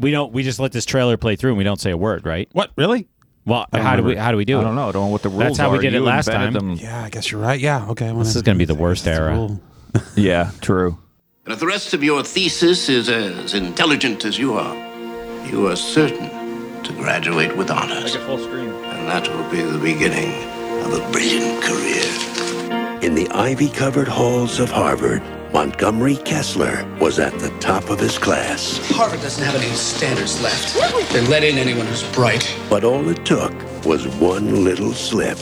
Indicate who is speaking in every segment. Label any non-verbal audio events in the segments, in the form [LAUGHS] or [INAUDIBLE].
Speaker 1: We don't. We just let this trailer play through, and we don't say a word, right?
Speaker 2: What really?
Speaker 1: Well, how
Speaker 3: don't
Speaker 1: do we?
Speaker 3: remember.
Speaker 1: How do we do it?
Speaker 3: I don't know. I don't know what the rules
Speaker 1: That's how we
Speaker 3: are.
Speaker 1: did it
Speaker 3: You
Speaker 1: last
Speaker 3: invented
Speaker 1: time.
Speaker 3: Them.
Speaker 2: Yeah, I guess you're right. Yeah. Okay.
Speaker 1: This is gonna be the worst era.
Speaker 3: Yeah, true.
Speaker 4: And if the rest of your thesis is as intelligent as you are, you are certain to graduate with honors.
Speaker 3: full screen.
Speaker 4: And that will be the beginning of a brilliant career. In the ivy covered halls of Harvard, Montgomery Kessler was at the top of his class.
Speaker 5: Harvard doesn't have any standards left. They let in anyone who's bright.
Speaker 4: But all it took was one little slip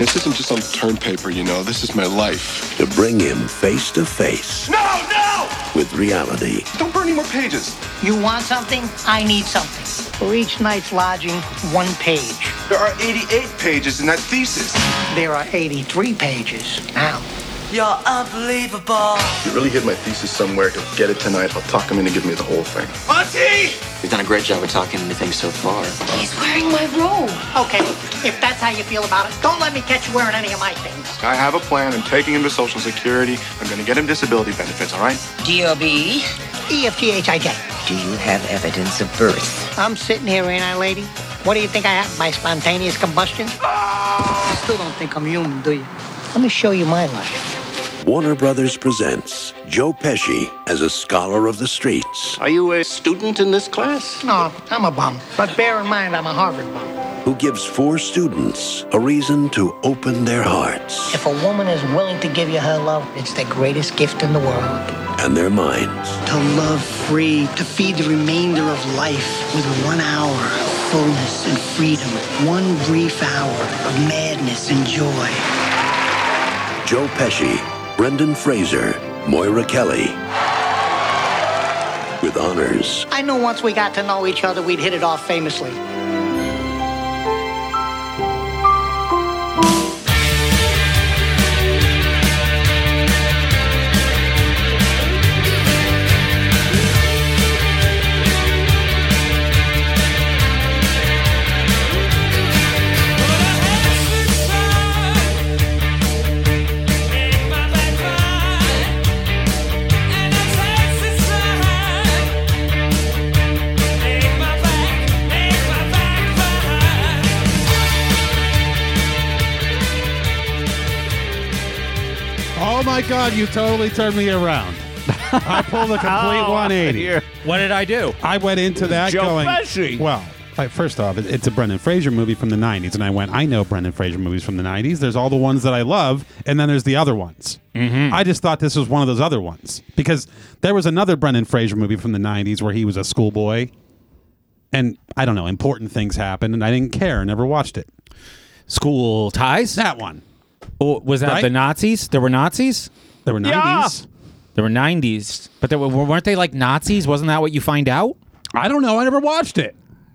Speaker 6: This isn't just on term paper, you know. This is my life.
Speaker 4: to bring him face to face
Speaker 6: No, no!
Speaker 4: with reality.
Speaker 6: Don't burn any more pages.
Speaker 7: You want something? I need something. For each night's lodging, one page.
Speaker 6: There are 88 pages in that thesis.
Speaker 7: There are 83 pages now.
Speaker 6: If you really hid my thesis somewhere, you'll get it tonight. I'll talk him into giving me the whole thing. Auntie!
Speaker 5: You've done a great job of talking me things so far.
Speaker 8: He's wearing my robe.
Speaker 7: Okay, if that's how you feel about it, don't let me catch you wearing any of my things.
Speaker 6: I have a plan. I'm taking him to Social Security. I'm gonna get him disability benefits, all right?
Speaker 9: D.O.B.
Speaker 7: E E-F-G-H-I-J.
Speaker 9: Do you have evidence of birth?
Speaker 7: I'm sitting here, ain't I, lady? What do you think I have? My spontaneous combustion? You still don't think I'm human, do you? Let me show you my life.
Speaker 4: Warner Brothers presents Joe Pesci as a scholar of the streets
Speaker 5: Are you a student in this class?
Speaker 7: No, I'm a bum. But bear in mind, I'm a Harvard bum.
Speaker 4: who gives four students a reason to open their hearts
Speaker 7: If a woman is willing to give you her love, it's the greatest gift in the world.
Speaker 4: and their minds.
Speaker 7: To love free, to feed the remainder of life with one hour of fullness and freedom, one brief hour of madness and joy.
Speaker 4: Joe Pesci, Brendan Fraser, Moira Kelly. With honors,
Speaker 7: I knew once we got to know each other, we'd hit it off famously.
Speaker 2: Oh my God! You totally turned me around. I pulled a complete 180.
Speaker 1: What did I do?
Speaker 2: I went into that
Speaker 1: Joe
Speaker 2: going.
Speaker 1: Pesci.
Speaker 2: Well, like, first off, it- it's a Brendan Fraser movie from the '90s, and I went, I know Brendan Fraser movies from the '90s. There's all the ones that I love, and then there's the other ones. Mm-hmm. I just thought this was one of those other ones because there was another Brendan Fraser movie from the '90s where he was a schoolboy, and I don't know, important things happened, and I didn't care, never watched it.
Speaker 1: School ties?
Speaker 2: That one.
Speaker 1: Oh, was that
Speaker 2: Right?
Speaker 1: the Nazis? There were Nazis.
Speaker 2: There were '90s.
Speaker 1: There were '90s, but there were, weren't they like Nazis? Wasn't that what you find out?
Speaker 2: I don't know. I never watched it.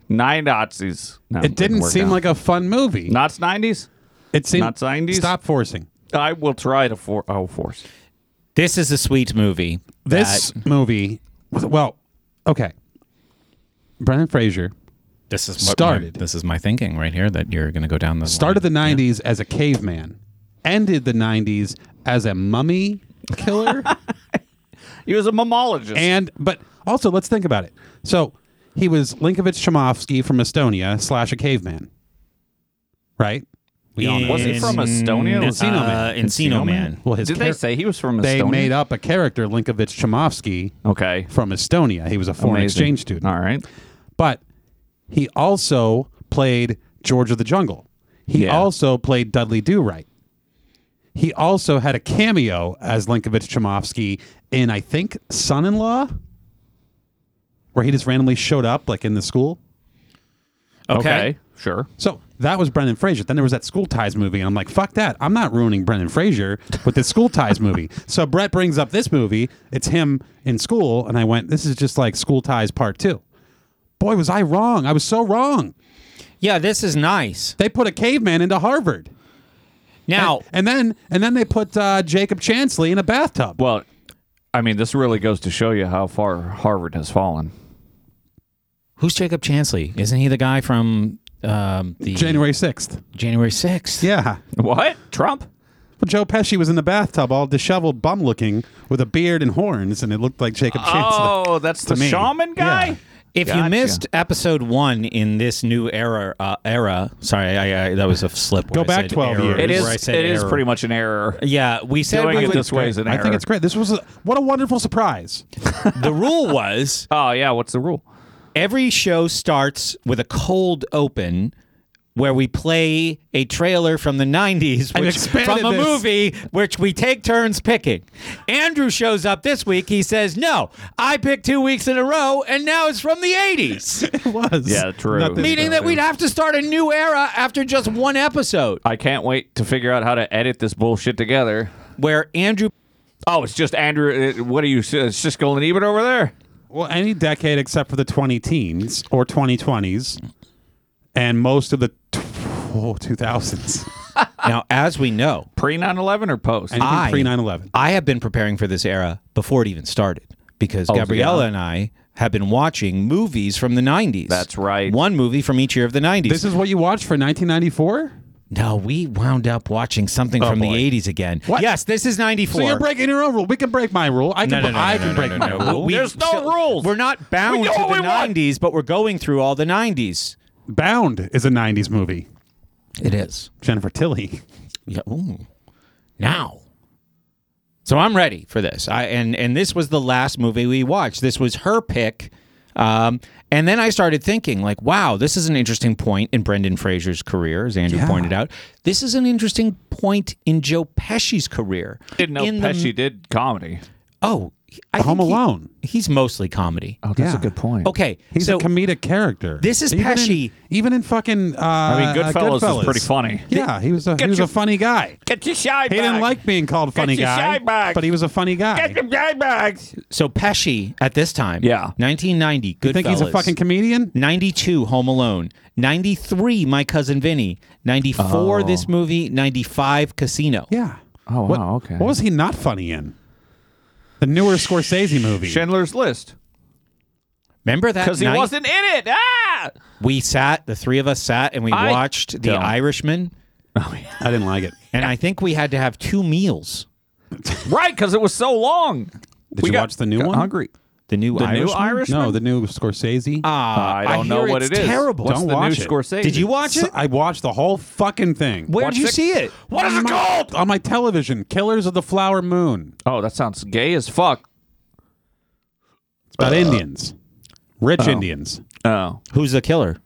Speaker 3: Nine Nazis. No,
Speaker 2: It didn't
Speaker 3: work
Speaker 2: seem
Speaker 3: out.
Speaker 2: like a fun movie.
Speaker 3: Knots 90s?
Speaker 2: it seemed
Speaker 3: not 90s?
Speaker 2: Stop forcing.
Speaker 3: I will try to for oh force.
Speaker 1: This is a sweet movie.
Speaker 2: This
Speaker 1: that-
Speaker 2: movie, was- well, okay. Brendan Fraser
Speaker 1: this is what my-
Speaker 2: started-
Speaker 1: this is my thinking right here that you're going to go down the
Speaker 2: started the '90s as a caveman, ended the '90s as a mummy killer,
Speaker 3: He was a mammologist.
Speaker 2: and but also let's think about it. So he was Linkovich Chomovsky from Estonia slash a caveman, right? We all know
Speaker 3: Was he
Speaker 2: this.
Speaker 3: from Estonia?
Speaker 1: In-
Speaker 3: Was he-
Speaker 2: Encino
Speaker 1: uh,
Speaker 2: Man.
Speaker 1: Encino Man.
Speaker 2: Well, his
Speaker 3: Did they
Speaker 2: char-
Speaker 3: say he was from
Speaker 2: they
Speaker 3: Estonia?
Speaker 2: made up a character Linkovich Chomovsky
Speaker 3: Okay.
Speaker 2: from Estonia. He was a foreign
Speaker 3: Amazing.
Speaker 2: exchange student.
Speaker 3: All right.
Speaker 2: but he also played George of the Jungle. He
Speaker 3: Yeah.
Speaker 2: also played Dudley Do Right. He also had a cameo as Linkovich Chomovsky in, I think, Son in Law, where he just randomly showed up like in the school.
Speaker 3: Okay. Sure.
Speaker 2: So that was Brendan Fraser. Then there was that School Ties movie, and I'm like, fuck that. I'm not ruining Brendan Fraser with this School Ties movie. So Brett brings up this movie. It's him in school, and I went, this is just like School Ties Part Two. Boy, was I wrong. I was so wrong.
Speaker 1: Yeah, this is nice.
Speaker 2: They put a caveman into Harvard.
Speaker 1: Now,
Speaker 2: And then and then they put uh, Jacob Chansley in a bathtub.
Speaker 3: Well, I mean, this really goes to show you how far Harvard has fallen.
Speaker 1: who's Jacob Chansley? Isn't he the guy from um, the
Speaker 2: January 6th.
Speaker 1: January 6th?
Speaker 2: Yeah.
Speaker 3: What? Trump?
Speaker 2: Joe Pesci was in the bathtub, all disheveled, bum looking, with a beard and horns, and it looked like Jacob Chancellor.
Speaker 3: Oh, that's
Speaker 2: to
Speaker 3: the
Speaker 2: me.
Speaker 3: shaman guy.
Speaker 2: Yeah.
Speaker 1: If you
Speaker 3: Gotcha.
Speaker 1: missed episode one in this new era, uh, era. Sorry, I, I, that was a slip. where
Speaker 2: Go
Speaker 1: I
Speaker 2: back
Speaker 1: said
Speaker 2: 12
Speaker 1: error,
Speaker 2: years.
Speaker 3: It is.
Speaker 1: where I
Speaker 3: It
Speaker 1: said
Speaker 3: is
Speaker 1: error.
Speaker 3: pretty much an error.
Speaker 1: Yeah, we said
Speaker 3: Doing
Speaker 1: we
Speaker 3: it
Speaker 1: would-
Speaker 3: this way is an
Speaker 2: I
Speaker 3: error.
Speaker 2: think it's great. This was a, what a wonderful surprise.
Speaker 1: The rule was
Speaker 3: Oh yeah. What's the rule?
Speaker 1: every show starts with a cold open where we play a trailer from the 90s
Speaker 2: I've
Speaker 1: which,
Speaker 2: expanded
Speaker 1: from a
Speaker 2: this.
Speaker 1: movie which we take turns picking andrew shows up this week he says no i picked two weeks in a row and now it's from the 80s
Speaker 2: [LAUGHS] It was.
Speaker 3: Yeah, true.
Speaker 2: Not this
Speaker 1: meaning that we'd Uh, have to start a new era after just one episode
Speaker 3: I can't wait to figure out how to edit this bullshit together.
Speaker 1: where andrew
Speaker 3: Oh, it's just Andrew. uh, What are you, uh, Siskel and Ebert over there?
Speaker 2: Well, any decade except for the 20 teens or 2020s and most of the tw- oh, 2000s.
Speaker 1: now as we know
Speaker 3: Pre 9/11 or post?
Speaker 2: Anything
Speaker 1: I-
Speaker 2: pre 9 11.
Speaker 1: I have been preparing for this era before it even started because Gabriella and I have been watching movies from the 90s.
Speaker 3: That's right.
Speaker 1: One movie from each year of the 90s.
Speaker 2: This is what you watched for 1994?
Speaker 1: no, we wound up watching something from
Speaker 2: boy.
Speaker 1: the 80s again.
Speaker 2: What?
Speaker 1: Yes, this is 94.
Speaker 2: So you're breaking your own rule. We can break my rule. I
Speaker 1: no,
Speaker 2: can,
Speaker 1: no, no,
Speaker 2: I
Speaker 1: no,
Speaker 2: can
Speaker 1: no,
Speaker 2: break
Speaker 1: no,
Speaker 2: my
Speaker 1: no,
Speaker 2: rule.
Speaker 1: no. We-
Speaker 3: There's no
Speaker 1: so-
Speaker 3: rules.
Speaker 1: We're not bound
Speaker 3: We
Speaker 1: to
Speaker 3: do what
Speaker 1: the
Speaker 3: we want.
Speaker 1: 90s, but we're going through all the 90s.
Speaker 2: [LAUGHS] Bound is a 90s movie.
Speaker 1: It is.
Speaker 2: Jennifer Tilly.
Speaker 1: Yeah. Ooh. Now. So I'm ready for this. I and and this was the last movie we watched. This was her pick. Um, and then I started thinking, like, wow, this is an interesting point in Brendan Fraser's career, as Andrew pointed out. This is an interesting point in Joe Pesci's career.
Speaker 3: didn't know
Speaker 1: in the-
Speaker 3: Pesci did comedy.
Speaker 1: oh, I
Speaker 2: [LAUGHS] Home
Speaker 1: think he-
Speaker 2: Alone.
Speaker 1: he's mostly comedy.
Speaker 3: Oh, that's
Speaker 2: Yeah.
Speaker 3: a good point.
Speaker 1: Okay,
Speaker 2: He's
Speaker 1: so
Speaker 2: a comedic character.
Speaker 1: This is
Speaker 2: even
Speaker 1: Pesci.
Speaker 2: In, even in fucking. Uh, I
Speaker 3: mean, Goodfellas is pretty funny.
Speaker 2: Yeah, he was a, he was
Speaker 3: your-
Speaker 2: a funny guy.
Speaker 3: Get your side.
Speaker 2: He didn't like being called funny
Speaker 3: your
Speaker 2: guy,
Speaker 3: shine back.
Speaker 2: but he was a funny guy.
Speaker 3: your side bags.
Speaker 1: so Pesci at this time,
Speaker 3: Yeah.
Speaker 1: 1990, good.
Speaker 2: You think he's a fucking comedian?
Speaker 1: 92 home alone 93 my cousin vinny 94 this movie 95 casino
Speaker 2: Yeah.
Speaker 3: Oh,
Speaker 2: What,
Speaker 3: wow, okay.
Speaker 2: What was he not funny in? The newer Scorsese movie.
Speaker 3: Schindler's List
Speaker 1: remember that
Speaker 3: because he
Speaker 1: night?
Speaker 3: wasn't in it. Ah.
Speaker 1: we sat the three of us sat and we
Speaker 3: I
Speaker 1: watched the
Speaker 3: don't.
Speaker 1: irishman
Speaker 2: I didn't like it.
Speaker 1: and i think we had to have two meals
Speaker 3: Right, because it was so long.
Speaker 2: Did
Speaker 3: We
Speaker 2: you
Speaker 3: got-
Speaker 2: watch the new
Speaker 3: got
Speaker 2: one?
Speaker 3: Hungry.
Speaker 1: the new
Speaker 3: The
Speaker 1: irishman
Speaker 3: new Irishman.
Speaker 2: No, the new Scorsese.
Speaker 1: Ah,
Speaker 3: I don't know
Speaker 1: hear
Speaker 3: what
Speaker 1: it's
Speaker 3: it is.
Speaker 1: terrible
Speaker 3: What's
Speaker 2: Don't
Speaker 3: the new
Speaker 2: watch it.
Speaker 3: Scorsese?
Speaker 1: did you watch
Speaker 2: So
Speaker 1: it
Speaker 2: I watched the whole fucking thing.
Speaker 1: where
Speaker 3: watch
Speaker 1: did you
Speaker 3: it?
Speaker 1: see it
Speaker 3: What is it called?
Speaker 2: On my television, Killers of the Flower Moon.
Speaker 3: Oh, that sounds gay as fuck.
Speaker 2: It's about Indians. Rich Indians.
Speaker 3: Oh,
Speaker 1: who's the killer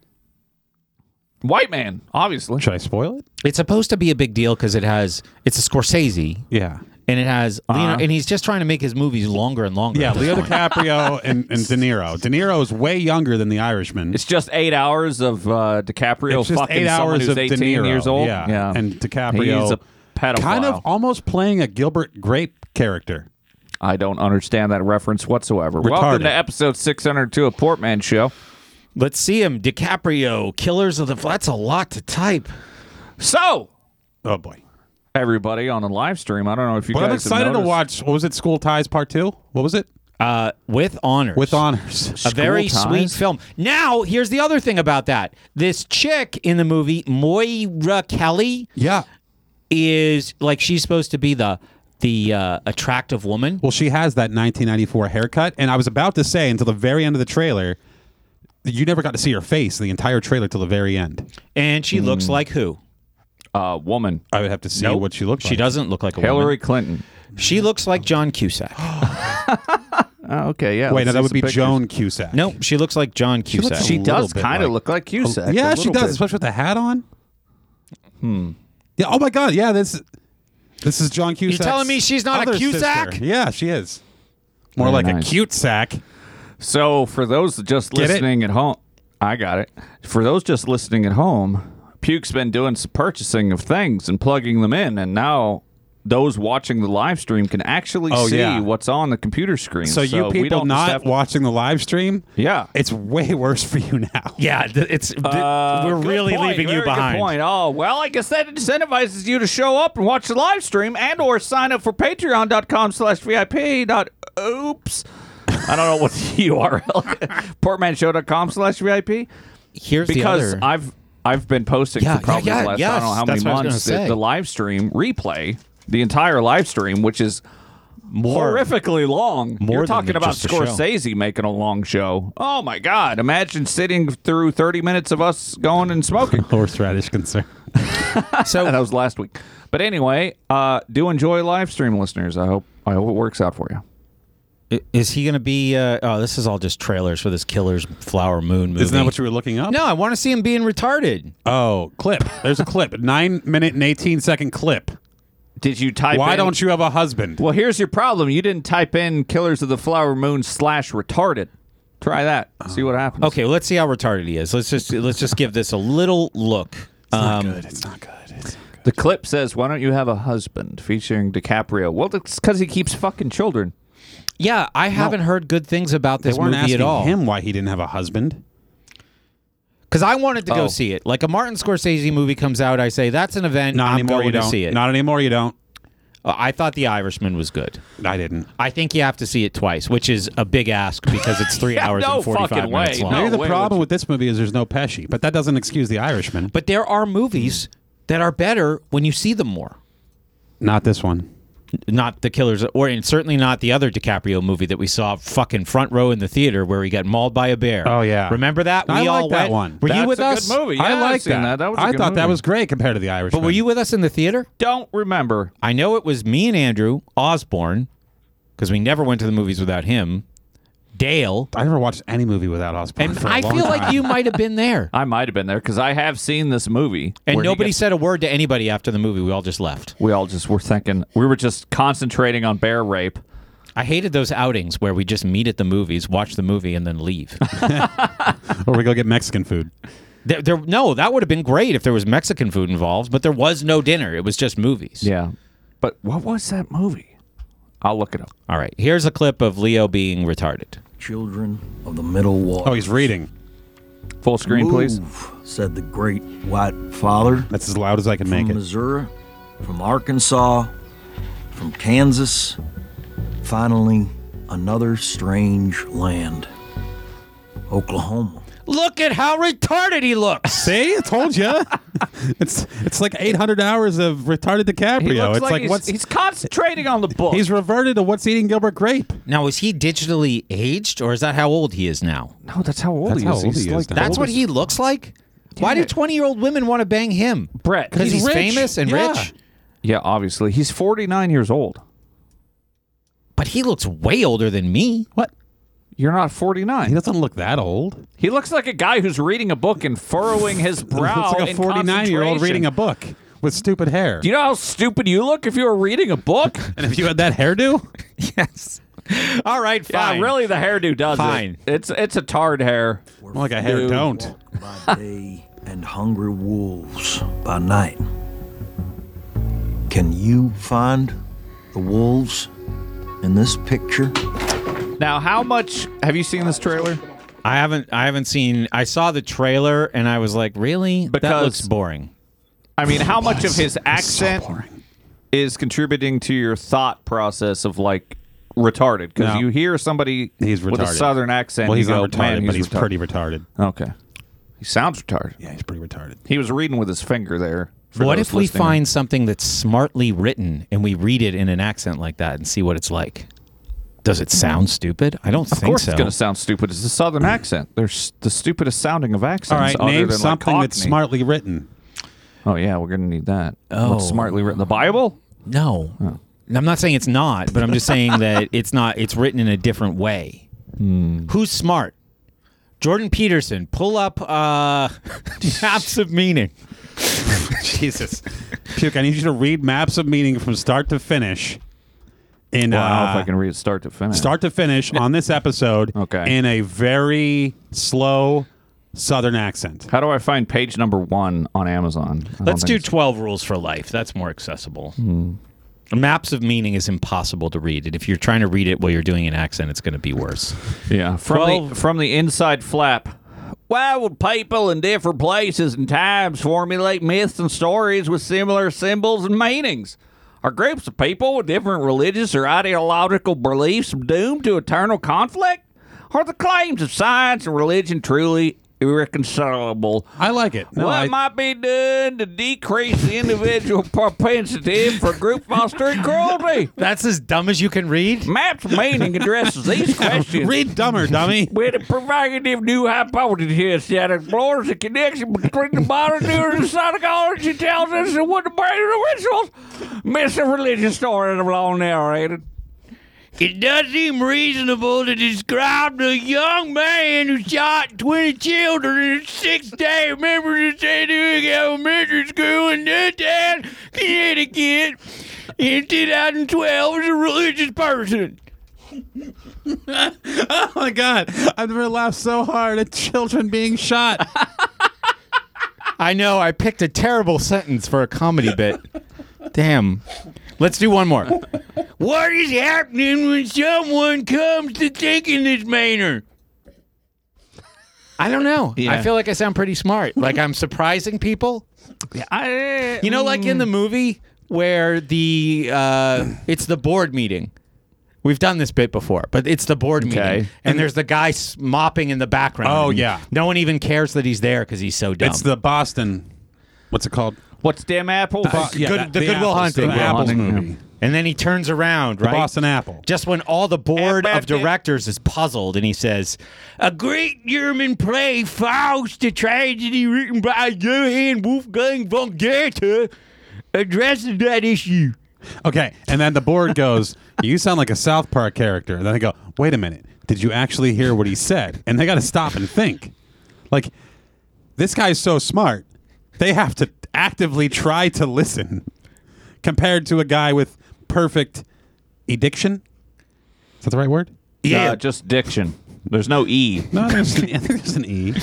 Speaker 3: white man, obviously.
Speaker 2: Should I spoil it?
Speaker 1: it's supposed to be a big deal because it has it's a scorsese
Speaker 2: Yeah.
Speaker 1: and it has
Speaker 3: Uh-huh.
Speaker 1: Leonardo, and he's just trying to make his movies longer and longer
Speaker 2: Yeah,
Speaker 1: at this
Speaker 2: Leo
Speaker 1: point.
Speaker 2: DiCaprio and, and De Niro. De Niro is way younger than the Irishman.
Speaker 3: It's just eight hours of uh, DiCaprio
Speaker 2: It's just
Speaker 3: fucking
Speaker 2: eight
Speaker 3: someone
Speaker 2: hours
Speaker 3: who's
Speaker 2: of De
Speaker 3: 18
Speaker 2: Niro,
Speaker 3: years old.
Speaker 2: yeah, and DiCaprio.
Speaker 3: He's a pedophile.
Speaker 2: kind of almost playing a Gilbert Grape character.
Speaker 3: I don't understand that reference whatsoever. Welcome
Speaker 2: Retarded.
Speaker 3: to episode 602 of Portman Show.
Speaker 1: Let's see him. DiCaprio, Killers of the. That's a lot to type.
Speaker 3: So,
Speaker 2: Oh boy.
Speaker 3: everybody on the live stream, I don't know if you
Speaker 2: But
Speaker 3: guys
Speaker 2: I'm excited
Speaker 3: have
Speaker 2: to
Speaker 3: noticed-
Speaker 2: watch. What was it? School Ties Part Two. What was it?
Speaker 1: Uh, with honors.
Speaker 2: With honors.
Speaker 1: A very
Speaker 3: School
Speaker 1: sweet
Speaker 3: Ties?
Speaker 1: film. Now, here's the other thing about that. This chick in the movie, Moira Kelly,
Speaker 2: Yeah.
Speaker 1: is like she's supposed to be the the uh, attractive woman.
Speaker 2: Well, she has that 1994 haircut, and I was about to say until the very end of the trailer, you never got to see her face in the entire trailer till the very end.
Speaker 1: And she looks like who?
Speaker 3: uh, woman,
Speaker 2: I would have to see what she looked
Speaker 1: She
Speaker 2: like.
Speaker 1: doesn't look like a
Speaker 3: Hillary
Speaker 1: woman.
Speaker 3: Clinton.
Speaker 1: She looks like John Cusack.
Speaker 3: Oh, okay, yeah.
Speaker 2: Wait,
Speaker 3: let's
Speaker 2: no, that
Speaker 3: see
Speaker 2: would
Speaker 3: some
Speaker 2: be
Speaker 3: pictures.
Speaker 2: Joan Cusack.
Speaker 1: No, she looks like John
Speaker 2: looks
Speaker 1: Cusack.
Speaker 2: a
Speaker 3: She
Speaker 2: little
Speaker 3: does
Speaker 2: bit
Speaker 3: kind of
Speaker 2: like-
Speaker 3: look like Cusack.
Speaker 2: yeah,
Speaker 3: a
Speaker 2: she
Speaker 3: little
Speaker 2: does,
Speaker 3: bit.
Speaker 2: especially with the hat on. Hmm. Yeah. Oh my God. Yeah. This. This is John Cusack.
Speaker 1: telling me she's not a Cusack?
Speaker 2: Yeah, she is. More
Speaker 3: Very
Speaker 2: like
Speaker 3: nice.
Speaker 2: a cute sack.
Speaker 3: So for those just
Speaker 2: Get it?
Speaker 3: listening at home, I got it. For those just listening at home, Puke's been doing some purchasing of things and plugging them in, and now those watching the live stream can actually
Speaker 2: Oh,
Speaker 3: see
Speaker 2: yeah.
Speaker 3: what's on the computer screen.
Speaker 2: So, you
Speaker 3: we don't
Speaker 2: people
Speaker 3: just
Speaker 2: not
Speaker 3: have to-
Speaker 2: watching the live stream,
Speaker 3: Yeah.
Speaker 2: it's way worse for you now. [LAUGHS]
Speaker 1: Yeah, th- it's th-
Speaker 3: Uh,
Speaker 1: we're
Speaker 3: good
Speaker 1: really
Speaker 3: point,
Speaker 1: leaving
Speaker 3: very
Speaker 1: you
Speaker 3: good
Speaker 1: behind.
Speaker 3: point. Oh well, I guess that incentivizes you to show up and watch the live stream and/or sign up for Patreon.com/vip. Dot oops, I don't know what [LAUGHS] the [LAUGHS] URL. Portmanshow.com/vip.
Speaker 1: Here's
Speaker 3: because
Speaker 1: the other.
Speaker 3: I've I've been posting
Speaker 1: Yeah,
Speaker 3: for probably
Speaker 1: yeah, yeah,
Speaker 3: the last I
Speaker 1: yes,
Speaker 3: don't know how
Speaker 1: that's
Speaker 3: many
Speaker 1: what I was
Speaker 3: months
Speaker 1: gonna
Speaker 3: the,
Speaker 1: say.
Speaker 3: the live stream replay the entire live stream, which is
Speaker 1: More.
Speaker 3: horrifically long.
Speaker 1: More
Speaker 3: You're
Speaker 1: than
Speaker 3: talking about
Speaker 1: just a show.
Speaker 3: Scorsese making a long show. Oh my God! Imagine sitting through 30 minutes of us going and [LAUGHS] smoking.
Speaker 2: Horseradish concern.
Speaker 1: So
Speaker 3: [LAUGHS] that was last week. But anyway, uh, do enjoy live stream, listeners. I hope I hope it works out for you.
Speaker 1: I- Is he going to be? Uh, oh, this is all just trailers for this Killer's Flower Moon movie.
Speaker 2: Isn't that what you were looking up?
Speaker 1: No, I want to see him being retarded.
Speaker 2: Oh, clip. There's a clip. Nine minute and 18 second clip.
Speaker 3: Did you type?
Speaker 2: Why
Speaker 3: in-
Speaker 2: don't you have a husband?
Speaker 3: Well, here's your problem. You didn't type in "Killers of the Flower Moon" slash retarded. Try that. See what happens.
Speaker 1: Okay, let's see how retarded he is. Let's just let's just give this a little look. Um,
Speaker 2: Good. It's not good. It's not good.
Speaker 3: The clip says, "Why don't you have a husband?" featuring DiCaprio. Well, it's because he keeps fucking children.
Speaker 1: yeah, I haven't heard good things about
Speaker 2: They
Speaker 1: this
Speaker 2: weren't
Speaker 1: movie
Speaker 2: asking
Speaker 1: at all.
Speaker 2: him why he didn't have a husband.
Speaker 1: Because I wanted to
Speaker 3: Oh.
Speaker 1: go see it. Like a Martin Scorsese movie comes out, I say that's an event.
Speaker 2: Not
Speaker 1: I'm
Speaker 2: anymore.
Speaker 1: going
Speaker 2: You
Speaker 1: to
Speaker 2: don't.
Speaker 1: see it.
Speaker 2: Not anymore. You don't.
Speaker 1: Uh, I thought The Irishman was good.
Speaker 2: I didn't.
Speaker 1: I think you have to see it twice, which is a big ask because it's [LAUGHS] three hours
Speaker 3: no
Speaker 1: and forty five
Speaker 3: fucking way.
Speaker 1: minutes long.
Speaker 3: No.
Speaker 2: Maybe the
Speaker 3: way
Speaker 2: problem with this movie is there's no Pesci, but that doesn't excuse the Irishman.
Speaker 1: But there are movies that are better when you see them more.
Speaker 2: Not this one.
Speaker 1: not the killers or and certainly not the other DiCaprio movie that we saw fucking front row in the theater where he got mauled by a bear.
Speaker 2: Oh, yeah.
Speaker 1: Remember that?
Speaker 2: I
Speaker 1: we
Speaker 2: like
Speaker 1: all
Speaker 2: that
Speaker 1: went-
Speaker 2: one.
Speaker 1: Were
Speaker 3: That's
Speaker 1: you with
Speaker 3: a
Speaker 1: us?
Speaker 3: good movie.
Speaker 2: I
Speaker 3: Yeah, I've
Speaker 2: like
Speaker 3: seen
Speaker 2: that.
Speaker 3: that. That was a
Speaker 2: I
Speaker 3: good
Speaker 2: thought that
Speaker 3: movie.
Speaker 2: was great compared to the Irishman.
Speaker 1: But were you with us in the theater?
Speaker 3: Don't remember.
Speaker 1: I know it was me and Andrew Osborne because we never went to the movies without him. Dale.
Speaker 2: I never watched any movie without Osborne.
Speaker 1: And
Speaker 2: for a
Speaker 1: I
Speaker 2: long
Speaker 1: feel
Speaker 2: time. Uh,
Speaker 1: like you might have been
Speaker 2: [LAUGHS]
Speaker 1: there.
Speaker 3: I might have been there because I have seen this movie.
Speaker 1: And
Speaker 3: where he
Speaker 1: nobody
Speaker 3: gets-
Speaker 1: said a word to anybody after the movie. We all just left.
Speaker 3: we all just were thinking. We were just concentrating on bear rape.
Speaker 1: I hated those outings where we just meet at the movies, watch the movie, and then leave.
Speaker 2: or Oh, we go get Mexican food.
Speaker 1: There, there, no, that would have been great if there was Mexican food involved, but there was no dinner. It was just movies.
Speaker 3: Yeah. But what was that movie? I'll look it up.
Speaker 1: All right. Here's a clip of Leo being retarded.
Speaker 10: Children of the Middle Water.
Speaker 2: Oh, he's reading.
Speaker 3: Full screen, please.
Speaker 10: Move, said the great white father
Speaker 2: That's as loud as I can make
Speaker 10: from
Speaker 2: it.
Speaker 10: Missouri, from Arkansas, from Kansas. Finally, another strange land. Oklahoma.
Speaker 1: Look at how retarded he looks.
Speaker 2: See, I told you. [LAUGHS] it's it's like 800 hours of retarded DiCaprio. it's like,
Speaker 3: he's,
Speaker 2: what's
Speaker 3: he's concentrating on the book.
Speaker 2: he's reverted to what's eating Gilbert Grape.
Speaker 1: [LAUGHS] Now, is he digitally aged or is that how old he is now?
Speaker 3: no, that's how old
Speaker 2: That's
Speaker 3: he
Speaker 2: how
Speaker 3: is.
Speaker 2: old
Speaker 3: he's
Speaker 2: he is
Speaker 3: like
Speaker 2: now.
Speaker 3: the
Speaker 1: That's what
Speaker 3: oldest.
Speaker 1: he looks like? Why
Speaker 3: Yeah.
Speaker 1: do 20 year old women want to bang him?
Speaker 3: Brett,
Speaker 1: Because
Speaker 2: he's
Speaker 1: he's,
Speaker 2: rich.
Speaker 1: famous and
Speaker 2: Yeah.
Speaker 1: rich.
Speaker 3: Yeah, obviously. He's 49 years old.
Speaker 1: But he looks way older than me.
Speaker 2: What?
Speaker 3: You're not
Speaker 2: He
Speaker 3: 49.
Speaker 2: doesn't look that [LAUGHS] old.
Speaker 3: He looks like a guy who's reading a book and furrowing
Speaker 2: [LAUGHS]
Speaker 3: his brow.
Speaker 2: looks like a
Speaker 3: in
Speaker 2: 49 year old
Speaker 3: concentration.
Speaker 2: reading a book with stupid hair.
Speaker 3: Do you know how stupid you look if you were reading a [LAUGHS] book?
Speaker 2: and if you had
Speaker 3: [LAUGHS]
Speaker 2: that hairdo,
Speaker 1: Yes. All right,
Speaker 3: yeah,
Speaker 1: fine.
Speaker 3: really, the hairdo does
Speaker 1: Fine.
Speaker 3: it. It's it's a tarred hair.
Speaker 10: Where
Speaker 2: like a hair
Speaker 3: Dude.
Speaker 2: don't.
Speaker 10: folk by day and hungry wolves by night. Can you find the wolves in this picture?
Speaker 3: Now, how much have you seen this trailer?
Speaker 1: I haven't I haven't seen I saw the trailer and I was like, really? that
Speaker 3: Because-
Speaker 1: looks boring.
Speaker 3: I mean, how much of his accent
Speaker 2: boring.
Speaker 3: is contributing to your thought process of like retarded? Because
Speaker 2: No.
Speaker 3: you hear somebody
Speaker 2: He's
Speaker 3: with a
Speaker 2: retarded.
Speaker 3: southern accent.
Speaker 2: Well,
Speaker 3: you
Speaker 2: he's
Speaker 3: go,
Speaker 2: not retarded,
Speaker 3: "Man,
Speaker 2: but he's
Speaker 3: retarded."
Speaker 2: pretty retarded.
Speaker 3: Okay, he sounds retarded.
Speaker 2: Yeah, he's pretty retarded.
Speaker 3: He was reading with his finger there. for
Speaker 1: What
Speaker 3: those
Speaker 1: if we
Speaker 3: listening.
Speaker 1: find something that's smartly written and we read it in an accent like that and see what it's like? Does it sound stupid? I don't
Speaker 3: Mm-hmm. Of
Speaker 1: think
Speaker 3: course,
Speaker 1: so.
Speaker 3: it's going to sound stupid. It's a southern accent. They're s- the stupidest sounding of accents.
Speaker 2: All right,
Speaker 3: other
Speaker 2: name
Speaker 3: than, like,
Speaker 2: something that's
Speaker 3: Cockney.
Speaker 2: smartly written.
Speaker 3: Oh yeah, we're gonna need that.
Speaker 1: Oh.
Speaker 3: What's smartly written? The Bible?
Speaker 1: no. I'm not saying it's not, but I'm just
Speaker 3: [LAUGHS]
Speaker 1: saying that it's not it's written in a different way.
Speaker 3: Hmm.
Speaker 1: Who's smart? Jordan Peterson, pull up
Speaker 3: [LAUGHS]
Speaker 1: uh maps of meaning.
Speaker 2: Jesus, puke! I need you to read maps of meaning from start to finish. In
Speaker 3: Well, I don't know
Speaker 2: uh,
Speaker 3: if I can read it start to finish.
Speaker 2: start to finish on this episode
Speaker 3: Okay.
Speaker 2: in a very slow southern accent.
Speaker 3: How do I find page number one on Amazon? I don't
Speaker 1: Let's do
Speaker 3: think so.
Speaker 1: 12 rules for life. That's more accessible.
Speaker 3: Hmm.
Speaker 1: Maps of meaning is impossible to read, and if you're trying to read it while you're doing an accent, it's going to be worse.
Speaker 3: yeah from the,
Speaker 1: 12.
Speaker 3: from the inside flap. Why would people in different places and times formulate myths and stories with similar symbols and meanings? Are groups of people with different religious or ideological beliefs doomed to eternal conflict? Are the claims of science and religion truly irreconcilable.
Speaker 2: I like it. No,
Speaker 3: what
Speaker 2: I-
Speaker 3: might be done to decrease the individual [LAUGHS] propensity for group fostering cruelty?
Speaker 1: That's as dumb as you can read.
Speaker 3: Maps meaning addresses these questions.
Speaker 2: [LAUGHS] Read
Speaker 3: [LAUGHS]
Speaker 2: dumber, dummy.
Speaker 3: with a provocative new hypothesis that explores the connection between the modern news and psychology tells us and what the brain rituals miss a religious story that are long narrated.
Speaker 1: It does seem reasonable to describe the young man who shot 20 children in a six day members of St. Louis Elementary School in Newtown, Connecticut in 2012 as a religious person.
Speaker 2: [LAUGHS] Oh my god, I've never laughed so hard at children being shot.
Speaker 1: [LAUGHS] I know, I picked a terrible sentence for a comedy bit. Damn. Let's do one more. What is happening when someone comes to think in this manner? I don't know. I feel like I sound pretty smart. Like I'm surprising people.
Speaker 3: I,
Speaker 1: You know, like in the
Speaker 2: Mm.
Speaker 1: movie where the uh, it's the board meeting. We've done this bit before, but it's the board meeting, and there's the guy s- mopping in the background.
Speaker 2: Oh,
Speaker 1: and
Speaker 2: yeah.
Speaker 1: no one even cares that he's there because he's so dumb.
Speaker 2: It's the Boston. What's it called?
Speaker 3: what's damn apple?
Speaker 2: yeah,
Speaker 1: Good-
Speaker 2: that-
Speaker 1: the Goodwill
Speaker 2: Apples,
Speaker 1: Hunting.
Speaker 2: The
Speaker 1: Goodwill
Speaker 2: Apples
Speaker 3: Hunting.
Speaker 2: movie.
Speaker 1: and then he turns around, right?
Speaker 2: Boston Apple.
Speaker 1: Just when all the board
Speaker 3: Apple.
Speaker 1: of directors is puzzled, and he says, "A great German play, Faust, a tragedy written by Johann Wolfgang von Goethe, addresses that issue."
Speaker 2: Okay, and then the board goes, "You sound like a South Park character." And then they go, "Wait a minute, did you actually hear what he said?" And they got to stop and think. Like, this guy's so smart, they have to actively try to listen. Compared to a guy with perfect addiction, is that the right word?
Speaker 3: Uh, just diction. There's no E.
Speaker 2: No, there's an, I think there's an E.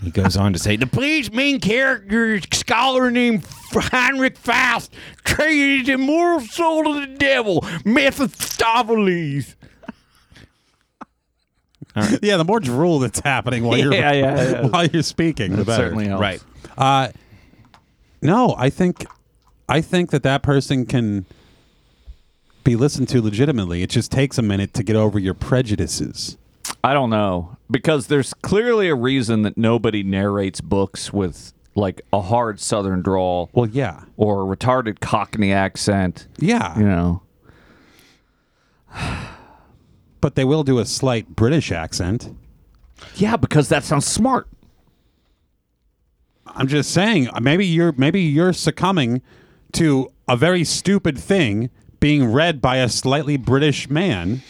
Speaker 1: He goes on to say, the play's main character, a scholar named Heinrich Faust, traded the immortal soul of the devil, Mephistopheles.
Speaker 2: Yeah, the more drool that's happening while
Speaker 3: [LAUGHS]
Speaker 2: you're
Speaker 3: Yeah, yeah, yeah.
Speaker 2: [LAUGHS] while you're speaking, the
Speaker 3: That
Speaker 2: better.
Speaker 3: certainly helps. Right.
Speaker 2: Uh, no, I think I think that that person can be listened to legitimately. It just takes a minute to get over your prejudices.
Speaker 3: I don't know because there's clearly a reason that nobody narrates books with like a hard Southern drawl
Speaker 2: Well, yeah,
Speaker 3: or a retarded Cockney accent.
Speaker 2: yeah,
Speaker 3: You know,
Speaker 2: but they will do a slight British accent.
Speaker 3: yeah, because that sounds smart.
Speaker 2: I'm just saying, uh, maybe you're maybe you're succumbing to a very stupid thing being read by a slightly British man,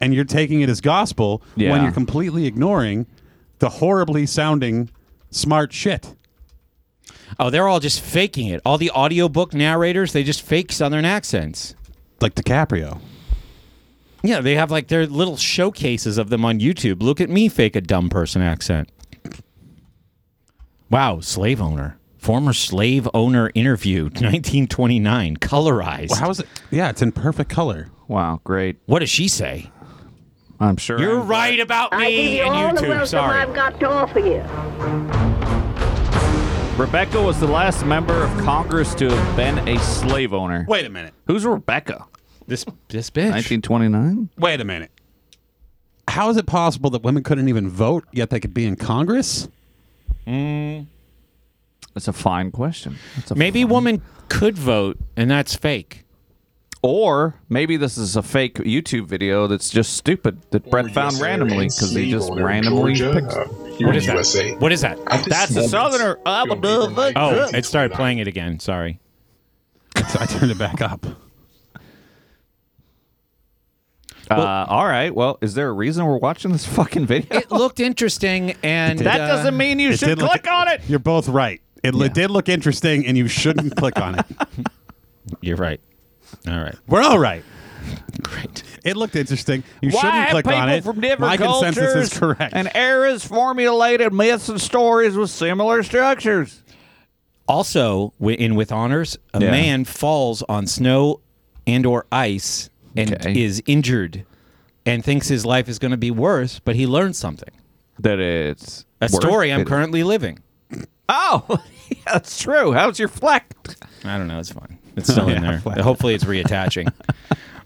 Speaker 2: and you're taking it as gospel when
Speaker 3: Yeah.
Speaker 2: you're completely ignoring the horribly sounding smart shit.
Speaker 1: Oh, they're all just faking it. All the audiobook narrators, they just fake Southern accents.
Speaker 2: Like DiCaprio.
Speaker 1: Yeah, they have like their little showcases of them on YouTube. Look at me fake a dumb person accent. Wow, slave owner. Former slave owner [LAUGHS] interviewed, 1929, colorized.
Speaker 2: Well, how is it? Yeah, it's in perfect color.
Speaker 3: Wow, great.
Speaker 1: what does she say?
Speaker 3: I'm sure.
Speaker 1: You're right about me and YouTube. Sorry.
Speaker 11: got to offer you.
Speaker 3: Rebecca was the last member of Congress to have been a slave owner.
Speaker 2: Wait a minute.
Speaker 3: Who's Rebecca?
Speaker 1: This this bitch.
Speaker 3: 1929?
Speaker 2: Wait a minute. How is it possible that women couldn't even vote yet they could be in Congress?
Speaker 3: That's a fine question. That's a
Speaker 1: Maybe
Speaker 3: fine-
Speaker 1: woman could vote, and that's fake.
Speaker 3: Or maybe this is a fake YouTube video that's just stupid that Brett found randomly because he just randomly picked.
Speaker 1: What is that? What is that?
Speaker 3: That's a southerner. I'm a motherfucker.
Speaker 1: Oh, it started playing it again. Sorry.
Speaker 2: [LAUGHS] So I turned it back up.
Speaker 3: Uh, all right. Well, is there a reason we're watching this [LAUGHS] fucking video?
Speaker 1: It looked interesting, and
Speaker 3: that
Speaker 1: uh,
Speaker 3: doesn't mean you should
Speaker 2: did look-
Speaker 3: click on it.
Speaker 2: You're both right. It li- did look interesting, and you shouldn't click
Speaker 3: [LAUGHS]
Speaker 2: on it.
Speaker 1: You're right. All right.
Speaker 2: We're all right.
Speaker 1: Great.
Speaker 2: It looked interesting. You
Speaker 3: Why
Speaker 2: shouldn't
Speaker 3: have
Speaker 2: click
Speaker 3: people
Speaker 2: on it.
Speaker 3: from different
Speaker 2: My
Speaker 3: cultures
Speaker 2: consensus is correct.
Speaker 3: and eras formulated myths and stories with similar structures?
Speaker 1: Also, wi- in with honors, a
Speaker 3: Yeah.
Speaker 1: man falls on snow and or ice and
Speaker 3: Okay.
Speaker 1: is injured, and thinks his life is going to be worse, but he learns something.
Speaker 3: That it's
Speaker 1: A
Speaker 3: worth
Speaker 1: story I'm
Speaker 3: it.
Speaker 1: currently living.
Speaker 3: Oh, [LAUGHS] yeah, that's true. How's your fleck? [LAUGHS] Oh,
Speaker 1: I don't know. It's fine. It's still in there. Hopefully, it's reattaching.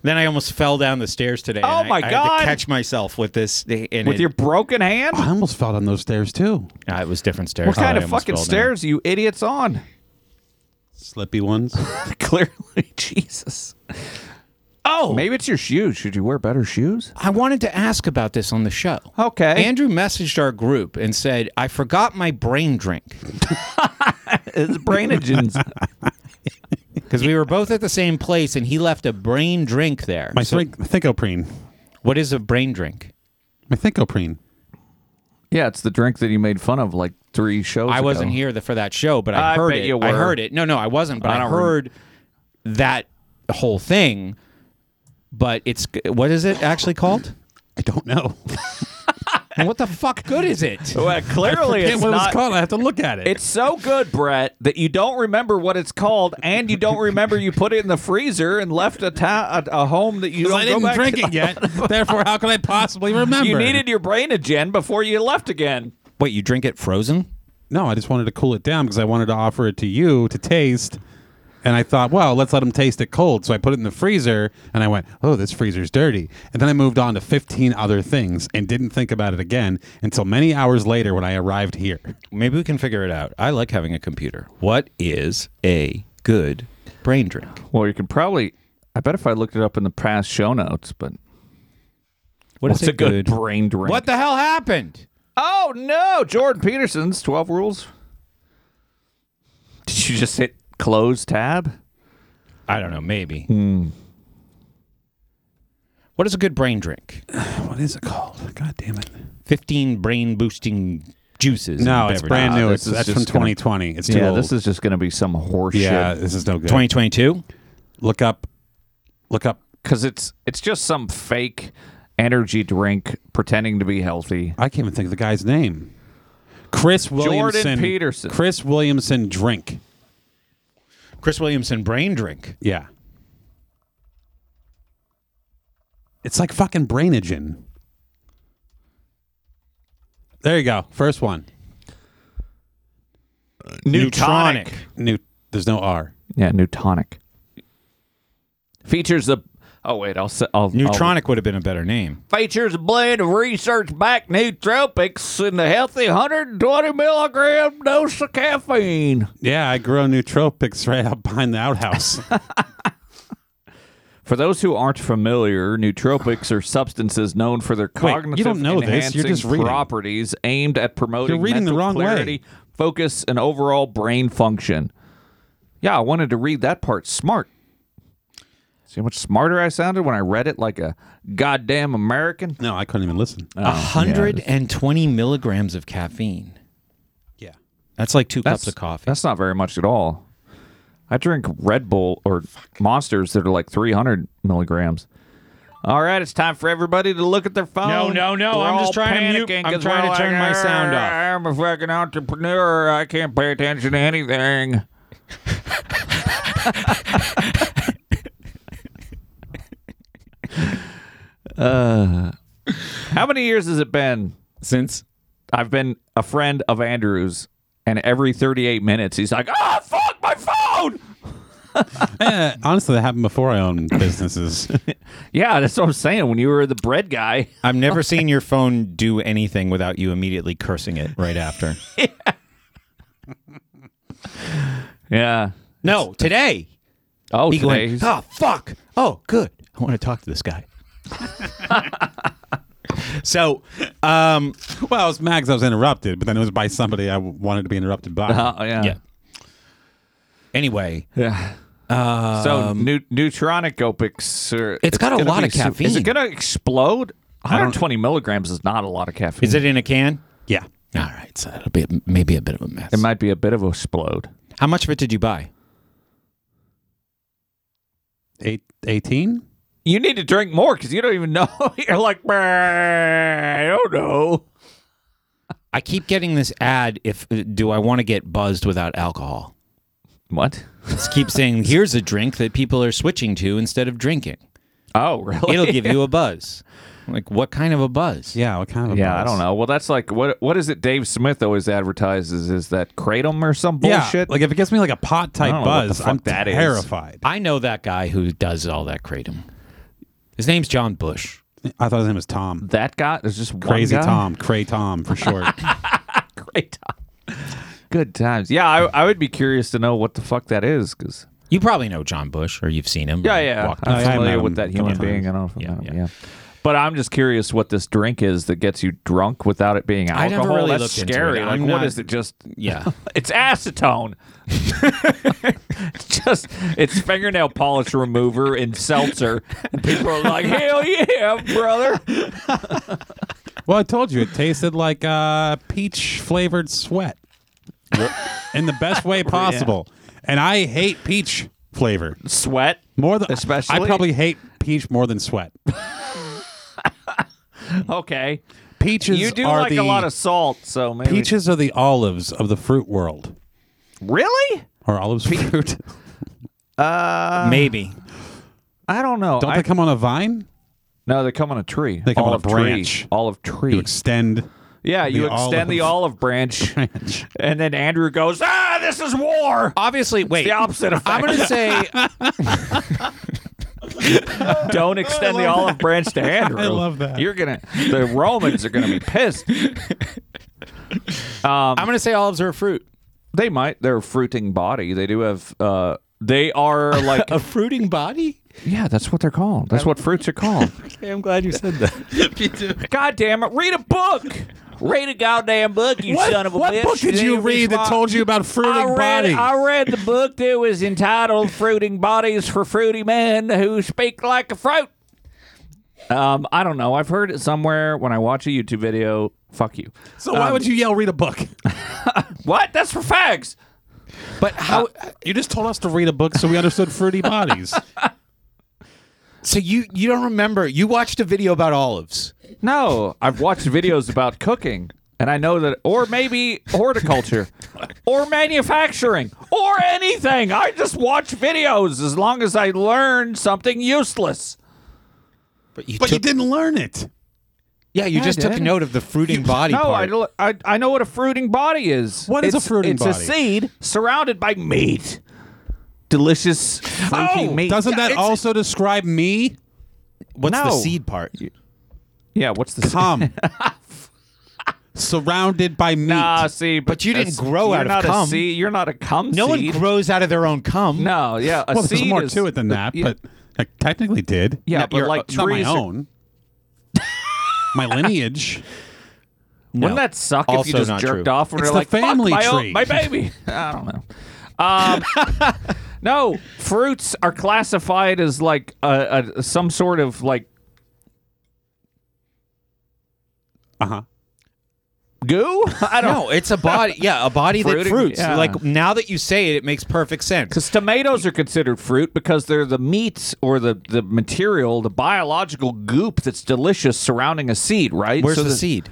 Speaker 1: Then I almost fell down the stairs today.
Speaker 3: Oh,
Speaker 1: and I-
Speaker 3: my
Speaker 1: I had
Speaker 3: God.
Speaker 1: to catch myself with this. And
Speaker 3: With
Speaker 1: it-
Speaker 3: your broken hand?
Speaker 2: I almost fell down those stairs too.
Speaker 1: Ah, it was different stairs.
Speaker 3: What kind
Speaker 1: I
Speaker 3: of
Speaker 1: almost
Speaker 3: fucking
Speaker 1: fell down.
Speaker 3: stairs you idiots on?
Speaker 2: Slippy ones.
Speaker 3: [LAUGHS] Clearly, Jesus.
Speaker 1: Oh,
Speaker 3: Maybe it's your shoes. Should you wear better shoes?
Speaker 1: I wanted to ask about this on the show.
Speaker 3: Okay.
Speaker 1: Andrew messaged our group and said, "I forgot my brain drink."
Speaker 3: It's brain engines.
Speaker 1: Because we were both at the same place, and he left a brain drink there.
Speaker 2: My
Speaker 1: So-
Speaker 2: so, thinkoprene.
Speaker 1: what is a brain drink?
Speaker 2: My thinkoprene.
Speaker 3: [LAUGHS] yeah, it's the drink that you made fun of like three shows
Speaker 1: I
Speaker 3: ago.
Speaker 1: wasn't here the, for that show, but I,
Speaker 3: I
Speaker 1: heard
Speaker 3: bet
Speaker 1: it.
Speaker 3: you
Speaker 1: I
Speaker 3: were.
Speaker 1: heard it. No, no, I wasn't, but
Speaker 3: I
Speaker 1: I,
Speaker 3: don't rem-
Speaker 1: heard that whole thing. But it's what is it actually called?
Speaker 2: I don't know.
Speaker 1: and what the fuck good is [LAUGHS] it?
Speaker 3: Well, [LAUGHS] clearly,
Speaker 2: Forget
Speaker 3: it's
Speaker 2: what
Speaker 3: not.
Speaker 2: it's called. I have to look at it.
Speaker 3: It's so good, Brett, that you don't remember what it's called, and you don't remember you put it in the freezer and left a ta- a, a home that you don't
Speaker 2: I
Speaker 3: go
Speaker 2: didn't
Speaker 3: back
Speaker 2: drink
Speaker 3: to.
Speaker 2: it yet.
Speaker 3: [LAUGHS]
Speaker 2: Therefore, how can I possibly remember?
Speaker 3: You needed your brain again before you left again.
Speaker 1: Wait, you drink it frozen?
Speaker 2: No, I just wanted to cool it down because I wanted to offer it to you to taste. And I thought, well, let's let them taste it cold. So I put it in the freezer and I went, oh, this freezer's dirty. And then I moved on to 15 other things and didn't think about it again until many hours later when I arrived here.
Speaker 1: Maybe we can figure it out. I like having a computer. What is a good brain drink?
Speaker 3: Well, you can probably. I bet if I looked it up in the past show notes, but
Speaker 1: What is
Speaker 3: what's a good, brain drink?
Speaker 1: What the hell happened?
Speaker 3: Oh no, Jordan Peterson's Twelve Rules. Did you just hit close tab?
Speaker 1: I don't know. Maybe.
Speaker 3: Hmm.
Speaker 1: What is a good brain drink?
Speaker 2: What is it called? God damn it.
Speaker 1: Fifteen brain boosting juices.
Speaker 2: No,
Speaker 1: and
Speaker 2: it's
Speaker 1: beverages.
Speaker 2: brand
Speaker 3: Ah,
Speaker 2: new.
Speaker 3: this
Speaker 2: It's,
Speaker 3: is
Speaker 2: that's
Speaker 3: just
Speaker 2: from
Speaker 3: gonna-
Speaker 2: 2020. It's too old.
Speaker 3: is just gonna be some horse
Speaker 2: yeah, this is no good.
Speaker 1: 2022.
Speaker 2: Look up. Look up.
Speaker 3: because it's it's just some fake energy drink pretending to be healthy.
Speaker 2: I can't even think of the guy's name. Chris Williamson.
Speaker 3: Peterson.
Speaker 2: Chris Williamson drink.
Speaker 1: Chris Williamson brain drink.
Speaker 2: Yeah. It's like fucking brainogen. There you go. First one.
Speaker 1: Neutronic.
Speaker 2: New. There's no R.
Speaker 3: Yeah, Newtonic. Features the. Oh wait, I'll se- I'll
Speaker 1: Neutronic would have been a better name.
Speaker 3: I'll- features a blend of research-backed nootropics and the healthy 120 milligram dose of caffeine
Speaker 2: Yeah, I grow nootropics right out behind
Speaker 3: [LAUGHS]
Speaker 2: the outhouse.
Speaker 3: For those who aren't familiar, nootropics are substances known for their cognitive
Speaker 2: you don't know this. You're
Speaker 3: enhancing
Speaker 2: just reading.
Speaker 3: properties aimed at promoting
Speaker 2: You're reading the
Speaker 3: mental
Speaker 2: wrong way.
Speaker 3: clarity, focus, and overall brain function. Yeah, I wanted to read that part smart. See how much smarter I sounded when I read it like a goddamn American?
Speaker 2: no, I couldn't even listen.
Speaker 3: Uh.
Speaker 1: A 120 milligrams of caffeine.
Speaker 2: yeah.
Speaker 1: That's like two
Speaker 3: That's
Speaker 1: cups of coffee.
Speaker 3: That's not very much at all. I drink Red Bull or monsters that are like 300 milligrams. All right, it's time for everybody to look at their phone.
Speaker 1: no, no, I'm just trying to mute- I'm trying to turn my sound off."
Speaker 3: I'm a fucking entrepreneur. I can't pay attention to anything. [LAUGHS] uh, how many years has it been
Speaker 1: Since
Speaker 3: I've been a friend of Andrew's, and every 38 minutes he's like, "Ah, fuck my phone."
Speaker 2: Eh, honestly, that happened before
Speaker 3: [LAUGHS]
Speaker 2: I owned businesses. [LAUGHS]
Speaker 3: Yeah, that's what I'm saying. When you were the bread guy,
Speaker 1: I've never seen your phone do anything without you immediately cursing it right after.
Speaker 3: yeah.
Speaker 1: no, today.
Speaker 3: Oh,
Speaker 1: He
Speaker 3: today
Speaker 1: going,
Speaker 3: he's-
Speaker 1: oh, fuck. Oh, good. I want to talk to this guy. so, um,
Speaker 2: well, it was Mags I was interrupted, but then it was by somebody I w- wanted to be interrupted by.
Speaker 3: Oh, yeah.
Speaker 1: yeah. Anyway,
Speaker 3: Yeah. so new, neutronic opics. Are,
Speaker 1: Um, It's got a
Speaker 3: gonna
Speaker 1: lot
Speaker 3: be
Speaker 1: of
Speaker 3: su- Is
Speaker 1: caffeine.
Speaker 3: it going to explode? 120 milligrams is not a lot of caffeine.
Speaker 1: is it in a can?
Speaker 2: Yeah.
Speaker 1: All right, so that'll be a, maybe a bit of a mess.
Speaker 3: It might be a bit of a explode.
Speaker 1: How much of it did you buy?
Speaker 2: Eight, 18?
Speaker 3: You need to drink more because you don't even [LAUGHS] know. You're like, "Brr, I don't know.
Speaker 1: I keep getting this ad. If do I want to get buzzed without alcohol?
Speaker 3: What?
Speaker 1: Just keep saying, "Here's a drink that people are switching to instead of drinking.
Speaker 3: [LAUGHS] Oh, really?
Speaker 1: It'll give you a buzz." I'm Like what kind of a buzz?
Speaker 2: Yeah, what kind of a
Speaker 3: Yeah, I
Speaker 2: buzz?
Speaker 3: don't know. Well, that's like what what is it? Dave Smith always advertises is that kratom or some bullshit.
Speaker 2: Yeah, like if it gives me like a pot
Speaker 3: I
Speaker 2: type
Speaker 3: don't know what the
Speaker 2: buzz,
Speaker 3: fuck
Speaker 2: I'm
Speaker 3: that is.
Speaker 2: terrified.
Speaker 1: I know that guy who does all that kratom. His name's John Bush.
Speaker 2: I thought his name was Tom.
Speaker 3: That guy there's just one
Speaker 2: Crazy
Speaker 3: guy? [LAUGHS]
Speaker 2: Tom, Cray Tom for short.
Speaker 1: [LAUGHS]
Speaker 3: Great time. Good times. Yeah, I, I would be curious to know what the fuck that is because
Speaker 1: You probably know John Bush, or you've seen him.
Speaker 3: yeah,
Speaker 1: or
Speaker 3: yeah, Uh,
Speaker 1: walked
Speaker 3: I'm
Speaker 2: I have
Speaker 3: familiar
Speaker 2: met
Speaker 3: with
Speaker 2: him
Speaker 3: that
Speaker 2: a
Speaker 3: human
Speaker 2: couple times.
Speaker 3: being. I don't know. if I've
Speaker 1: Yeah,
Speaker 3: met him,
Speaker 1: yeah.
Speaker 3: yeah. But I'm just curious what this drink is that gets you drunk without it being
Speaker 1: I
Speaker 3: alcohol.
Speaker 1: never really looked
Speaker 3: That's
Speaker 1: into it.
Speaker 3: scary. Like,
Speaker 1: I'm
Speaker 3: what
Speaker 1: not-
Speaker 3: is it? Just [LAUGHS]
Speaker 1: Yeah.
Speaker 3: it's acetone. [LAUGHS] it's just it's fingernail polish remover and seltzer. And people are like, hell yeah, brother.
Speaker 2: well, I told you it tasted like uh, peach flavored sweat in the
Speaker 1: [LAUGHS]
Speaker 2: best way possible. And I hate peach flavor
Speaker 3: Sweat.
Speaker 2: more than
Speaker 3: Especially?
Speaker 2: I probably hate peach more than sweat.
Speaker 3: Okay.
Speaker 2: Peaches
Speaker 3: You do
Speaker 2: are
Speaker 3: like
Speaker 2: the
Speaker 3: a lot of salt, so maybe
Speaker 2: peaches are the olives of the fruit world
Speaker 3: Really?
Speaker 2: or olives
Speaker 3: [LAUGHS]
Speaker 2: fruit.
Speaker 3: Uh,
Speaker 1: Maybe.
Speaker 3: I don't know.
Speaker 2: Don't
Speaker 3: I-
Speaker 2: they come on a vine?
Speaker 3: No, they come on a tree.
Speaker 2: They come on a
Speaker 3: olive tree.
Speaker 2: branch.
Speaker 3: Olive
Speaker 2: You
Speaker 3: tree.
Speaker 2: extend.
Speaker 3: yeah, you
Speaker 2: the
Speaker 3: extend the olive [LAUGHS] branch,
Speaker 2: branch.
Speaker 3: and then Andrew goes, "Ah, this is war."
Speaker 1: Obviously, wait.
Speaker 3: the opposite effect.
Speaker 1: I'm gonna say
Speaker 3: [LAUGHS] Don't extend the olive branch to Andrew.
Speaker 2: I love that.
Speaker 3: You're gonna. The Romans are gonna be [LAUGHS] pissed.
Speaker 1: I'm gonna say olives are a fruit.
Speaker 3: Um, They might. They're a fruiting body. They do have. uh They [LAUGHS] are like.
Speaker 1: A fruiting body?
Speaker 3: yeah, that's what they're called. That's what fruits are called.
Speaker 1: Okay, I'm glad you said that.
Speaker 3: God damn it! Read a book. Read a goddamn book, you son of a bitch. You'll be smart.
Speaker 2: you about fruiting
Speaker 3: I read, I read the book that was entitled "Fruiting Bodies for Fruity Men Who Speak Like a Fruit." Um, I don't know. I've heard it somewhere when I watch a YouTube video. Fuck you.
Speaker 2: So why would you yell read a book?
Speaker 3: What? That's for fags.
Speaker 2: But
Speaker 3: Uh,
Speaker 2: how you just told us to read a book so we understood
Speaker 3: [LAUGHS]
Speaker 2: fruity bodies.
Speaker 1: So you you don't remember? You watched a video about olives.
Speaker 3: No, I've watched videos about cooking, and I know that, or maybe horticulture, or manufacturing, or anything. I just watch videos as long as I learn something useless.
Speaker 1: But you
Speaker 2: But you
Speaker 1: took
Speaker 2: didn't learn it.
Speaker 1: yeah, you
Speaker 3: I
Speaker 1: just took
Speaker 3: did.
Speaker 1: note of the fruiting body
Speaker 3: No, I,
Speaker 1: part.
Speaker 3: don't- I, I know what a fruiting body is.
Speaker 2: What is a fruiting
Speaker 3: it's
Speaker 2: body?
Speaker 3: It's a seed surrounded by meat. Delicious, fruity meat.
Speaker 2: Oh, Doesn't that also describe me?
Speaker 1: What's the
Speaker 3: No.
Speaker 1: seed part?
Speaker 3: Yeah, what's the [LAUGHS]
Speaker 2: Cum. Surrounded by meat.
Speaker 3: Nah, Ah, see, but,
Speaker 1: But you didn't
Speaker 3: that's-
Speaker 1: grow
Speaker 3: you're
Speaker 1: out of
Speaker 3: not A
Speaker 1: cum.
Speaker 3: seed. You're not a cum
Speaker 1: No
Speaker 3: seed.
Speaker 1: one grows out of their own cum.
Speaker 3: No, yeah, a
Speaker 2: well,
Speaker 3: seed
Speaker 2: there's more
Speaker 3: is,
Speaker 2: to it than that,
Speaker 3: yeah,
Speaker 2: but I technically did.
Speaker 3: yeah,
Speaker 1: no,
Speaker 3: but
Speaker 1: you're-
Speaker 3: like
Speaker 2: It's not my
Speaker 3: trees. are-
Speaker 2: own. my lineage.
Speaker 3: Wouldn't that suck if you
Speaker 1: Also
Speaker 3: just
Speaker 1: not
Speaker 3: jerked
Speaker 1: true.
Speaker 3: off and
Speaker 2: It's
Speaker 3: were
Speaker 2: the
Speaker 3: like, "Fuck,
Speaker 2: family
Speaker 3: my, own-
Speaker 2: tree."
Speaker 3: my
Speaker 2: [LAUGHS]
Speaker 3: baby? I don't know.
Speaker 1: [LAUGHS]
Speaker 3: Um, no, fruits are classified as like a, a some sort of like
Speaker 2: Uh-huh.
Speaker 3: goo. [LAUGHS] I don't.
Speaker 1: No, it's a body.
Speaker 3: [LAUGHS]
Speaker 1: Yeah, a body that
Speaker 3: Fruiting-
Speaker 1: fruits.
Speaker 3: yeah.
Speaker 1: Like now that you say it, it makes perfect sense.
Speaker 3: Because tomatoes are considered fruit because they're the meats or the, the material, the biological goop that's delicious surrounding a seed, right?
Speaker 1: Where's
Speaker 3: So
Speaker 1: the seed?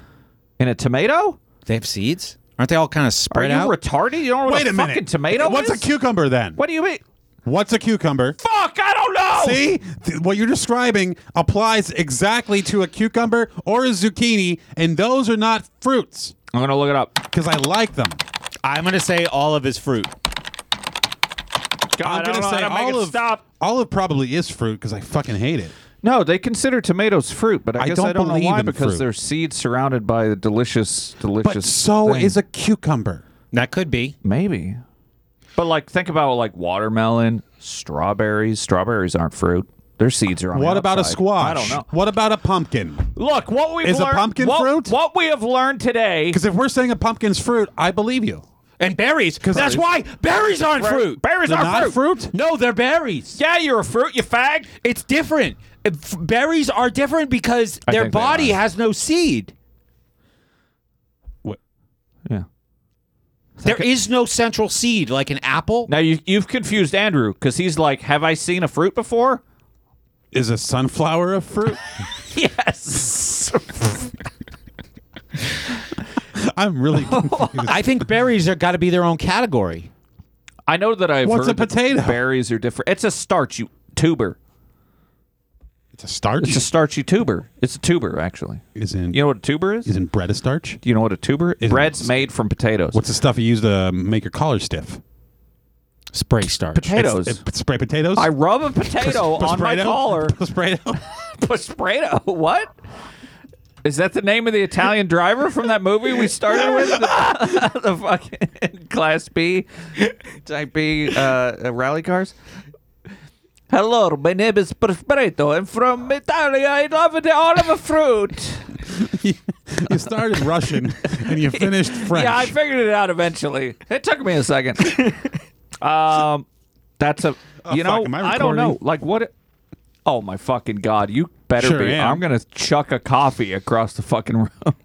Speaker 3: In a tomato?
Speaker 1: They have seeds? Aren't they all kind of
Speaker 3: Are
Speaker 1: spread
Speaker 3: you
Speaker 1: out?
Speaker 3: retarded? You don't know
Speaker 2: Wait
Speaker 3: what
Speaker 2: a minute.
Speaker 3: fucking tomato
Speaker 2: What's
Speaker 3: is?
Speaker 2: a cucumber then?
Speaker 3: What do you mean?
Speaker 2: What's a cucumber?
Speaker 3: Fuck, I don't know.
Speaker 2: See, Th- what you're describing applies exactly to a cucumber or a zucchini, and those are not fruits
Speaker 3: I'm going to look it up.
Speaker 2: because I like them.
Speaker 1: I'm gonna say olive is fruit.
Speaker 3: God,
Speaker 2: I'm
Speaker 3: going to
Speaker 2: say
Speaker 3: make it
Speaker 2: olive.
Speaker 3: stop.
Speaker 2: Olive probably is fruit because I fucking hate it.
Speaker 3: No, they consider tomatoes fruit, but I,
Speaker 2: I
Speaker 3: guess
Speaker 2: don't
Speaker 3: I don't know
Speaker 2: believe
Speaker 3: why
Speaker 2: in
Speaker 3: because
Speaker 2: fruit.
Speaker 3: they're seeds surrounded by the delicious, delicious.
Speaker 2: But so
Speaker 3: thing.
Speaker 2: is a cucumber.
Speaker 1: That could be.
Speaker 3: Maybe. But like, think about like watermelon, strawberries. Strawberries aren't fruit. Their seeds are on the
Speaker 2: What about a
Speaker 3: outside.
Speaker 2: squash?
Speaker 3: I don't know.
Speaker 2: What about a pumpkin?
Speaker 3: Look, what we've
Speaker 2: Is a
Speaker 3: learned,
Speaker 2: pumpkin
Speaker 3: what,
Speaker 2: fruit?
Speaker 3: What we have learned today.
Speaker 2: Because if we're saying a pumpkin's fruit, I believe you.
Speaker 1: And berries. That's why berries aren't fruit.
Speaker 3: Berries
Speaker 2: They're
Speaker 3: are
Speaker 2: not
Speaker 3: fruit.
Speaker 2: fruit.
Speaker 1: No, they're berries.
Speaker 3: Yeah, you're a fruit, you fag.
Speaker 1: It's different. If- berries are different because
Speaker 3: I
Speaker 1: their
Speaker 3: think they
Speaker 1: body
Speaker 3: are.
Speaker 1: has no seed.
Speaker 3: Yeah.
Speaker 1: There is no central seed like an apple.
Speaker 3: Now you, you've confused Andrew because he's like, "Have I seen a fruit before?"
Speaker 2: Is a sunflower a fruit?
Speaker 3: [LAUGHS]
Speaker 2: [LAUGHS]
Speaker 3: Yes.
Speaker 2: I'm
Speaker 3: [LAUGHS]
Speaker 2: really confused.
Speaker 1: I think berries are got to be their own category.
Speaker 3: I know that I've
Speaker 2: What's
Speaker 3: heard
Speaker 2: a
Speaker 3: that
Speaker 2: potato?
Speaker 3: Berries are different. It's a starch you tuber.
Speaker 2: it's a starch.
Speaker 3: It's a starchy tuber. It's a tuber actually.
Speaker 2: is in
Speaker 3: You know what a tuber is?
Speaker 2: isn't bread a starch?
Speaker 3: Do you know what a tuber? is?
Speaker 2: Isn't
Speaker 3: Bread's
Speaker 2: it-
Speaker 3: made from potatoes.
Speaker 2: What's the stuff you use to make your collar stiff?
Speaker 1: Spray starch.
Speaker 3: Potatoes.
Speaker 2: It's- it- spray potatoes.
Speaker 3: I rub a potato on my [LAUGHS]
Speaker 2: Prosciutto? [LAUGHS]
Speaker 3: collar.
Speaker 2: Prosciutto?
Speaker 3: Prosciutto. What? Is that the name of the Italian driver from that movie we started [LAUGHS] with? The, the fucking Class B, Type B uh, rally cars. Hello, my name is Prosciutto. I'm from Italy. I love the olive fruit.
Speaker 2: you started Russian and you finished
Speaker 3: [LAUGHS]
Speaker 2: French.
Speaker 3: Yeah, I figured it out eventually. It took me a second. um, that's a you know
Speaker 2: Oh, fuck, am I
Speaker 3: I, don't know
Speaker 2: recording?
Speaker 3: like what. Oh my fucking god! You better
Speaker 2: Sure
Speaker 3: be.
Speaker 2: am.
Speaker 3: I'm gonna chuck a coffee across the fucking room. [LAUGHS] Do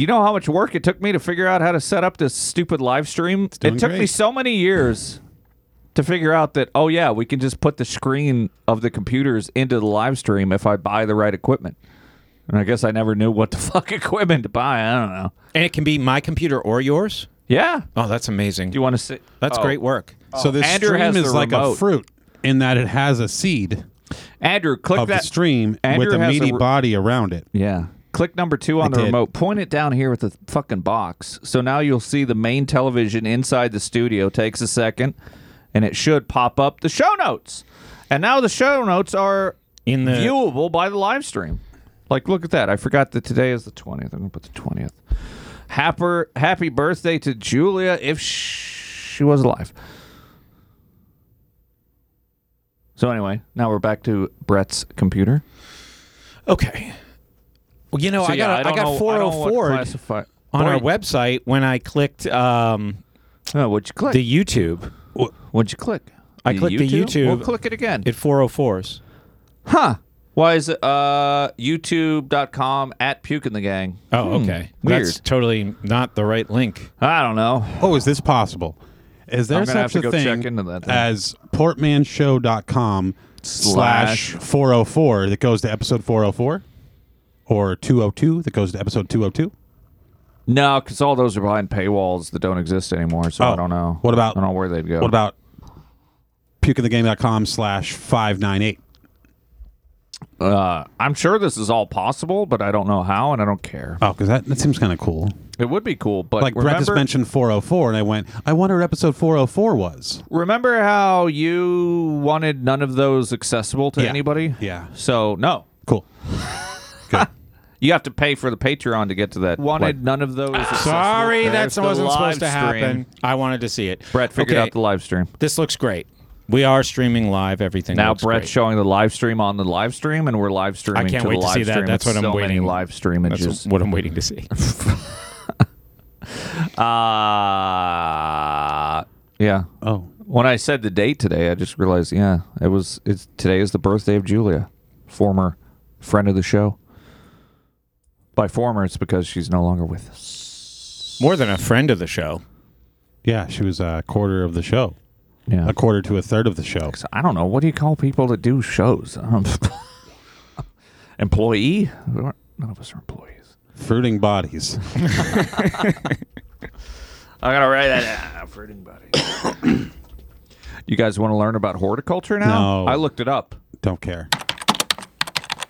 Speaker 3: you know how much work it took me to figure out how to set up this stupid live stream?
Speaker 2: doing
Speaker 3: It took me
Speaker 2: great.
Speaker 3: so many years to figure out that oh yeah, we can just put the screen of the computers into the live stream if I buy the right equipment. And I guess I never knew what the [LAUGHS] fuck equipment to buy. I don't know.
Speaker 1: And it can be my computer or yours.
Speaker 3: Yeah.
Speaker 1: Oh, that's amazing.
Speaker 3: Do you want to see?
Speaker 1: that's
Speaker 3: oh.
Speaker 1: great work.
Speaker 2: so this
Speaker 3: Andrew
Speaker 2: stream
Speaker 3: has the
Speaker 2: is like
Speaker 3: remote.
Speaker 2: a fruit in that it has a seed
Speaker 3: Andrew, click
Speaker 2: of
Speaker 3: that
Speaker 2: the stream
Speaker 3: Andrew
Speaker 2: with a
Speaker 3: has
Speaker 2: meaty
Speaker 3: re-
Speaker 2: body around it.
Speaker 3: Yeah. Click number two on
Speaker 2: I
Speaker 3: the
Speaker 2: did.
Speaker 3: remote. Point it down here with the fucking box. So now you'll see the main television inside the studio. Takes a second, and it should pop up the show notes. And now the show notes are
Speaker 1: In the
Speaker 3: viewable by the live stream. Uh, Like, look at that. I forgot that today is the 20th. I'm going to put the 20th. Happer, happy birthday to Julia if sh- she was alive. So, anyway, now we're back to Brett's computer.
Speaker 1: okay. Well, you know,
Speaker 3: So,
Speaker 1: I
Speaker 3: yeah,
Speaker 1: got I,
Speaker 3: don't know-
Speaker 1: got
Speaker 3: I oh don't know what
Speaker 1: 404 'd
Speaker 3: classify-
Speaker 1: on our
Speaker 3: Boy,
Speaker 1: website when I clicked um,
Speaker 3: Oh, what'd you click?
Speaker 1: the YouTube.
Speaker 3: what'd you click?
Speaker 1: I clicked the YouTube.
Speaker 3: We'll click it again.
Speaker 1: It 404s.
Speaker 3: huh. Why is it uh, YouTube.com at Puke in the Gang?
Speaker 1: Oh,
Speaker 3: Hmm,
Speaker 1: okay.
Speaker 3: Weird.
Speaker 1: That's totally not the right link.
Speaker 3: I don't know.
Speaker 2: Oh, is this possible? Is there
Speaker 3: I'm gonna
Speaker 2: such
Speaker 3: have to
Speaker 2: a
Speaker 3: go
Speaker 2: thing
Speaker 3: check into that then.
Speaker 2: as portmanshow.com slash
Speaker 3: Slash.
Speaker 2: 404 that goes to episode 404 or 202 that goes to episode 202?
Speaker 3: No, because all those are behind paywalls that don't exist anymore. So I
Speaker 1: Oh.
Speaker 3: don't know.
Speaker 2: Oh, What about
Speaker 3: I don't know where they'd go.
Speaker 2: What about pukeinthegame.com slash 598?
Speaker 3: Uh, I'm sure this is all possible, but I don't know how, and I don't care.
Speaker 2: Oh, because that, that seems kind of cool.
Speaker 3: It would be cool, but
Speaker 2: Like Brett just
Speaker 3: remember,
Speaker 2: mentioned 404, and I went, I wonder what episode 404 was.
Speaker 3: remember how you wanted none of those accessible to
Speaker 2: Yeah.
Speaker 3: anybody?
Speaker 2: Yeah.
Speaker 3: So no,
Speaker 2: Cool. Good.
Speaker 3: You have to pay for the Patreon to get to that. Wanted none of those. accessible.
Speaker 1: Sorry, that
Speaker 3: There's the
Speaker 1: wasn't
Speaker 3: live
Speaker 1: supposed to
Speaker 3: stream.
Speaker 1: happen. I wanted to see it.
Speaker 3: Brett figured
Speaker 1: okay,
Speaker 3: out the live stream.
Speaker 1: This looks great. We are streaming live. Everything
Speaker 3: Now
Speaker 1: looks
Speaker 3: Brett's
Speaker 1: great.
Speaker 3: showing the live stream on the live stream, and we're live streaming.
Speaker 1: I can't
Speaker 3: to
Speaker 1: wait
Speaker 3: the
Speaker 1: to
Speaker 3: live
Speaker 1: see that.
Speaker 3: Stream.
Speaker 1: That's
Speaker 3: It's
Speaker 1: what I'm
Speaker 3: so many
Speaker 1: waiting.
Speaker 3: live stream
Speaker 1: That's
Speaker 3: images.
Speaker 1: what I'm waiting to
Speaker 3: [LAUGHS]
Speaker 1: see.
Speaker 3: Uh, yeah.
Speaker 2: Oh.
Speaker 3: When I said the date today, I just realized. Yeah, it was. It's today is the birthday of Julia, former friend of the show. By former, it's because she's no longer with us.
Speaker 1: More than a friend of the show.
Speaker 2: Yeah, she was a quarter of the show.
Speaker 3: Yeah.
Speaker 2: A quarter to a third of the show.
Speaker 3: I don't know. What do you call people that do shows? Um, [LAUGHS] employee? We aren't- None of us are employees.
Speaker 2: Fruiting bodies.
Speaker 3: I'm gonna write that down for anybody. you guys want to learn about horticulture now?
Speaker 2: No.
Speaker 3: I looked it up.
Speaker 2: Don't care.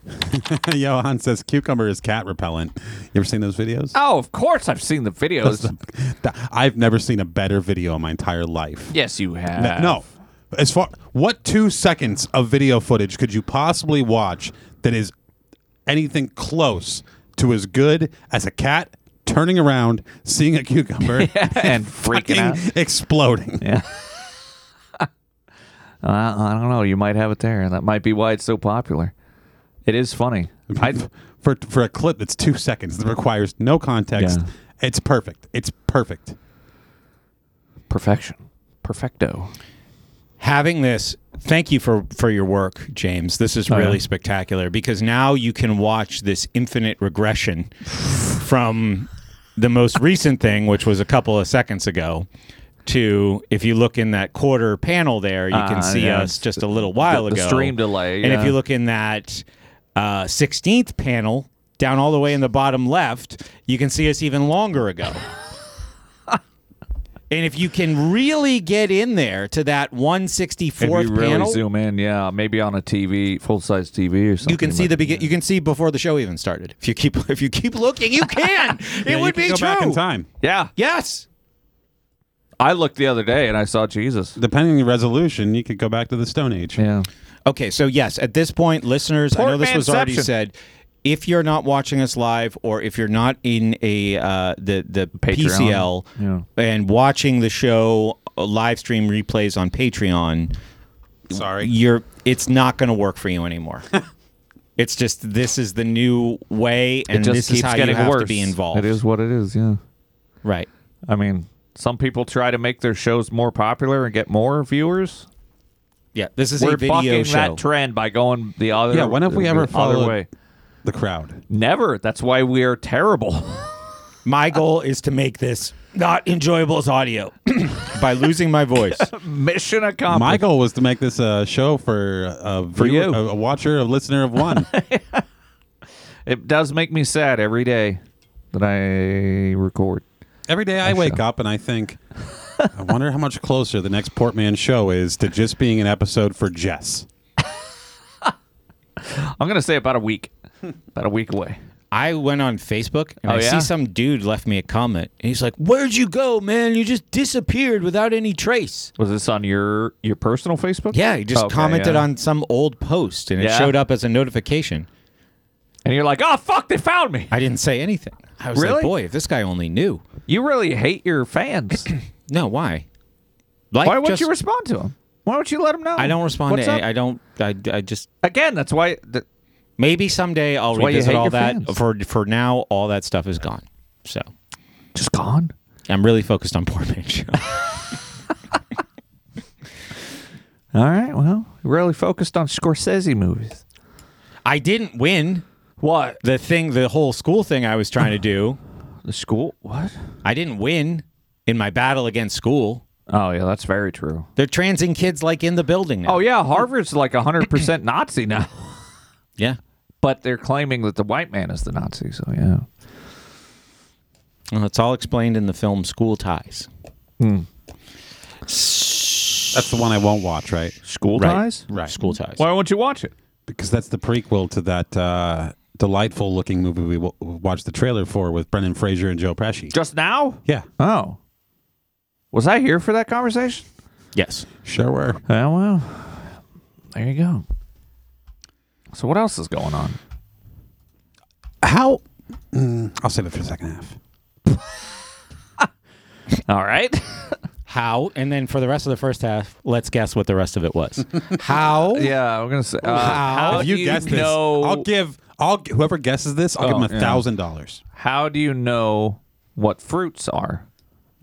Speaker 2: [LAUGHS] Johan says cucumber is cat repellent. You ever seen those videos?
Speaker 3: Oh, of course I've seen the videos.
Speaker 2: I've never seen a better video in my entire life.
Speaker 3: yes, you have.
Speaker 1: [LAUGHS]
Speaker 2: Th- No. As far what two seconds of video footage could you possibly watch that is anything close to as good as a cat turning around, seeing a
Speaker 3: [LAUGHS]
Speaker 2: cucumber,
Speaker 3: and freaking out.
Speaker 2: fucking exploding?
Speaker 3: Uh, I don't know. You might have it there. That might be why it's so popular. It is funny. I,
Speaker 2: [LAUGHS] for for a clip that's two seconds that requires no context.
Speaker 3: Yeah.
Speaker 2: It's perfect. It's perfect.
Speaker 3: perfection. Perfecto.
Speaker 1: having this thank you for for your work james this is
Speaker 3: Oh, yeah.
Speaker 1: really spectacular because now you can watch this infinite regression from the most recent thing which was a couple of seconds ago to if you look in that quarter panel there you
Speaker 3: Ah,
Speaker 1: can see
Speaker 3: yeah,
Speaker 1: us
Speaker 3: it's
Speaker 1: just a little while
Speaker 3: the
Speaker 1: ago
Speaker 3: stream delay,
Speaker 1: and if
Speaker 3: yeah.
Speaker 1: you look in that uh, 16th panel down all the way in the bottom left you can see us even longer ago and if you can really get in there to that 164th
Speaker 3: If you really
Speaker 1: panel,
Speaker 3: zoom in, yeah, maybe on a TV, full size TV or something.
Speaker 1: you can see
Speaker 3: but-
Speaker 1: the begin. You can see before the show even started. If you keep [LAUGHS] if
Speaker 3: [LAUGHS]
Speaker 1: you keep looking, you can. it
Speaker 2: Yeah, you
Speaker 1: would
Speaker 2: can
Speaker 1: be
Speaker 2: go
Speaker 1: true.
Speaker 2: back in time.
Speaker 3: Yeah.
Speaker 1: Yes.
Speaker 3: I looked the other day and I saw Jesus.
Speaker 2: Depending on the resolution, you could go back to the Stone Age.
Speaker 3: Yeah.
Speaker 1: Okay, so yes, at this point, listeners, I know this was already
Speaker 3: Portmanception.
Speaker 1: said. If you're not watching us live, or if you're not in a uh, the the
Speaker 3: Patreon.
Speaker 1: PCL
Speaker 3: Yeah.
Speaker 1: and watching the show uh, live stream replays on Patreon,
Speaker 2: Sorry.
Speaker 1: you're it's not going to work for you anymore. it's just this is the new way, and this is how you have to be involved.
Speaker 3: It is what it is. Yeah.
Speaker 1: right.
Speaker 3: I mean, some people try to make their shows more popular and get more viewers.
Speaker 1: Yeah, this is
Speaker 3: We're
Speaker 1: a video
Speaker 3: bucking
Speaker 1: show.
Speaker 3: that trend by going the other.
Speaker 2: Yeah, when have we ever
Speaker 3: the
Speaker 2: followed-
Speaker 3: other way?
Speaker 2: The crowd.
Speaker 3: Never. That's why we are terrible. [LAUGHS]
Speaker 1: My goal is to make this not enjoyable as audio [COUGHS] by losing my
Speaker 3: [LAUGHS]
Speaker 1: voice.
Speaker 3: Mission accomplished.
Speaker 2: My goal was to make this a show for a, for
Speaker 3: you.
Speaker 2: a, a watcher, a listener of
Speaker 3: [LAUGHS]
Speaker 2: one.
Speaker 3: It does make me sad every day that I record.
Speaker 2: Every day I wake up and I think, I wonder how much closer the next Portman show is to just being an episode for Jess.
Speaker 3: I'm gonna say about
Speaker 1: [LAUGHS]
Speaker 3: a week, about a week away.
Speaker 1: I went on Facebook and
Speaker 3: Oh,
Speaker 1: I
Speaker 3: yeah?
Speaker 1: see some dude left me a comment and he's like, Where'd you go, man? You just disappeared without any trace.
Speaker 3: Was this on your your personal Facebook?
Speaker 1: Yeah, he just
Speaker 3: Okay,
Speaker 1: commented
Speaker 3: yeah.
Speaker 1: on some old post and it
Speaker 3: Yeah?
Speaker 1: showed up as a notification.
Speaker 3: and you're like, oh fuck, they found me.
Speaker 1: I didn't say anything. I was
Speaker 3: Really?
Speaker 1: like, Boy, if this guy only knew.
Speaker 3: You really hate
Speaker 1: [CLEARS THROAT]
Speaker 3: your fans.
Speaker 1: No, why? Like,
Speaker 3: why won't
Speaker 1: just-
Speaker 3: you respond to them? Why don't you let them know?
Speaker 1: I don't respond
Speaker 3: What's
Speaker 1: to
Speaker 3: up?
Speaker 1: any, I don't, I, I just,
Speaker 3: Again, that's why. Th-
Speaker 1: maybe someday I'll
Speaker 3: That's why you
Speaker 1: revisit
Speaker 3: hate
Speaker 1: all
Speaker 3: your
Speaker 1: that.
Speaker 3: fans.
Speaker 1: For for now, all that stuff is gone. So
Speaker 3: just gone.
Speaker 1: I'm really focused on Poor Man Show.
Speaker 3: All right. Well, you really focused on Scorsese movies.
Speaker 1: [LAUGHS] I didn't win
Speaker 3: What
Speaker 1: the thing, the whole school thing I was trying to do.
Speaker 3: the school? What?
Speaker 1: I didn't win in my battle against school.
Speaker 3: Oh yeah, that's very true.
Speaker 1: They're transing kids like in the building now.
Speaker 3: Oh yeah, Harvard's like 100 percent Nazi now.
Speaker 1: yeah.
Speaker 3: but they're claiming that the white man is the Nazi. So yeah,
Speaker 1: Well, it's all explained in the film School Ties.
Speaker 2: That's the one I won't watch, right?
Speaker 3: school
Speaker 1: Right.
Speaker 3: ties.
Speaker 2: Right.
Speaker 1: School Ties.
Speaker 3: Why won't you watch it?
Speaker 2: Because that's the prequel to that uh, delightful looking movie we w- watched the trailer for with Brendan Fraser and Joe Pesci.
Speaker 3: Just now?
Speaker 2: yeah.
Speaker 3: Oh, was I here for that conversation?
Speaker 1: Yes.
Speaker 2: Sure were.
Speaker 3: Oh well, there you go. So what else is going [COUGHS] on?
Speaker 2: How? Mm, I'll save it for the second half.
Speaker 3: All right.
Speaker 1: How? And then for the rest of the first half, let's guess what the rest of it was. How?
Speaker 3: [LAUGHS] yeah, I'm gonna say. Uh,
Speaker 1: How?
Speaker 3: How
Speaker 2: if
Speaker 3: do
Speaker 2: you
Speaker 3: you
Speaker 2: guess this,
Speaker 3: know?
Speaker 2: I'll give. I'll g- whoever guesses this, I'll
Speaker 3: Oh,
Speaker 2: give them a thousand dollars.
Speaker 3: how do you know what fruits are?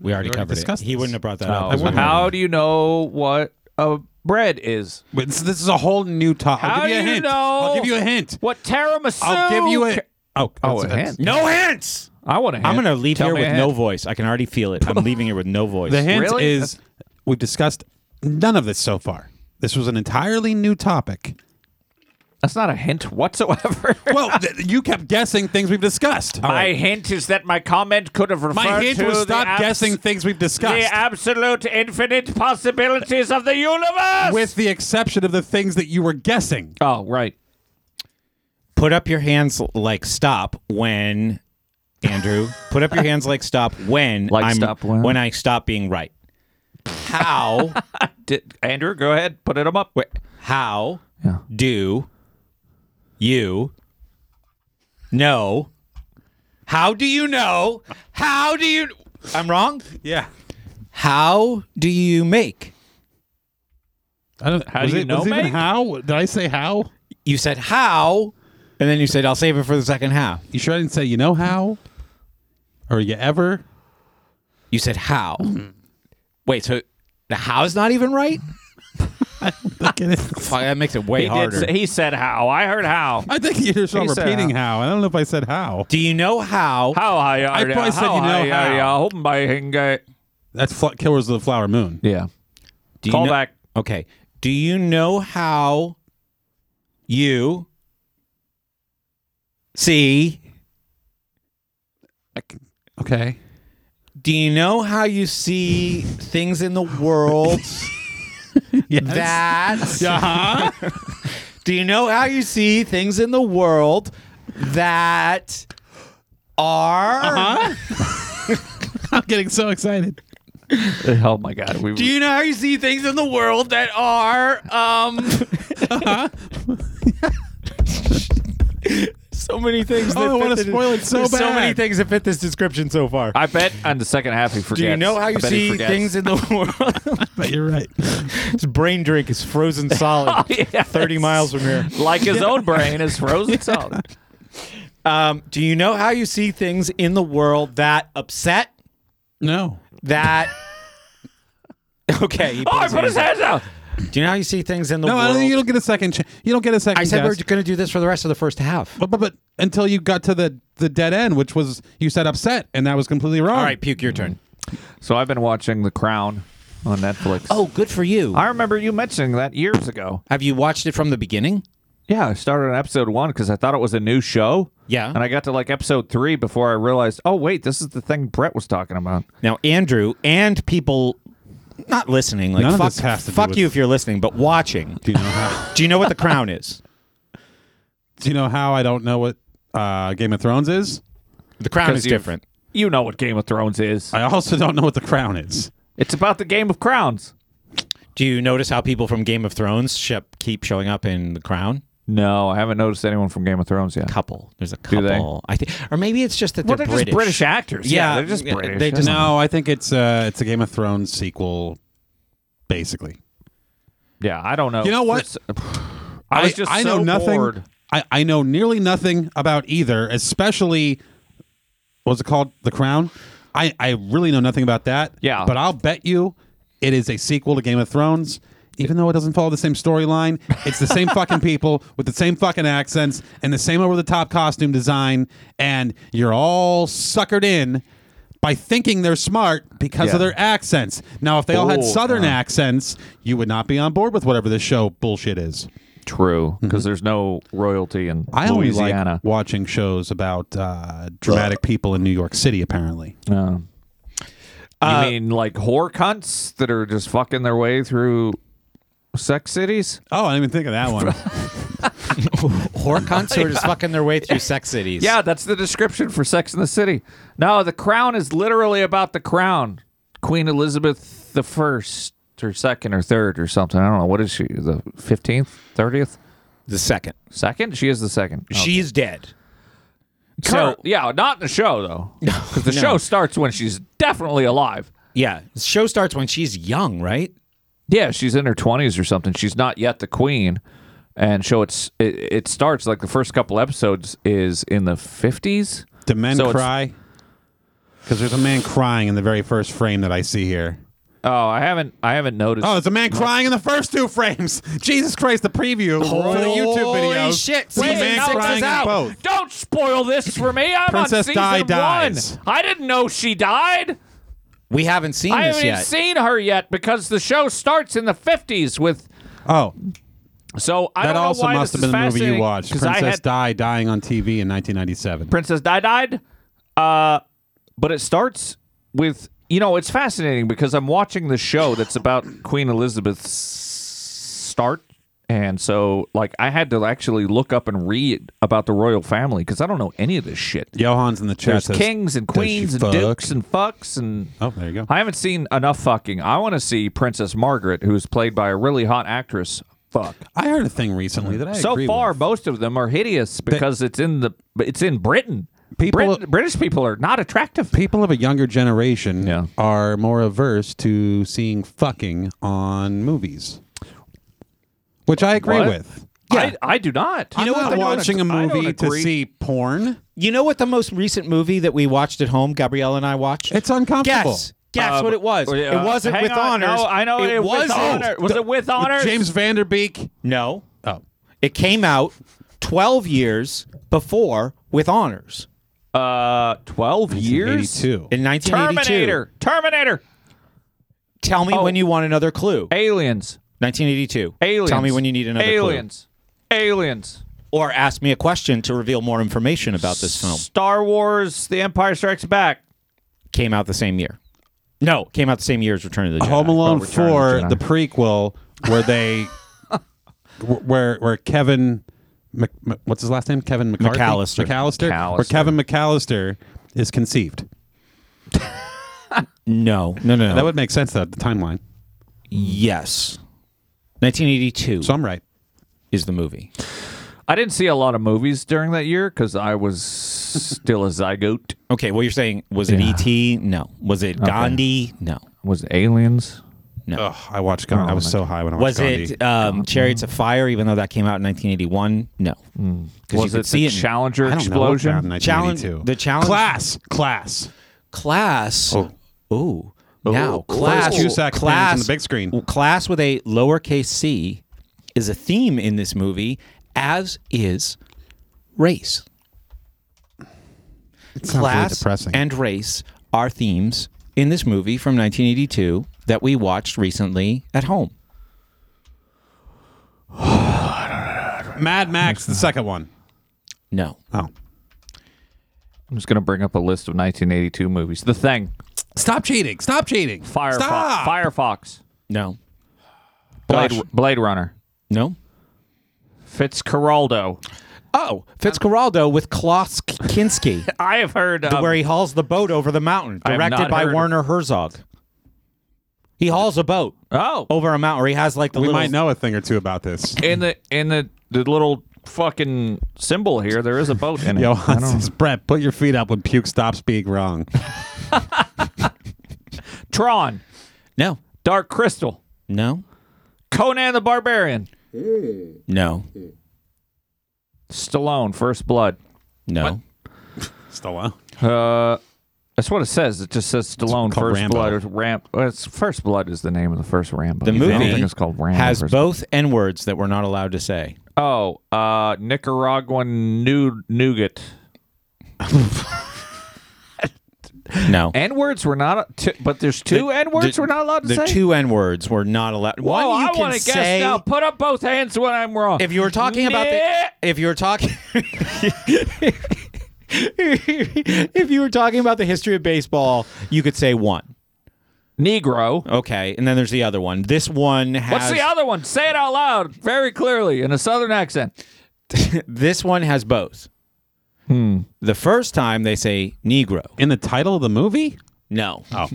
Speaker 1: We already
Speaker 2: already
Speaker 1: covered it.
Speaker 2: discussed
Speaker 1: He
Speaker 2: this.
Speaker 1: wouldn't have brought that
Speaker 3: Oh,
Speaker 1: up. 'cause we
Speaker 2: wouldn't.
Speaker 1: already-
Speaker 3: how do you know what a bread is?
Speaker 2: Wait, this, this is a whole new topic.
Speaker 3: How
Speaker 2: I'll give
Speaker 3: do
Speaker 2: you a
Speaker 3: you
Speaker 2: hint.
Speaker 3: know?
Speaker 2: I'll give you a hint.
Speaker 3: What tiramisu?
Speaker 2: I'll give you a.
Speaker 3: ca-
Speaker 2: Oh,
Speaker 3: Oh,
Speaker 2: that's-
Speaker 3: a
Speaker 2: that's-
Speaker 3: hint.
Speaker 1: [LAUGHS] No hints.
Speaker 3: I want a hint.
Speaker 1: I'm going to leave
Speaker 3: Tell
Speaker 1: here
Speaker 3: me a
Speaker 1: with
Speaker 3: hint.
Speaker 1: no voice. I can already feel it. I'm
Speaker 3: [LAUGHS]
Speaker 1: leaving here with no voice.
Speaker 2: The hint
Speaker 3: Really?
Speaker 2: is we've discussed none of this so far. This was an entirely new topic.
Speaker 3: That's not a hint whatsoever.
Speaker 2: Well, th- you kept guessing things we've discussed.
Speaker 3: [LAUGHS] My hint is that my comment could have referred
Speaker 2: My hint
Speaker 3: to
Speaker 2: was
Speaker 3: the
Speaker 2: stop
Speaker 3: abs-
Speaker 2: guessing things we've discussed,
Speaker 3: the absolute infinite possibilities of the universe.
Speaker 2: with the exception of the things that you were guessing.
Speaker 3: oh right,
Speaker 1: put up your hands like stop when Andrew put up your hands like stop when
Speaker 3: [LAUGHS] Like
Speaker 1: I'm
Speaker 3: stop when?
Speaker 1: I stop being right.
Speaker 3: [LAUGHS]
Speaker 1: How
Speaker 3: Did, Andrew, go ahead, put it up.
Speaker 1: wait, how
Speaker 3: Yeah.
Speaker 1: do you know? How do you know? How do you? I'm wrong.
Speaker 2: Yeah.
Speaker 1: How do you make?
Speaker 2: I don't,
Speaker 3: How was do you it- know, was it even Mike?
Speaker 2: how? Did I say how?
Speaker 1: You said how, and then you said I'll save it for the second half.
Speaker 2: You sure I didn't say you know how? Or you ever?
Speaker 1: You said how. Wait, so the how is not even
Speaker 3: [LAUGHS]
Speaker 1: right?
Speaker 2: Look at it.
Speaker 1: Fuck, that makes it way
Speaker 3: He, did,
Speaker 1: harder.
Speaker 3: say- he said how. I heard how.
Speaker 2: I think you're just
Speaker 3: He said
Speaker 2: repeating how. I don't know if I said how.
Speaker 1: Do you know how?
Speaker 3: How I heard
Speaker 2: probably said you know how.
Speaker 3: how.
Speaker 2: That's Fl- Killers of the Flower Moon.
Speaker 3: Yeah.
Speaker 1: Do you
Speaker 3: Call
Speaker 1: know-
Speaker 2: [LAUGHS]
Speaker 3: back.
Speaker 1: Okay. Do you know how you see?
Speaker 2: Okay.
Speaker 1: Do you know how you see things in the world? That.
Speaker 2: Uh-huh.
Speaker 1: [LAUGHS] Do you know how you see things in the world that are?
Speaker 2: [LAUGHS] I'm getting so excited.
Speaker 3: oh my god. We
Speaker 1: Do you know how you see things in the world that are um
Speaker 2: [LAUGHS]
Speaker 1: [LAUGHS] so many things?
Speaker 2: Oh, I don't
Speaker 1: that fit
Speaker 2: wanna
Speaker 1: the-
Speaker 2: spoil it so
Speaker 1: there's So
Speaker 2: bad.
Speaker 1: many things that fit this description so far.
Speaker 3: I bet on the second half he forgets.
Speaker 1: Do you know how
Speaker 3: I
Speaker 1: you
Speaker 3: bet he
Speaker 1: see
Speaker 3: forgets.
Speaker 1: things in [LAUGHS] the world?
Speaker 2: But you're right.
Speaker 1: His brain drink is frozen [LAUGHS] solid,
Speaker 3: [LAUGHS] yes.
Speaker 1: thirty miles from here.
Speaker 3: like his own brain
Speaker 1: [LAUGHS]
Speaker 3: is frozen solid.
Speaker 1: Um, do you know how you see things in the world that upset?
Speaker 2: No.
Speaker 1: That [LAUGHS] okay? he
Speaker 3: Oh, I
Speaker 1: puts
Speaker 3: put his
Speaker 1: hands
Speaker 3: hands out.
Speaker 1: up. Do you know how you see things in the
Speaker 2: No, I
Speaker 1: world?
Speaker 2: don't, you don't get a second chance. You don't get a second
Speaker 1: I said we're
Speaker 2: guess.
Speaker 1: going to do this for the rest of the first half.
Speaker 2: but, but, but until you got to the, the dead end, which was you said upset, and that was completely wrong.
Speaker 1: All right, puke your turn.
Speaker 3: So I've been watching The Crown on Netflix.
Speaker 1: Oh, good for you.
Speaker 3: I remember you mentioning that years ago.
Speaker 1: Have you watched it from the beginning?
Speaker 3: Yeah, I started on episode one because I thought it was a new show.
Speaker 1: Yeah.
Speaker 3: And I got to like episode three before I realized, oh, wait, this is the thing Brett was talking about.
Speaker 1: Now, Andrew and people not listening, like
Speaker 2: None of
Speaker 1: fuck,
Speaker 2: this has to do
Speaker 1: fuck
Speaker 2: with-
Speaker 1: you if you're listening, but watching.
Speaker 2: Do you know
Speaker 1: [LAUGHS]
Speaker 2: how?
Speaker 1: Do you know what the crown is?
Speaker 2: do you know how I don't know what uh, Game of Thrones is?
Speaker 1: The crown
Speaker 3: 'Cause
Speaker 1: is
Speaker 3: you've-
Speaker 1: different.
Speaker 3: You know what Game of Thrones is.
Speaker 2: I also [LAUGHS] don't know what the crown is.
Speaker 3: It's about the Game of Crowns.
Speaker 1: Do you notice how people from Game of Thrones ship, keep showing up in the crown?
Speaker 3: No, I haven't noticed anyone from Game of Thrones yet.
Speaker 1: Couple. There's a
Speaker 3: Do they?
Speaker 1: couple. I think, or maybe it's just that
Speaker 3: Well,
Speaker 1: they're,
Speaker 3: they're just British actors. Yeah, they're just British.
Speaker 1: They just,
Speaker 2: No, I think it's uh, it's a Game of Thrones sequel, basically.
Speaker 3: Yeah, I don't know.
Speaker 2: You know
Speaker 3: For
Speaker 2: what?
Speaker 3: s- I was just so
Speaker 2: nothing.
Speaker 3: bored.
Speaker 2: I, I know nearly nothing about either, especially what's it called? The Crown. I, I really know nothing about that.
Speaker 3: Yeah.
Speaker 2: But I'll bet you it is a sequel to Game of Thrones. Even though it doesn't follow the same storyline, it's the same fucking people [LAUGHS] with the same fucking accents and the same over the top costume design, and you're all suckered in by thinking they're smart because
Speaker 3: Yeah.
Speaker 2: of their accents. Now, if they all had
Speaker 3: Oh,
Speaker 2: southern
Speaker 3: yeah.
Speaker 2: accents, you would not be on board with whatever this show bullshit is.
Speaker 3: True, because there's no royalty in
Speaker 2: Mm-hmm. I always
Speaker 3: Louisiana.
Speaker 2: like watching shows about uh, dramatic people in New York City. Apparently,
Speaker 3: No.
Speaker 2: Uh,
Speaker 3: you mean like whore cunts that are just fucking their way through sex cities?
Speaker 2: oh, I didn't even think of
Speaker 3: [LAUGHS]
Speaker 2: that one.
Speaker 1: [LAUGHS] whore cunts who are just fucking their way through sex cities.
Speaker 3: Yeah, that's the description for Sex in the City. No, the crown is literally about the crown. Queen Elizabeth the first or second or third or something. I don't know. What is she? The fifteenth? Thirtieth?
Speaker 1: The second.
Speaker 3: Second? She is the second. Oh.
Speaker 1: She's dead.
Speaker 3: Current-
Speaker 1: so-
Speaker 3: yeah, not in the show though. Because
Speaker 1: [LAUGHS]
Speaker 3: the
Speaker 1: no.
Speaker 3: show starts when she's definitely alive.
Speaker 1: Yeah. The show starts when she's young, right?
Speaker 3: Yeah, she's in her twenties or something. She's not yet the queen, and so it's it, it starts like the first couple episodes is in the fifties.
Speaker 2: Do men
Speaker 3: So it's-
Speaker 2: cry? Because there's a man crying in the very first frame that I see here.
Speaker 3: Oh, I haven't I haven't noticed.
Speaker 2: Oh, there's a man crying in the first two frames. [LAUGHS] Jesus Christ! The preview for the YouTube
Speaker 1: Holy
Speaker 2: videos.
Speaker 1: shit,
Speaker 2: There's a
Speaker 1: season
Speaker 2: man
Speaker 1: six is
Speaker 2: crying in
Speaker 1: out.
Speaker 2: both.
Speaker 3: Don't spoil this for me. I'm
Speaker 2: Princess
Speaker 3: on season
Speaker 2: Di
Speaker 3: one.
Speaker 2: dies.
Speaker 3: I didn't know she died.
Speaker 1: We haven't seen
Speaker 3: I
Speaker 1: this
Speaker 3: haven't
Speaker 1: yet.
Speaker 3: even seen her yet because the show starts in the fifties with.
Speaker 2: Oh,
Speaker 3: So I
Speaker 2: that
Speaker 3: don't know
Speaker 2: also
Speaker 3: why
Speaker 2: must have
Speaker 3: this
Speaker 2: been the
Speaker 3: is
Speaker 2: movie you
Speaker 3: fascinating,
Speaker 2: watched.
Speaker 3: 'cause I
Speaker 2: Princess
Speaker 3: had-
Speaker 2: Di dying on TV in 1997.
Speaker 3: Princess Di died. Uh, but it starts with you know it's fascinating because I'm watching the show that's about [COUGHS] Queen Elizabeth's start, and so like I had to actually look up and read about the royal family because I don't know any of this shit.
Speaker 2: Johan's in the chat.
Speaker 3: There's
Speaker 2: says,
Speaker 3: kings and
Speaker 2: "Does she
Speaker 3: queens and
Speaker 2: fuck?"
Speaker 3: dukes and fucks and
Speaker 2: Oh, there you go.
Speaker 3: I haven't seen enough fucking. I want to see Princess Margaret, who's played by a really hot actress. Fuck.
Speaker 2: I heard a thing recently that I
Speaker 3: so
Speaker 2: agree
Speaker 3: far,
Speaker 2: with.
Speaker 3: most of them are hideous because it's in the it's in Britain.
Speaker 2: People-
Speaker 3: Brit- British people are not attractive.
Speaker 2: people of a younger generation
Speaker 3: Yeah.
Speaker 2: are more averse to seeing fucking on movies, which I agree
Speaker 3: What?
Speaker 2: with.
Speaker 3: I, I do not.
Speaker 2: I'm not watching a
Speaker 3: I don't
Speaker 2: movie to
Speaker 3: agree.
Speaker 2: see porn.
Speaker 1: You know what the most recent movie that we watched at home, Gabrielle and I watched?
Speaker 2: It's uncomfortable.
Speaker 1: Guess. Guess
Speaker 3: Uh,
Speaker 1: what it was.
Speaker 3: uh,
Speaker 1: it wasn't
Speaker 3: hang
Speaker 1: with
Speaker 3: on.
Speaker 1: honors.
Speaker 3: No, I know it, was
Speaker 1: wasn't.
Speaker 3: honor. Was it with honors?
Speaker 2: James Vanderbeek.
Speaker 1: No.
Speaker 2: Oh,
Speaker 1: It came out 12 years before with honors
Speaker 3: uh, twelve years.
Speaker 2: 82.
Speaker 1: in 1982.
Speaker 3: Terminator. Terminator.
Speaker 1: Tell me
Speaker 3: Oh.
Speaker 1: when you want another clue.
Speaker 3: Aliens.
Speaker 1: 1982.
Speaker 3: Aliens.
Speaker 1: Tell me when you need another
Speaker 3: Aliens. Aliens.
Speaker 1: clue. Or ask me a question to reveal more information about this film.
Speaker 3: Star Wars: The Empire Strikes Back.
Speaker 1: Came out the same year. No, came out the same year as Return of the Jedi.
Speaker 2: Home Alone
Speaker 3: Oh, Return of
Speaker 2: 4,
Speaker 3: the Jedi.
Speaker 2: the prequel, where they, wh- where where Kevin, Mc, Mc- what's his last name? Kevin McCarthy?
Speaker 1: McAllister.
Speaker 2: McAllister. Where
Speaker 3: McAllister.
Speaker 2: Kevin McAllister is conceived.
Speaker 1: No, no, no, no.
Speaker 2: That would make sense, though, the timeline.
Speaker 1: yes. 1982
Speaker 2: So I'm right.
Speaker 1: is the movie.
Speaker 3: I didn't see a lot of movies during that year because I was [LAUGHS] still a zygote.
Speaker 1: Okay, well, you're saying was it E.T.? No. Was it Gandhi? No.
Speaker 3: Was it aliens?
Speaker 2: Ugh, I watched Gandhi. I was so high when I
Speaker 1: Was
Speaker 2: watched Gandhi. Mm.
Speaker 1: it um, Chariots of Fire? Even though that came out in 1981, no.
Speaker 2: Mm.
Speaker 1: Because
Speaker 3: Was it the Challenger
Speaker 2: I don't know
Speaker 3: explosion?
Speaker 2: what
Speaker 1: Challenge-
Speaker 2: happened in 1982.
Speaker 1: the challenge-
Speaker 2: Class. Class.
Speaker 1: class.
Speaker 2: Oh.
Speaker 1: Ooh. Now, class.
Speaker 2: Forrest Cusack appearance
Speaker 1: class
Speaker 2: on the big screen.
Speaker 1: w- Class with a lowercase c is a theme in this movie, as is race.
Speaker 2: It sounds really
Speaker 1: Class
Speaker 2: depressing.
Speaker 1: and race are themes in this movie from 1982 that we watched recently at home.
Speaker 2: Mad Max, the second one.
Speaker 1: No.
Speaker 2: Oh.
Speaker 3: I'm just gonna bring up a list of 1982 movies. The Thing,
Speaker 2: Stop cheating. Stop cheating.
Speaker 3: Firefox,
Speaker 2: Stop.
Speaker 3: Firefox,
Speaker 1: No.
Speaker 3: Blade, Blade Runner,
Speaker 1: No.
Speaker 3: Fitzcarraldo.
Speaker 1: Oh, Fitzcarraldo with Klaus [LAUGHS] Kinski,
Speaker 3: I have heard um,
Speaker 1: where he hauls the boat over the mountain,
Speaker 3: I have
Speaker 1: directed
Speaker 3: not
Speaker 1: by
Speaker 3: heard of-
Speaker 1: Werner Herzog. He hauls a boat
Speaker 3: Oh,
Speaker 1: over a mountain, where he has like the
Speaker 2: We
Speaker 1: little.
Speaker 2: might know a thing or two about this.
Speaker 3: in the in the the little fucking symbol here, there is a boat in it.
Speaker 2: [LAUGHS] Yo,
Speaker 3: I don't-
Speaker 2: says, Brett, put your feet up when puke stops being wrong.
Speaker 3: Tron,
Speaker 1: No.
Speaker 3: Dark Crystal,
Speaker 1: No.
Speaker 3: Conan the Barbarian,
Speaker 1: No.
Speaker 3: Stallone, First Blood.
Speaker 1: No.
Speaker 2: Stallone.
Speaker 3: Uh, that's what it says. It just says Stallone
Speaker 2: called
Speaker 3: First
Speaker 2: Rambo.
Speaker 3: Blood. Or Ram- well, it's First Blood is the name of the first Rambo.
Speaker 1: The
Speaker 3: I don't
Speaker 1: movie
Speaker 3: think it's called Rambo.
Speaker 1: has
Speaker 3: First
Speaker 1: both N words that we're not allowed to say.
Speaker 3: Oh, uh, Nicaraguan nude nougat.
Speaker 1: No.
Speaker 3: N words were not, t- but there's two N words
Speaker 1: The-
Speaker 3: we're not allowed to
Speaker 1: the
Speaker 3: say.
Speaker 1: two N words were not allowed.
Speaker 3: Whoa,
Speaker 1: One you
Speaker 3: Oh, I
Speaker 1: can
Speaker 3: want to
Speaker 1: say
Speaker 3: guess now. Put up both hands when I'm wrong.
Speaker 1: if you were talking about
Speaker 3: Nah.
Speaker 1: the if you were talking [LAUGHS] if you were talking about the history of baseball, you could say one.
Speaker 3: Negro.
Speaker 1: Okay, and then there's the other one. This one has
Speaker 3: What's the other one? Say it out loud, very clearly, in a southern accent.
Speaker 1: [LAUGHS] this one has both. The first time they say Negro.
Speaker 2: Hmm. In the title of the movie?
Speaker 1: No.
Speaker 2: Oh.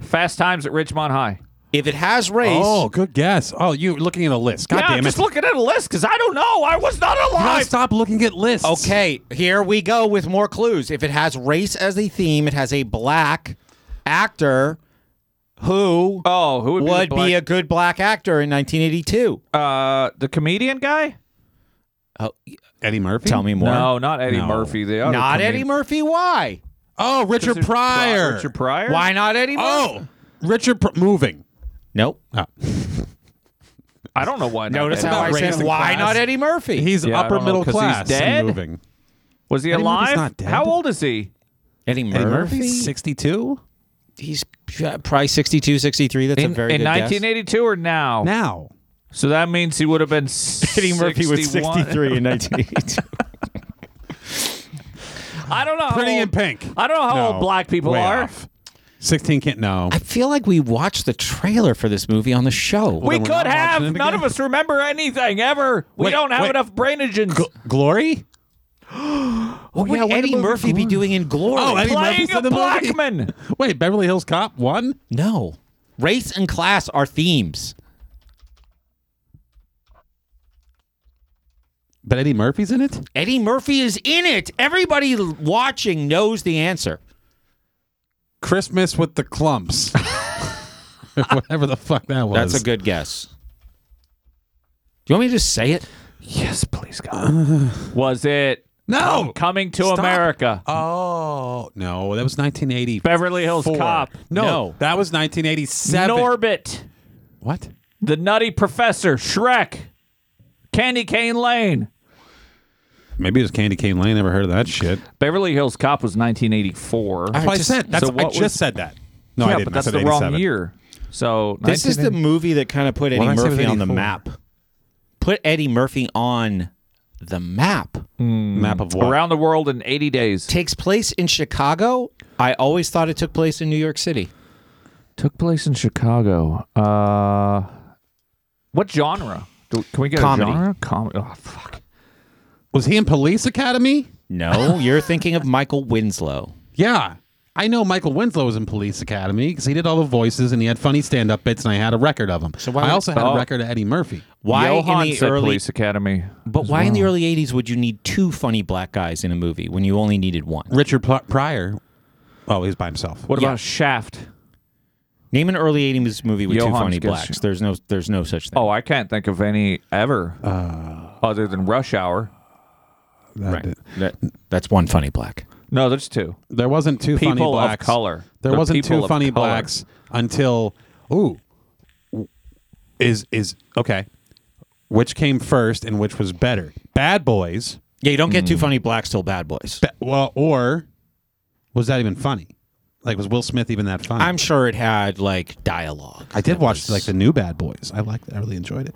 Speaker 3: Fast Times at Ridgemont High.
Speaker 1: If it has race,
Speaker 2: Oh, good guess. Oh, you were looking at a list. God
Speaker 3: yeah,
Speaker 2: damn
Speaker 3: I'm
Speaker 2: it.
Speaker 3: just looking at a list because I don't know. I was not
Speaker 2: God,
Speaker 3: alive.
Speaker 2: stop looking at lists.
Speaker 1: Okay, here we go with more clues. If it has race as a theme, it has a black actor who
Speaker 3: Oh, who would,
Speaker 1: would
Speaker 3: be,
Speaker 1: be a good black Oh, actor in 1982.
Speaker 3: a uh, the comedian guy?
Speaker 2: Eddie Murphy?
Speaker 1: Tell me more.
Speaker 3: No, not Eddie
Speaker 2: No.
Speaker 3: Murphy. The other
Speaker 1: Not
Speaker 3: comedian.
Speaker 1: Eddie Murphy. Why?
Speaker 2: Oh, Richard Pryor.
Speaker 3: Richard Pryor.
Speaker 1: Why not Eddie Murphy?
Speaker 2: Oh, Richard Pr- moving.
Speaker 1: Nope.
Speaker 3: I don't know why. Not
Speaker 1: Notice
Speaker 3: Eddie
Speaker 1: how I
Speaker 3: Murphy.
Speaker 1: said,
Speaker 2: raising
Speaker 1: why
Speaker 2: class.
Speaker 1: not Eddie Murphy?
Speaker 2: He's
Speaker 3: Yeah, I
Speaker 2: upper
Speaker 3: don't know,
Speaker 2: middle
Speaker 3: 'cause he's
Speaker 2: class. and
Speaker 3: dead?
Speaker 2: moving.
Speaker 3: was he
Speaker 2: Eddie Murphy's
Speaker 3: alive?
Speaker 2: not dead.
Speaker 3: How old is he?
Speaker 1: Eddie
Speaker 2: Eddie
Speaker 1: Murphy?
Speaker 2: Murphy's 62?
Speaker 1: He's uh, probably 62, 63. That's
Speaker 3: In,
Speaker 1: a very
Speaker 3: in
Speaker 1: good guess.
Speaker 3: 1982 or now?
Speaker 2: Now.
Speaker 3: So that means he would
Speaker 2: [LAUGHS]
Speaker 3: have been Eddie [LAUGHS]
Speaker 1: in 1982.
Speaker 3: I don't know. how
Speaker 2: Pretty in
Speaker 3: old-
Speaker 2: Pink.
Speaker 3: I don't know how
Speaker 2: No,
Speaker 3: old black people
Speaker 2: way
Speaker 3: are.
Speaker 2: off. 16 can't. No.
Speaker 1: I feel like we watched the trailer for this movie on the show.
Speaker 3: We
Speaker 2: then we're
Speaker 3: could
Speaker 2: not
Speaker 3: have.
Speaker 2: watching it
Speaker 3: None
Speaker 2: again.
Speaker 3: of us remember anything ever. We
Speaker 2: Wait,
Speaker 3: don't have
Speaker 2: wait.
Speaker 3: enough brain engines.
Speaker 2: Glory?
Speaker 1: Oh, What would
Speaker 3: yeah, what
Speaker 1: Eddie
Speaker 3: about
Speaker 1: Murphy be doing in Glory?
Speaker 2: Oh, Eddie
Speaker 3: Playing
Speaker 2: Murphy's
Speaker 3: a
Speaker 2: in the
Speaker 3: black
Speaker 2: movie? [LAUGHS]
Speaker 3: man.
Speaker 2: Wait, Beverly Hills Cop 1?
Speaker 1: No. Race and class are themes.
Speaker 2: But Eddie Murphy's in it?
Speaker 1: Eddie Murphy is in it. Everybody l- watching knows the answer.
Speaker 2: Christmas with the [LAUGHS] Clumps. Whatever the fuck that was.
Speaker 1: That's a good guess. Do you want me to just say it?
Speaker 3: Yes, please, God. [SIGHS] Was it
Speaker 2: No.
Speaker 3: Coming to
Speaker 2: Stop.
Speaker 3: America?
Speaker 2: Oh no, that was 1980.
Speaker 3: Beverly Hills Cop.
Speaker 2: No,
Speaker 1: No.
Speaker 2: that was 1987.
Speaker 3: Norbit.
Speaker 2: what?
Speaker 3: The Nutty Professor. Shrek. Candy Cane Lane.
Speaker 2: Maybe it was Candy Cane Lane. Never heard of that shit.
Speaker 3: Beverly Hills Cop was 1984.
Speaker 2: That's what I said. That's,
Speaker 3: so
Speaker 2: I
Speaker 3: what
Speaker 2: just
Speaker 3: was-
Speaker 2: said that. No,
Speaker 3: yeah,
Speaker 2: I didn't.
Speaker 3: but that's
Speaker 2: I said
Speaker 3: the wrong
Speaker 2: 87.
Speaker 3: year. So
Speaker 1: This is the
Speaker 3: 1980
Speaker 1: movie that kind of put Eddie
Speaker 2: Well, I said it was
Speaker 1: Murphy on the
Speaker 2: 84.
Speaker 1: map. Put Eddie Murphy on the map.
Speaker 2: Map
Speaker 3: Mm.
Speaker 2: of what?
Speaker 3: around the world in 80 days.
Speaker 1: Takes place in Chicago. I always thought it took place in New York City.
Speaker 3: Took place in Chicago. Uh, what genre? Do, can we get
Speaker 1: Comedy.
Speaker 3: a genre? Comedy. Oh fuck.
Speaker 2: was he in Police Academy?
Speaker 3: [LAUGHS]
Speaker 1: No, you're thinking of Michael Winslow.
Speaker 2: Yeah. I know Michael Winslow was in Police Academy because he did all the voices and he had funny stand up bits and I had a record of him. So
Speaker 1: why
Speaker 2: I
Speaker 1: would-
Speaker 2: also had
Speaker 3: Oh.
Speaker 2: a record of Eddie Murphy.
Speaker 1: Why
Speaker 3: Johan
Speaker 1: in the
Speaker 3: said
Speaker 1: early
Speaker 3: Police Academy.
Speaker 1: But why in the early 80s would you need two funny black guys in a movie when you only needed one?
Speaker 2: Richard Pl- Pryor. Oh, he's by himself.
Speaker 3: What
Speaker 1: Yeah.
Speaker 3: about Shaft?
Speaker 1: Name an early 80s movie with two
Speaker 3: Johann
Speaker 1: funny
Speaker 3: Skis-
Speaker 1: blacks. There's no there's no such thing.
Speaker 3: Oh, I can't think of any ever
Speaker 1: Uh.
Speaker 3: other than Rush Hour.
Speaker 1: right. That- that's one funny black.
Speaker 3: No, there's two.
Speaker 2: There wasn't two funny
Speaker 3: People of
Speaker 2: blacks.
Speaker 3: color.
Speaker 2: There
Speaker 3: The
Speaker 2: wasn't
Speaker 3: people
Speaker 2: two
Speaker 3: of
Speaker 2: funny
Speaker 3: color.
Speaker 2: blacks until ooh is is okay. Which came first and which was better? Bad Boys.
Speaker 1: Yeah, you don't get two
Speaker 3: Hmm.
Speaker 1: funny blacks till Bad Boys.
Speaker 2: Ba- well, or was that even funny? Like was Will Smith even that funny?
Speaker 1: I'm sure it had like dialogue.
Speaker 2: I did
Speaker 1: that
Speaker 2: watch
Speaker 1: was-
Speaker 2: like the new Bad Boys. I liked. I really enjoyed it.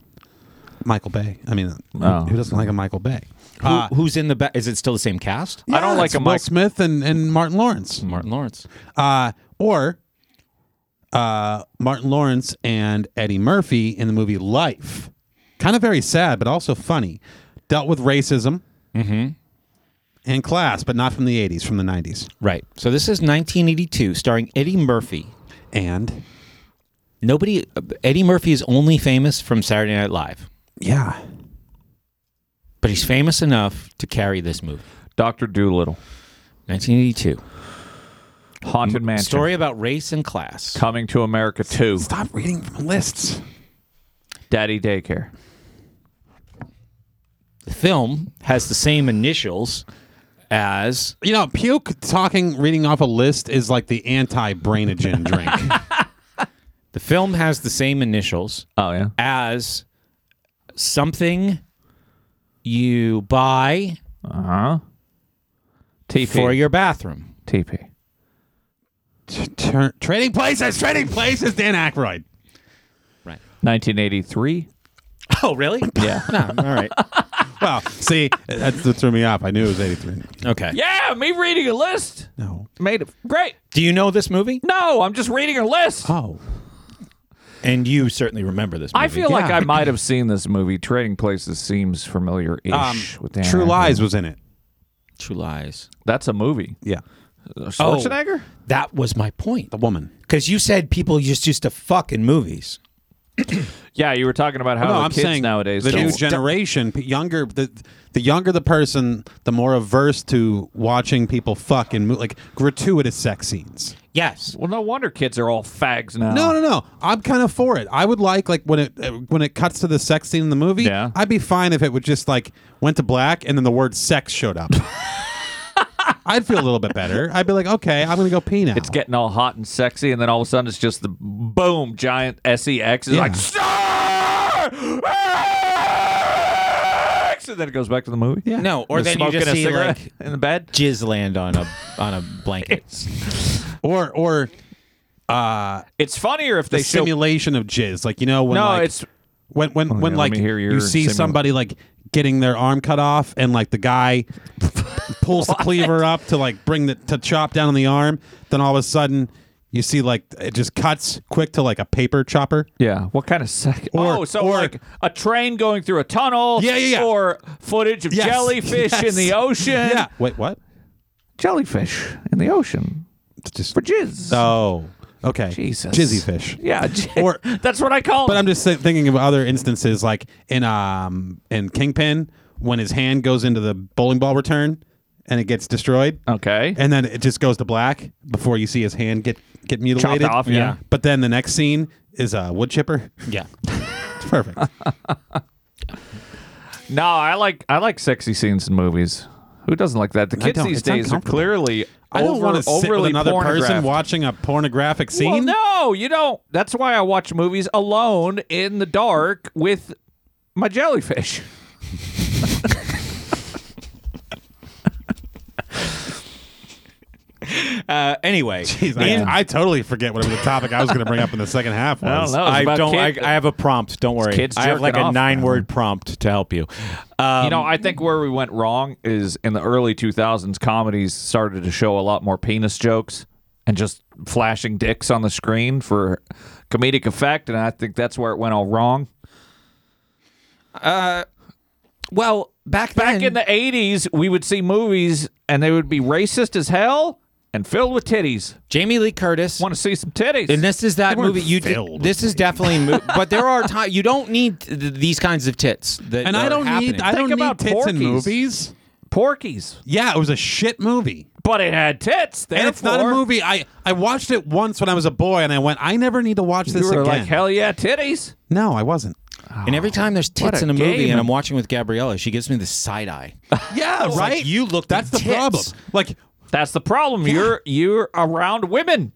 Speaker 2: Michael Bay. I mean, who-
Speaker 3: Oh.
Speaker 2: who doesn't like a Michael Bay?
Speaker 1: Who, who's in the ba- is it still the same cast?
Speaker 3: I don't
Speaker 2: Yeah,
Speaker 3: like
Speaker 2: it's
Speaker 3: a
Speaker 2: Will
Speaker 3: Mike-
Speaker 2: Smith and, and Martin Lawrence.
Speaker 1: Martin Lawrence.
Speaker 2: Uh, or uh, Martin Lawrence and Eddie Murphy in the movie Life. Kind of very sad, but also funny. Dealt with racism
Speaker 3: Mm-hmm.
Speaker 2: and class, but not from the 80s, from the 90s.
Speaker 1: Right. So this is 1982 starring Eddie Murphy.
Speaker 2: And
Speaker 1: Nobody uh, Eddie Murphy is only famous from Saturday Night Live,
Speaker 2: yeah,
Speaker 1: but he's famous enough to carry this movie.
Speaker 3: Doctor Doolittle,
Speaker 1: 1982.
Speaker 3: Haunted Mansion,
Speaker 1: Story about race and class.
Speaker 3: Coming to America Two,
Speaker 2: stop reading from lists.
Speaker 3: Daddy Daycare.
Speaker 1: The film has the same initials as
Speaker 2: You know, puke talking, reading off a list is like the anti
Speaker 3: [LAUGHS]
Speaker 2: brainogen drink.
Speaker 1: the film has the same initials
Speaker 3: Oh yeah,
Speaker 1: as something you buy
Speaker 3: uh huh. TP
Speaker 1: for your bathroom.
Speaker 3: TP.
Speaker 2: T- turn- trading places, trading places, Dan Aykroyd.
Speaker 3: 1983.
Speaker 1: Oh, really? Yeah. [LAUGHS] no, all right.
Speaker 2: [LAUGHS] Well, see, that's what threw me off. I knew it was 83.
Speaker 1: Okay.
Speaker 3: Yeah, me reading a list
Speaker 2: No.
Speaker 3: made it great.
Speaker 1: Do you know this movie?
Speaker 3: No, I'm just reading a list.
Speaker 2: Oh.
Speaker 1: And you certainly remember this movie.
Speaker 3: I feel like
Speaker 2: yeah.
Speaker 3: I might have seen this movie. Trading Places seems familiar-ish with Dan
Speaker 2: Um, True
Speaker 3: Aykroyd.
Speaker 2: Lies was in it.
Speaker 1: True Lies.
Speaker 3: That's a movie. Uh,
Speaker 2: Yeah. Oh.
Speaker 3: Schwarzenegger.
Speaker 1: That was my point.
Speaker 2: The woman.
Speaker 1: Because you said people just used to fuck in movies.
Speaker 3: Yeah, you were talking about how
Speaker 2: no,
Speaker 3: the
Speaker 2: I'm
Speaker 3: kids
Speaker 2: saying
Speaker 3: nowadays.
Speaker 2: the new
Speaker 3: don't-
Speaker 2: generation, p- younger the the younger the person, the more averse to watching people fuck and mo- like gratuitous sex scenes.
Speaker 1: Yes.
Speaker 3: well, no wonder kids are all fags now.
Speaker 2: No, no, no. I'm kind of for it. I would like like when it uh, when it cuts to the sex scene in the movie.
Speaker 3: Yeah.
Speaker 2: I'd be fine if it would just like went to black and then the word sex
Speaker 3: [LAUGHS]
Speaker 2: showed up. I'd feel a little bit better. I'd be like, okay, I'm gonna go pee now.
Speaker 3: It's getting all hot and sexy, and then all of a sudden it's just the boom, giant sex is
Speaker 2: Yeah.
Speaker 3: like sex, and then it goes back to the movie.
Speaker 2: Yeah.
Speaker 1: No, or
Speaker 3: And
Speaker 1: then you
Speaker 3: smoking
Speaker 1: just
Speaker 3: a
Speaker 1: see
Speaker 3: cigarette
Speaker 1: like
Speaker 3: in the bed.
Speaker 1: jizz land on a on a blanket.
Speaker 2: or or
Speaker 3: It's funnier if
Speaker 2: the
Speaker 3: they show.
Speaker 2: simulation of jizz. Like you know when
Speaker 3: No,
Speaker 2: like,
Speaker 3: it's-
Speaker 2: when when
Speaker 3: Oh,
Speaker 2: when
Speaker 3: yeah, let
Speaker 2: like
Speaker 3: me hear your
Speaker 2: you see
Speaker 3: simula-
Speaker 2: somebody like getting their arm cut off and like the
Speaker 3: [LAUGHS]
Speaker 2: guy pulls the cleaver up to like bring the to chop down on the arm. Then all of a sudden you see like it just cuts quick to like a paper chopper.
Speaker 3: Yeah, what kind of sex?
Speaker 2: Or-
Speaker 3: oh, so
Speaker 2: or-
Speaker 3: like a train going through a tunnel.
Speaker 2: Yeah, yeah, yeah.
Speaker 3: Or footage of
Speaker 2: Yes.
Speaker 3: jellyfish in
Speaker 2: Yes.
Speaker 3: the ocean.
Speaker 2: Yeah. Wait, what?
Speaker 3: jellyfish in the ocean
Speaker 2: It's Just
Speaker 3: for jizz.
Speaker 2: oh, okay.
Speaker 3: Jesus,
Speaker 2: jizzy fish.
Speaker 3: [LAUGHS] Yeah,
Speaker 2: Or-
Speaker 3: or that's what I call.
Speaker 2: But
Speaker 3: it.
Speaker 2: I'm just thi- thinking of other instances, like in um in Kingpin when his hand goes into the bowling ball return and it gets destroyed.
Speaker 3: okay.
Speaker 2: and then it just goes to black before you see his hand get get mutilated.
Speaker 3: off, yeah. Yeah.
Speaker 2: But then the next scene is a wood chipper. [LAUGHS]
Speaker 1: yeah.
Speaker 3: [LAUGHS]
Speaker 2: It's perfect.
Speaker 3: No, I like I like sexy scenes in movies. Who doesn't like that? The
Speaker 2: I
Speaker 3: kids
Speaker 2: don't.
Speaker 3: these
Speaker 2: It's
Speaker 3: days are
Speaker 2: uncomfortable.
Speaker 3: clearly
Speaker 2: I don't
Speaker 3: over,
Speaker 2: want to sit with
Speaker 3: overly
Speaker 2: another person
Speaker 3: pornographed.
Speaker 2: watching a pornographic
Speaker 3: Well,
Speaker 2: scene.
Speaker 3: no, you don't. That's why I watch movies alone in the dark with my jellyfish. [LAUGHS]
Speaker 1: Uh, anyway,
Speaker 2: Jeez, I, I totally forget whatever the topic I was going to bring up in the second half was.
Speaker 3: [LAUGHS] I don't know. It's
Speaker 1: I
Speaker 3: about
Speaker 1: don't. I,
Speaker 3: kid-
Speaker 1: I have a prompt. Don't worry.
Speaker 3: kids
Speaker 1: I have
Speaker 3: jerking
Speaker 1: like a
Speaker 3: off,
Speaker 1: nine-word prompt to help you. Um,
Speaker 3: you know, I think where we went wrong is in the early 2000s, comedies started to show a lot more penis jokes and just flashing dicks on the screen for comedic effect, and I think that's where it went all wrong.
Speaker 1: well, back
Speaker 3: Back
Speaker 1: then,
Speaker 3: in the 80s, we would see movies and they would be racist as hell and filled with titties.
Speaker 1: Jamie Lee Curtis.
Speaker 3: Want to see some titties?
Speaker 1: And this is that
Speaker 2: They weren't
Speaker 1: movie. You did-
Speaker 2: filled.
Speaker 1: this is definitely, mo- but there are times you don't need th- th- these kinds of tits. That
Speaker 2: And I
Speaker 1: are
Speaker 2: don't
Speaker 1: happening.
Speaker 2: need I
Speaker 3: Think
Speaker 2: don't need
Speaker 3: about
Speaker 2: tits
Speaker 3: Porky's.
Speaker 2: in movies.
Speaker 3: Porkies.
Speaker 2: Yeah, it was a shit movie.
Speaker 3: But it had tits.
Speaker 2: And it's not a
Speaker 3: therefore,
Speaker 2: movie. I, I watched it once when I was a boy, and I went, I never need to watch this
Speaker 3: You were
Speaker 2: again.
Speaker 3: like, hell yeah, titties.
Speaker 2: No, I wasn't.
Speaker 1: And every time there's
Speaker 3: What
Speaker 1: tits
Speaker 3: a
Speaker 1: in a movie,
Speaker 3: game.
Speaker 1: and I'm watching with Gabriella, she gives me the side eye.
Speaker 2: Yeah,
Speaker 1: It's like,
Speaker 2: right.
Speaker 1: you looked
Speaker 2: That's
Speaker 1: at
Speaker 2: the
Speaker 1: tits.
Speaker 2: problem. Like,
Speaker 3: That's the problem. You're you're around women.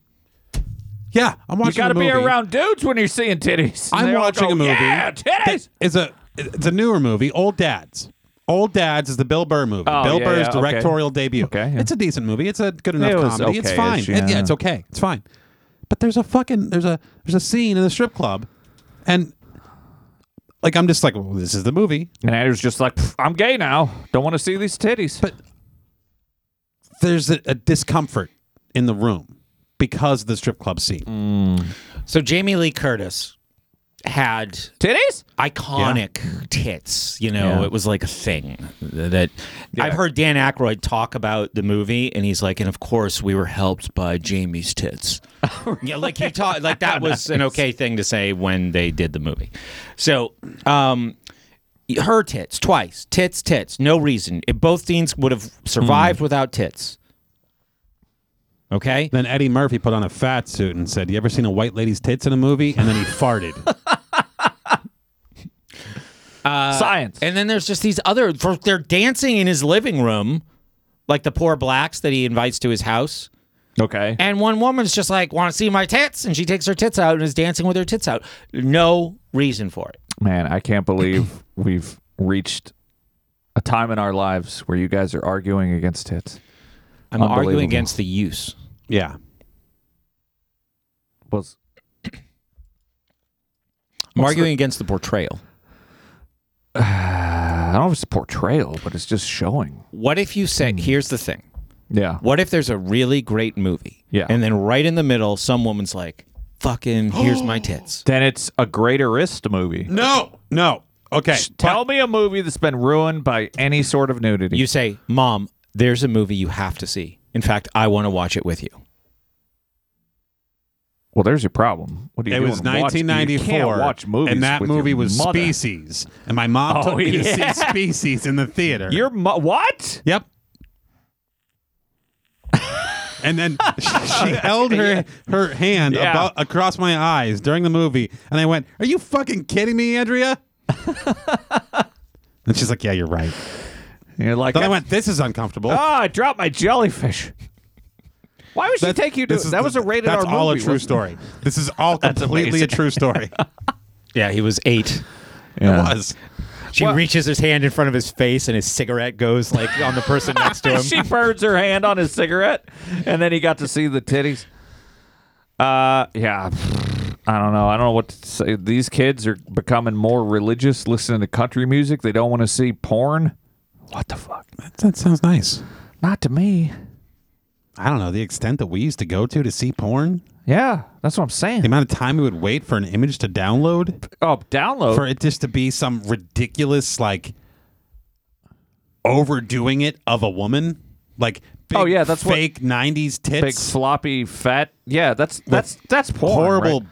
Speaker 2: yeah, I'm
Speaker 3: You
Speaker 2: watching.
Speaker 3: got to
Speaker 2: a
Speaker 3: be
Speaker 2: movie.
Speaker 3: around dudes when you're seeing titties. And
Speaker 2: I'm
Speaker 3: they all
Speaker 2: watching
Speaker 3: go,
Speaker 2: a movie.
Speaker 3: Yeah, titties.
Speaker 2: that is a it's a newer movie, Old Dads. Old Dads is the Bill Burr movie.
Speaker 3: Oh,
Speaker 2: Bill
Speaker 3: yeah,
Speaker 2: Burr's
Speaker 3: yeah, okay.
Speaker 2: directorial debut.
Speaker 3: Okay, yeah.
Speaker 2: It's a decent movie. It's a good enough
Speaker 3: It was
Speaker 2: comedy. It's fine.
Speaker 3: okay-ish,
Speaker 2: It- yeah,
Speaker 3: yeah.
Speaker 2: it's okay. It's fine. But there's a fucking there's a there's a scene in the strip club, and like I'm just like, well, this is the movie.
Speaker 3: And Andrew's just like, "Pff, I'm gay now. Don't want to see these titties.
Speaker 2: But- There's a, a discomfort in the room because of the strip club scene.
Speaker 3: Mm.
Speaker 1: So Jamie Lee Curtis had
Speaker 3: titties?
Speaker 1: iconic tits. You know,
Speaker 3: Yeah.
Speaker 1: it was like a thing that I've
Speaker 3: Yeah.
Speaker 1: heard Dan Aykroyd talk about the movie, and he's like, and of course we were helped by Jamie's
Speaker 3: [LAUGHS]
Speaker 1: tits. Yeah, like he taught, like that was an okay thing to say when they did the movie. So, um, her tits twice, tits, tits, no reason. If both teens would have
Speaker 3: Hmm.
Speaker 1: survived without tits. Okay.
Speaker 2: Then Eddie Murphy put on a fat suit and said, "You ever seen a white lady's tits in a movie?" And then he farted.
Speaker 3: [LAUGHS]
Speaker 2: Uh,
Speaker 3: Science.
Speaker 1: And then there's just these other for they're dancing in his living room, like the poor blacks that he invites to his house.
Speaker 3: okay.
Speaker 1: And one woman's just like, "Want to see my tits?" And she takes her tits out and is dancing with her tits out. No reason for it.
Speaker 3: Man, I can't
Speaker 2: [CLEARS THROAT]
Speaker 3: believe we've reached a time in our lives where you guys are arguing against tits.
Speaker 1: I'm arguing
Speaker 3: Unbelievable.
Speaker 1: against the use.
Speaker 2: yeah,
Speaker 3: Was
Speaker 1: I'm
Speaker 3: What's
Speaker 1: arguing against the portrayal.
Speaker 3: uh, I don't know if it's a portrayal, but it's just showing.
Speaker 1: What if you say, "Here's the thing."
Speaker 3: Yeah.
Speaker 1: What if there's a really great movie?
Speaker 3: Yeah.
Speaker 1: And then right in the middle, some woman's like, "Fucking, here's my [GASPS] tits."
Speaker 3: Then it's a greaterist movie.
Speaker 2: no, no. Okay,
Speaker 3: Tell me a movie that's been ruined by any sort of nudity.
Speaker 1: You say, "Mom, there's a movie you have to see. In fact, I want to watch it with you."
Speaker 3: well, there's your problem. What do you
Speaker 2: It
Speaker 3: doing?
Speaker 2: was
Speaker 3: Watch- You
Speaker 2: 1994,
Speaker 3: can't watch movies,
Speaker 2: and that
Speaker 3: with your
Speaker 2: movie was
Speaker 3: mother.
Speaker 2: Species, and my mom
Speaker 3: Oh,
Speaker 2: took me
Speaker 3: yeah.
Speaker 2: to see [LAUGHS] Species in the theater.
Speaker 3: Your mo- what?
Speaker 2: yep.
Speaker 3: [LAUGHS]
Speaker 2: and then she, she held her her hand
Speaker 3: Yeah.
Speaker 2: about across my eyes during the movie, and I went, "Are you fucking kidding
Speaker 3: [LAUGHS]
Speaker 2: me, Andrea?" and she's like, "Yeah, you're right."
Speaker 3: You're like,
Speaker 2: Then I went, "This is uncomfortable."
Speaker 3: Oh, I dropped my jellyfish. Why would she
Speaker 2: That-
Speaker 3: take you to?
Speaker 2: this is
Speaker 3: That
Speaker 2: the-
Speaker 3: was a rated
Speaker 2: That's
Speaker 3: R
Speaker 2: all
Speaker 3: movie,
Speaker 2: a true
Speaker 3: wasn't it?
Speaker 2: story. This is all completely a
Speaker 3: amazing. [LAUGHS]
Speaker 2: true story.
Speaker 1: Yeah, he was eight.
Speaker 3: Yeah.
Speaker 2: [LAUGHS] It was.
Speaker 1: She reaches his hand in front of his face, and his cigarette goes like on the person next
Speaker 2: [LAUGHS] Um,
Speaker 1: to him.
Speaker 3: [LAUGHS] she burns her hand on his cigarette, and then he got to see the titties. Uh, yeah. I don't know. I don't know what to say. These kids are becoming more religious, listening to country music. They don't want to see porn. What the fuck?
Speaker 2: That sounds nice.
Speaker 3: Not to me.
Speaker 2: I don't know the extent that we used to go to to see porn.
Speaker 3: Yeah, that's what I'm
Speaker 2: The
Speaker 3: saying.
Speaker 2: amount of time we would wait for an image to download,
Speaker 3: Oh, download.
Speaker 2: for it just to be some ridiculous like overdoing it of a woman, like big,
Speaker 3: Oh, yeah, that's what-
Speaker 2: fake '90s
Speaker 3: big
Speaker 2: tits,
Speaker 3: floppy fat. Yeah, that's that's that's porn,
Speaker 2: horrible
Speaker 3: right?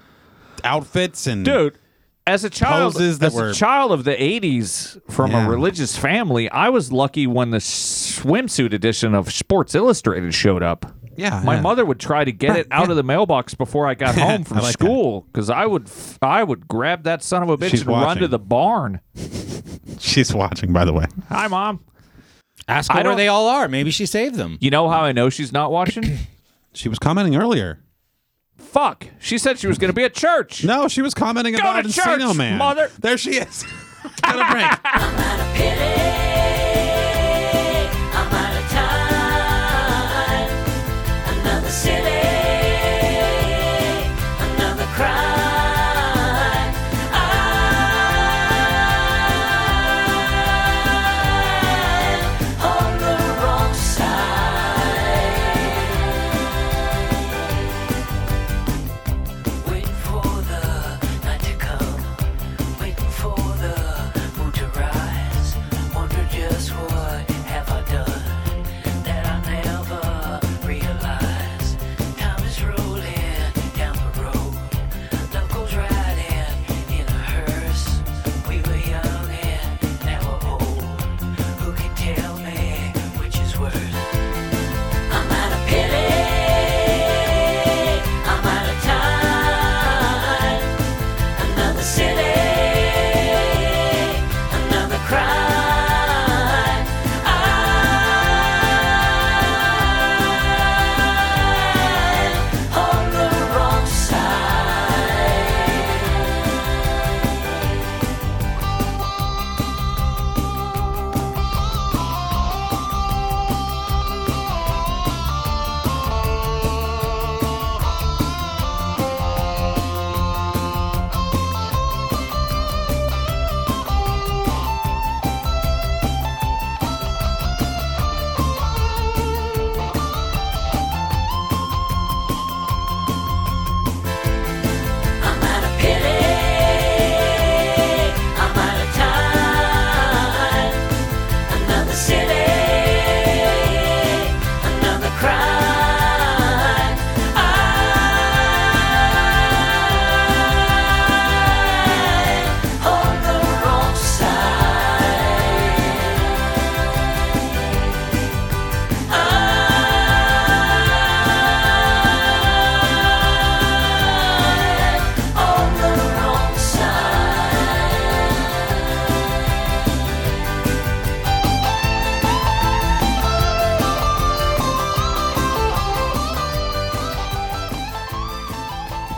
Speaker 2: outfits, and
Speaker 3: dude. As a child,
Speaker 2: Poses that
Speaker 3: as
Speaker 2: were-
Speaker 3: a child of the '80s from
Speaker 2: Yeah.
Speaker 3: a religious family, I was lucky when the swimsuit edition of Sports Illustrated showed up.
Speaker 2: Yeah,
Speaker 3: my
Speaker 2: yeah.
Speaker 3: mother would try to get it out of the mailbox before I got home from
Speaker 2: [LAUGHS] I like that.
Speaker 3: school because I would f- I would grab that son of a bitch
Speaker 2: She's
Speaker 3: and run
Speaker 2: watching.
Speaker 3: to the barn.
Speaker 2: she's watching. By the way,
Speaker 3: Hi, mom.
Speaker 1: Ask her
Speaker 3: I
Speaker 1: where
Speaker 3: don't-
Speaker 1: they all are. Maybe she saved them.
Speaker 3: You know how I know she's not
Speaker 2: [CLEARS THROAT]
Speaker 3: watching?
Speaker 2: she was commenting earlier.
Speaker 3: Fuck, she said she was going to be at church.
Speaker 2: No, she was commenting
Speaker 3: to
Speaker 2: about Encino
Speaker 3: church,
Speaker 2: Man.
Speaker 3: mother.
Speaker 2: there she is. [LAUGHS] Got a break.
Speaker 3: [LAUGHS]
Speaker 11: Waiting for the moon to rise, wondering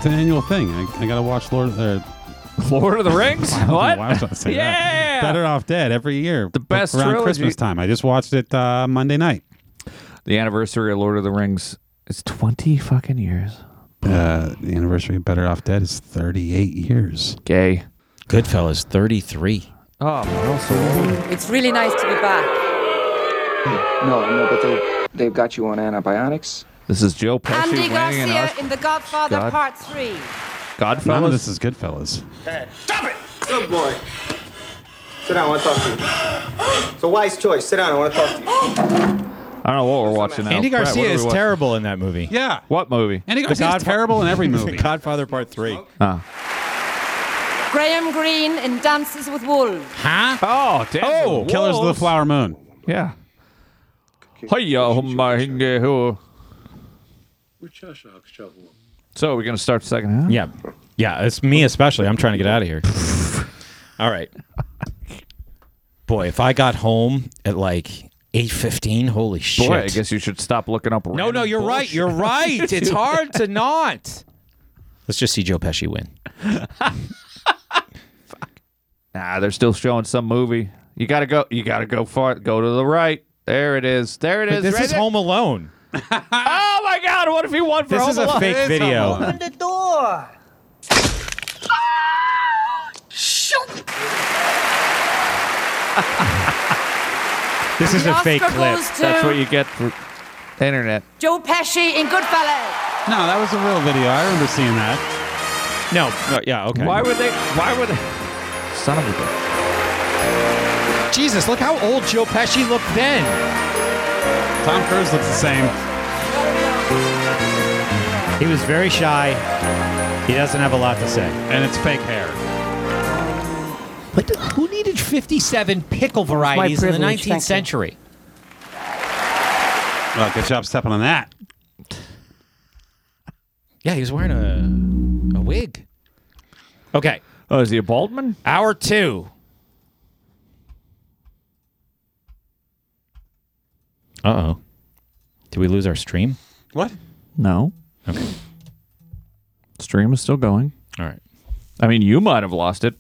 Speaker 2: an annual thing. I, I gotta watch Lord uh, of the
Speaker 3: Lord of the Rings? what?
Speaker 2: Why was [LAUGHS] I saying
Speaker 3: yeah.
Speaker 2: that? Better Off Dead every year. The
Speaker 3: best
Speaker 2: around
Speaker 3: trilogy.
Speaker 2: Christmas time. I just watched it uh, Monday night.
Speaker 3: The anniversary of Lord of the Rings is 20 fucking years.
Speaker 2: Uh, the anniversary of Better Off Dead is 38 years.
Speaker 3: Gay.
Speaker 1: Goodfellas, 33.
Speaker 3: Oh, we're also old.
Speaker 11: It's really nice to be back.
Speaker 12: No, no, but they they've got you on antibiotics.
Speaker 3: This is Joe Pesci
Speaker 11: Andy
Speaker 3: winning an
Speaker 11: Garcia
Speaker 3: Oscar.
Speaker 11: in The Godfather
Speaker 3: God.
Speaker 11: Part 3.
Speaker 3: Godfellas.
Speaker 2: None of this is Goodfellas.
Speaker 13: Stop it! Good boy. Sit down, I want to talk to you. It's a wise choice. Sit down, I want to talk to you.
Speaker 3: I don't know what we're watching now.
Speaker 1: Andy
Speaker 3: Brett,
Speaker 1: Garcia
Speaker 3: what are we
Speaker 1: is
Speaker 3: watching?
Speaker 1: terrible in that movie.
Speaker 2: Yeah.
Speaker 3: What movie?
Speaker 2: Andy Garcia is terrible in every [LAUGHS] movie.
Speaker 1: Godfather Part 3.
Speaker 3: Oh.
Speaker 11: Graham Greene in Dances with Wolves.
Speaker 1: Huh?
Speaker 3: Oh, damn.
Speaker 2: Oh, Killers of the Flower Moon.
Speaker 3: Yeah. Hiya, humma, hinge, hoo. So we're gonna start the second half.
Speaker 1: Yeah. Yeah, it's me especially. I'm trying to get out of [LAUGHS] here. All right. Boy, if I got home at like 8:15, holy shit.
Speaker 3: Boy, I guess you should stop looking up.
Speaker 1: no, no, you're right. You're right. It's hard [LAUGHS] to not. Let's just see Joe Pesci win.
Speaker 3: Nah, they're still showing some movie. You gotta go. You gotta go far. Go to the right. There it is. There it is.
Speaker 1: This
Speaker 3: right
Speaker 1: is
Speaker 3: there.
Speaker 1: Home Alone.
Speaker 3: Oh my God! What if he won for
Speaker 1: This
Speaker 3: Home
Speaker 1: is a
Speaker 3: Alone?
Speaker 1: fake video.
Speaker 9: the door.
Speaker 1: This is
Speaker 11: The
Speaker 1: a
Speaker 11: Oscar
Speaker 1: fake clip.
Speaker 11: goes to
Speaker 3: [LAUGHS] That's what you get for internet.
Speaker 11: Joe Pesci in Goodfellas.
Speaker 2: No, that was a real video. I remember seeing that. Uh,
Speaker 1: No, no, yeah, okay.
Speaker 3: Why would they? Why would? They, son of a bitch.
Speaker 1: Jesus, look how old Joe Pesci looked then.
Speaker 2: Tom Cruise looks the same.
Speaker 14: He was very shy. He doesn't have a lot to say.
Speaker 2: And it's fake hair.
Speaker 14: But who needed 57 pickle varieties in the
Speaker 11: privilege,
Speaker 14: 19th
Speaker 11: thank you.
Speaker 14: century?
Speaker 2: Well, good job stepping on that.
Speaker 1: Yeah, he was wearing a a wig. Okay.
Speaker 3: Oh, is he a Baldman?
Speaker 1: Hour two. Uh oh. Did we lose our stream?
Speaker 2: What?
Speaker 3: No.
Speaker 1: Okay.
Speaker 3: Stream is still going.
Speaker 1: All right.
Speaker 3: I mean, you might have lost it.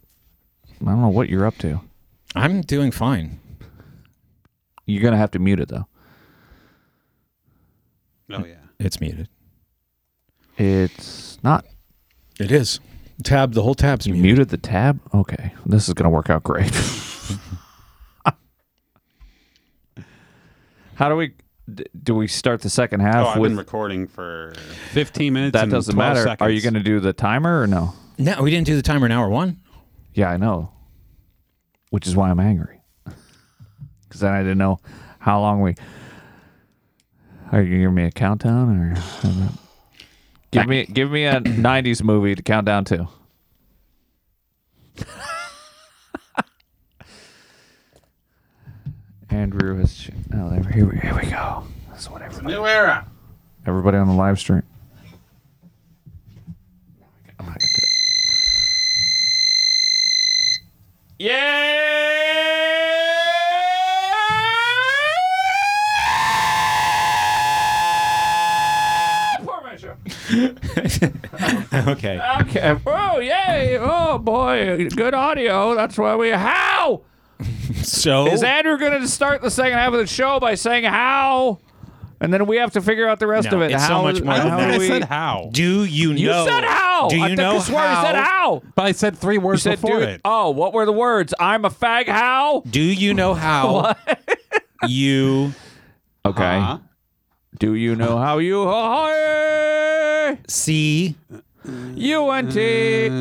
Speaker 3: I don't know what you're up to.
Speaker 1: I'm doing fine.
Speaker 3: You're gonna have to mute it though.
Speaker 2: Oh yeah.
Speaker 1: It's muted.
Speaker 3: It's not.
Speaker 1: It is. Tab, the whole tab's
Speaker 3: You muted the tab. Okay, this is gonna work out great. [LAUGHS] How do we? d- Do we start the second
Speaker 2: Oh,
Speaker 3: half
Speaker 2: I've
Speaker 3: with?
Speaker 2: been recording for 15 minutes.
Speaker 3: that
Speaker 2: and
Speaker 3: doesn't
Speaker 2: 12
Speaker 3: matter.
Speaker 2: Seconds.
Speaker 3: Are you gonna do the timer or no?
Speaker 1: No, we didn't do the timer in hour one.
Speaker 3: Yeah, I know. Which is why I'm angry. [LAUGHS] Because then I didn't know how long we. Are you gonna give me a countdown or? [LAUGHS] Give me give me a [COUGHS] '90s movie to count down to. [LAUGHS] Andrew has. ch- Oh, there, here, we, here we go. That's what everybody.
Speaker 2: New era.
Speaker 3: Everybody on the live stream. I'm not gonna do it.
Speaker 1: okay.
Speaker 3: Okay. Oh yay! Oh boy! Good audio. That's why we. How
Speaker 1: So
Speaker 3: is Andrew going to start the second half of the show by saying how, and then we have to figure out the rest
Speaker 1: No,
Speaker 3: of it.
Speaker 1: it's so
Speaker 3: How-
Speaker 1: much more
Speaker 2: I
Speaker 3: how
Speaker 2: don't
Speaker 1: than
Speaker 3: do
Speaker 2: think I
Speaker 3: we-
Speaker 2: said how.
Speaker 1: do you know?
Speaker 3: You said how.
Speaker 1: Do
Speaker 3: I
Speaker 1: you
Speaker 3: think
Speaker 1: know
Speaker 3: I swear
Speaker 1: how?
Speaker 3: You said how.
Speaker 2: But I said three
Speaker 3: You
Speaker 2: words
Speaker 3: said
Speaker 2: before
Speaker 3: dude.
Speaker 2: it.
Speaker 3: Oh, what were the words? I'm a fag. How?
Speaker 1: Do you
Speaker 2: Oh,
Speaker 1: know
Speaker 2: [LAUGHS]
Speaker 1: how
Speaker 14: [LAUGHS]
Speaker 1: you
Speaker 3: Okay.
Speaker 1: Uh-huh.
Speaker 2: Huh?
Speaker 3: Do you know how you hi
Speaker 1: see?
Speaker 3: U N T?
Speaker 2: Uh,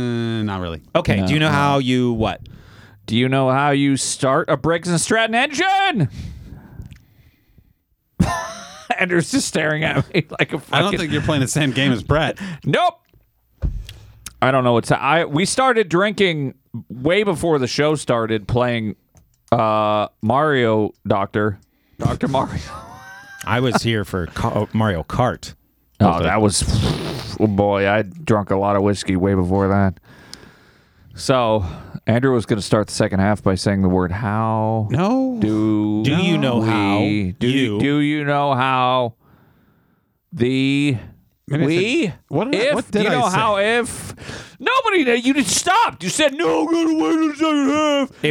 Speaker 2: not really.
Speaker 1: Okay. do you know how you what?
Speaker 3: Do you know how you start a Briggs and Stratton engine? [LAUGHS] Andrew's just staring at me [LAUGHS] like a fucking.
Speaker 2: I don't think you're playing the same game as [LAUGHS] Brett.
Speaker 3: Nope. I don't know what's. I we started drinking way before the show started playing uh Mario Doctor. Doctor Mario.
Speaker 1: I was here for Ka- Mario Kart.
Speaker 3: [LAUGHS] Oh, that was oh boy, I drunk a lot of whiskey way before that. So Andrew was gonna start the second half by saying the word how
Speaker 2: No.
Speaker 3: do
Speaker 1: Do you know how
Speaker 3: we- do
Speaker 1: you-
Speaker 3: do you know how the
Speaker 2: Maybe I
Speaker 3: we
Speaker 2: said- what did I-
Speaker 3: if
Speaker 2: what did
Speaker 3: you
Speaker 2: I
Speaker 3: know
Speaker 2: say?
Speaker 3: how if nobody knew- you just stopped you said no gonna wait a second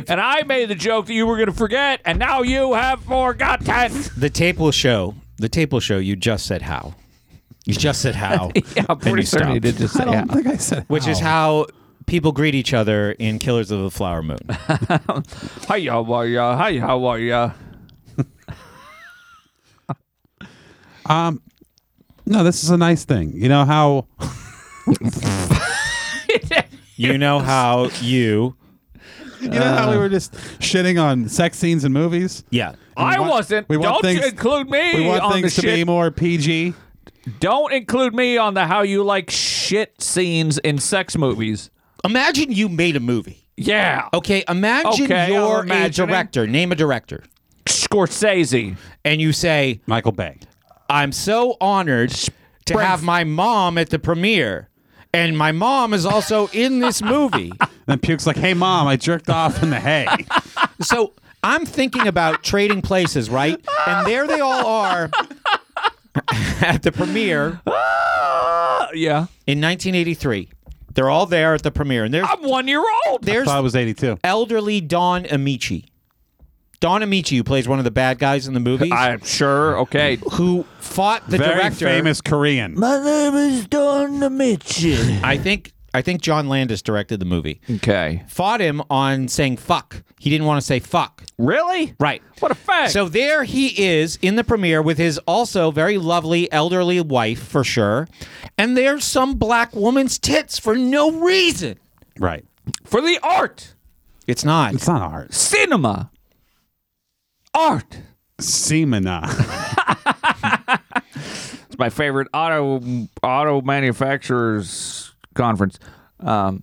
Speaker 3: half and I made the joke that you were gonna forget and now you have
Speaker 2: [LAUGHS]
Speaker 3: forgotten
Speaker 1: The tape will show. The tape will show. You just said how. You just said how.
Speaker 3: [LAUGHS] yeah, I'm pretty certain you did just say I don't how. think I
Speaker 2: said
Speaker 1: Which is how people greet each other in Killers of the Flower Moon.
Speaker 3: hi how are ya hi how are ya
Speaker 2: Um, no, this is a nice thing. You know how [LAUGHS]
Speaker 1: you
Speaker 3: [LAUGHS]
Speaker 1: know how you
Speaker 2: you know how we were just shitting on sex scenes in movies.
Speaker 1: Yeah,
Speaker 3: I wasn't. Don't you include me
Speaker 2: We want
Speaker 3: on
Speaker 2: things
Speaker 3: the
Speaker 2: to be
Speaker 3: shit.
Speaker 2: more PG.
Speaker 3: don't include me on the how you like shit scenes in sex movies
Speaker 1: imagine you made a movie
Speaker 3: yeah
Speaker 1: okay imagine
Speaker 3: Okay, I'm
Speaker 1: you're a
Speaker 3: imagining.
Speaker 1: director. Name a director.
Speaker 3: Scorsese.
Speaker 1: And you say
Speaker 2: Michael Bay.
Speaker 1: I'm so honored to have my mom at the premiere, and my mom is also in this
Speaker 3: [LAUGHS]
Speaker 1: movie.
Speaker 2: And Puke's like, "Hey, mom, I jerked off in the [LAUGHS] hay."
Speaker 1: so I'm thinking about trading places, right? And there they all are at the premiere.
Speaker 3: Uh, yeah.
Speaker 1: In 1983, they're all there at the premiere, and there's
Speaker 3: I'm one year old
Speaker 1: there's
Speaker 2: I was 82.
Speaker 1: elderly Don Amici. Don Amici, who plays one of the bad guys in the movie,
Speaker 3: I'm sure okay
Speaker 1: who fought the
Speaker 2: Very
Speaker 1: director.
Speaker 2: famous Korean.
Speaker 1: My name is Don Amici. I think I think John Landis directed the movie.
Speaker 3: okay
Speaker 1: Fought him on saying fuck. He didn't want to say fuck.
Speaker 3: really
Speaker 1: Right.
Speaker 3: what a fact
Speaker 1: So there he is in the premiere with his also very lovely elderly wife for sure. And there's some black woman's tits for no reason.
Speaker 2: Right.
Speaker 3: for the art
Speaker 1: It's not.
Speaker 2: It's not art.
Speaker 3: cinema art
Speaker 2: [LAUGHS] Semina.
Speaker 3: It's my favorite auto auto manufacturers conference. Um,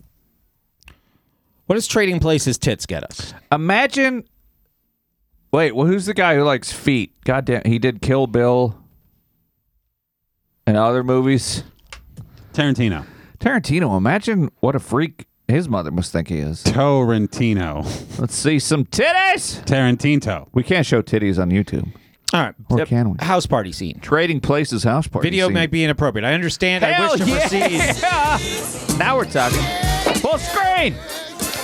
Speaker 1: What does trading places tits get us?
Speaker 3: imagine. Wait, well, who's the guy who likes feet? Goddamn, he did Kill Bill and other movies.
Speaker 2: Tarantino.
Speaker 3: Tarantino. Imagine what a freak his mother must think he [LAUGHS] is.
Speaker 2: Torrentino.
Speaker 3: Let's see some titties.
Speaker 2: Tarantino.
Speaker 3: We can't show titties on YouTube,
Speaker 1: All right.
Speaker 3: or can we?
Speaker 1: House party scene.
Speaker 3: Trading Places house party.
Speaker 1: Video
Speaker 3: scene.
Speaker 1: may be inappropriate. I understand. I
Speaker 3: Hell
Speaker 1: wish to proceed.
Speaker 3: yeah! [LAUGHS] Now we're talking. Full screen.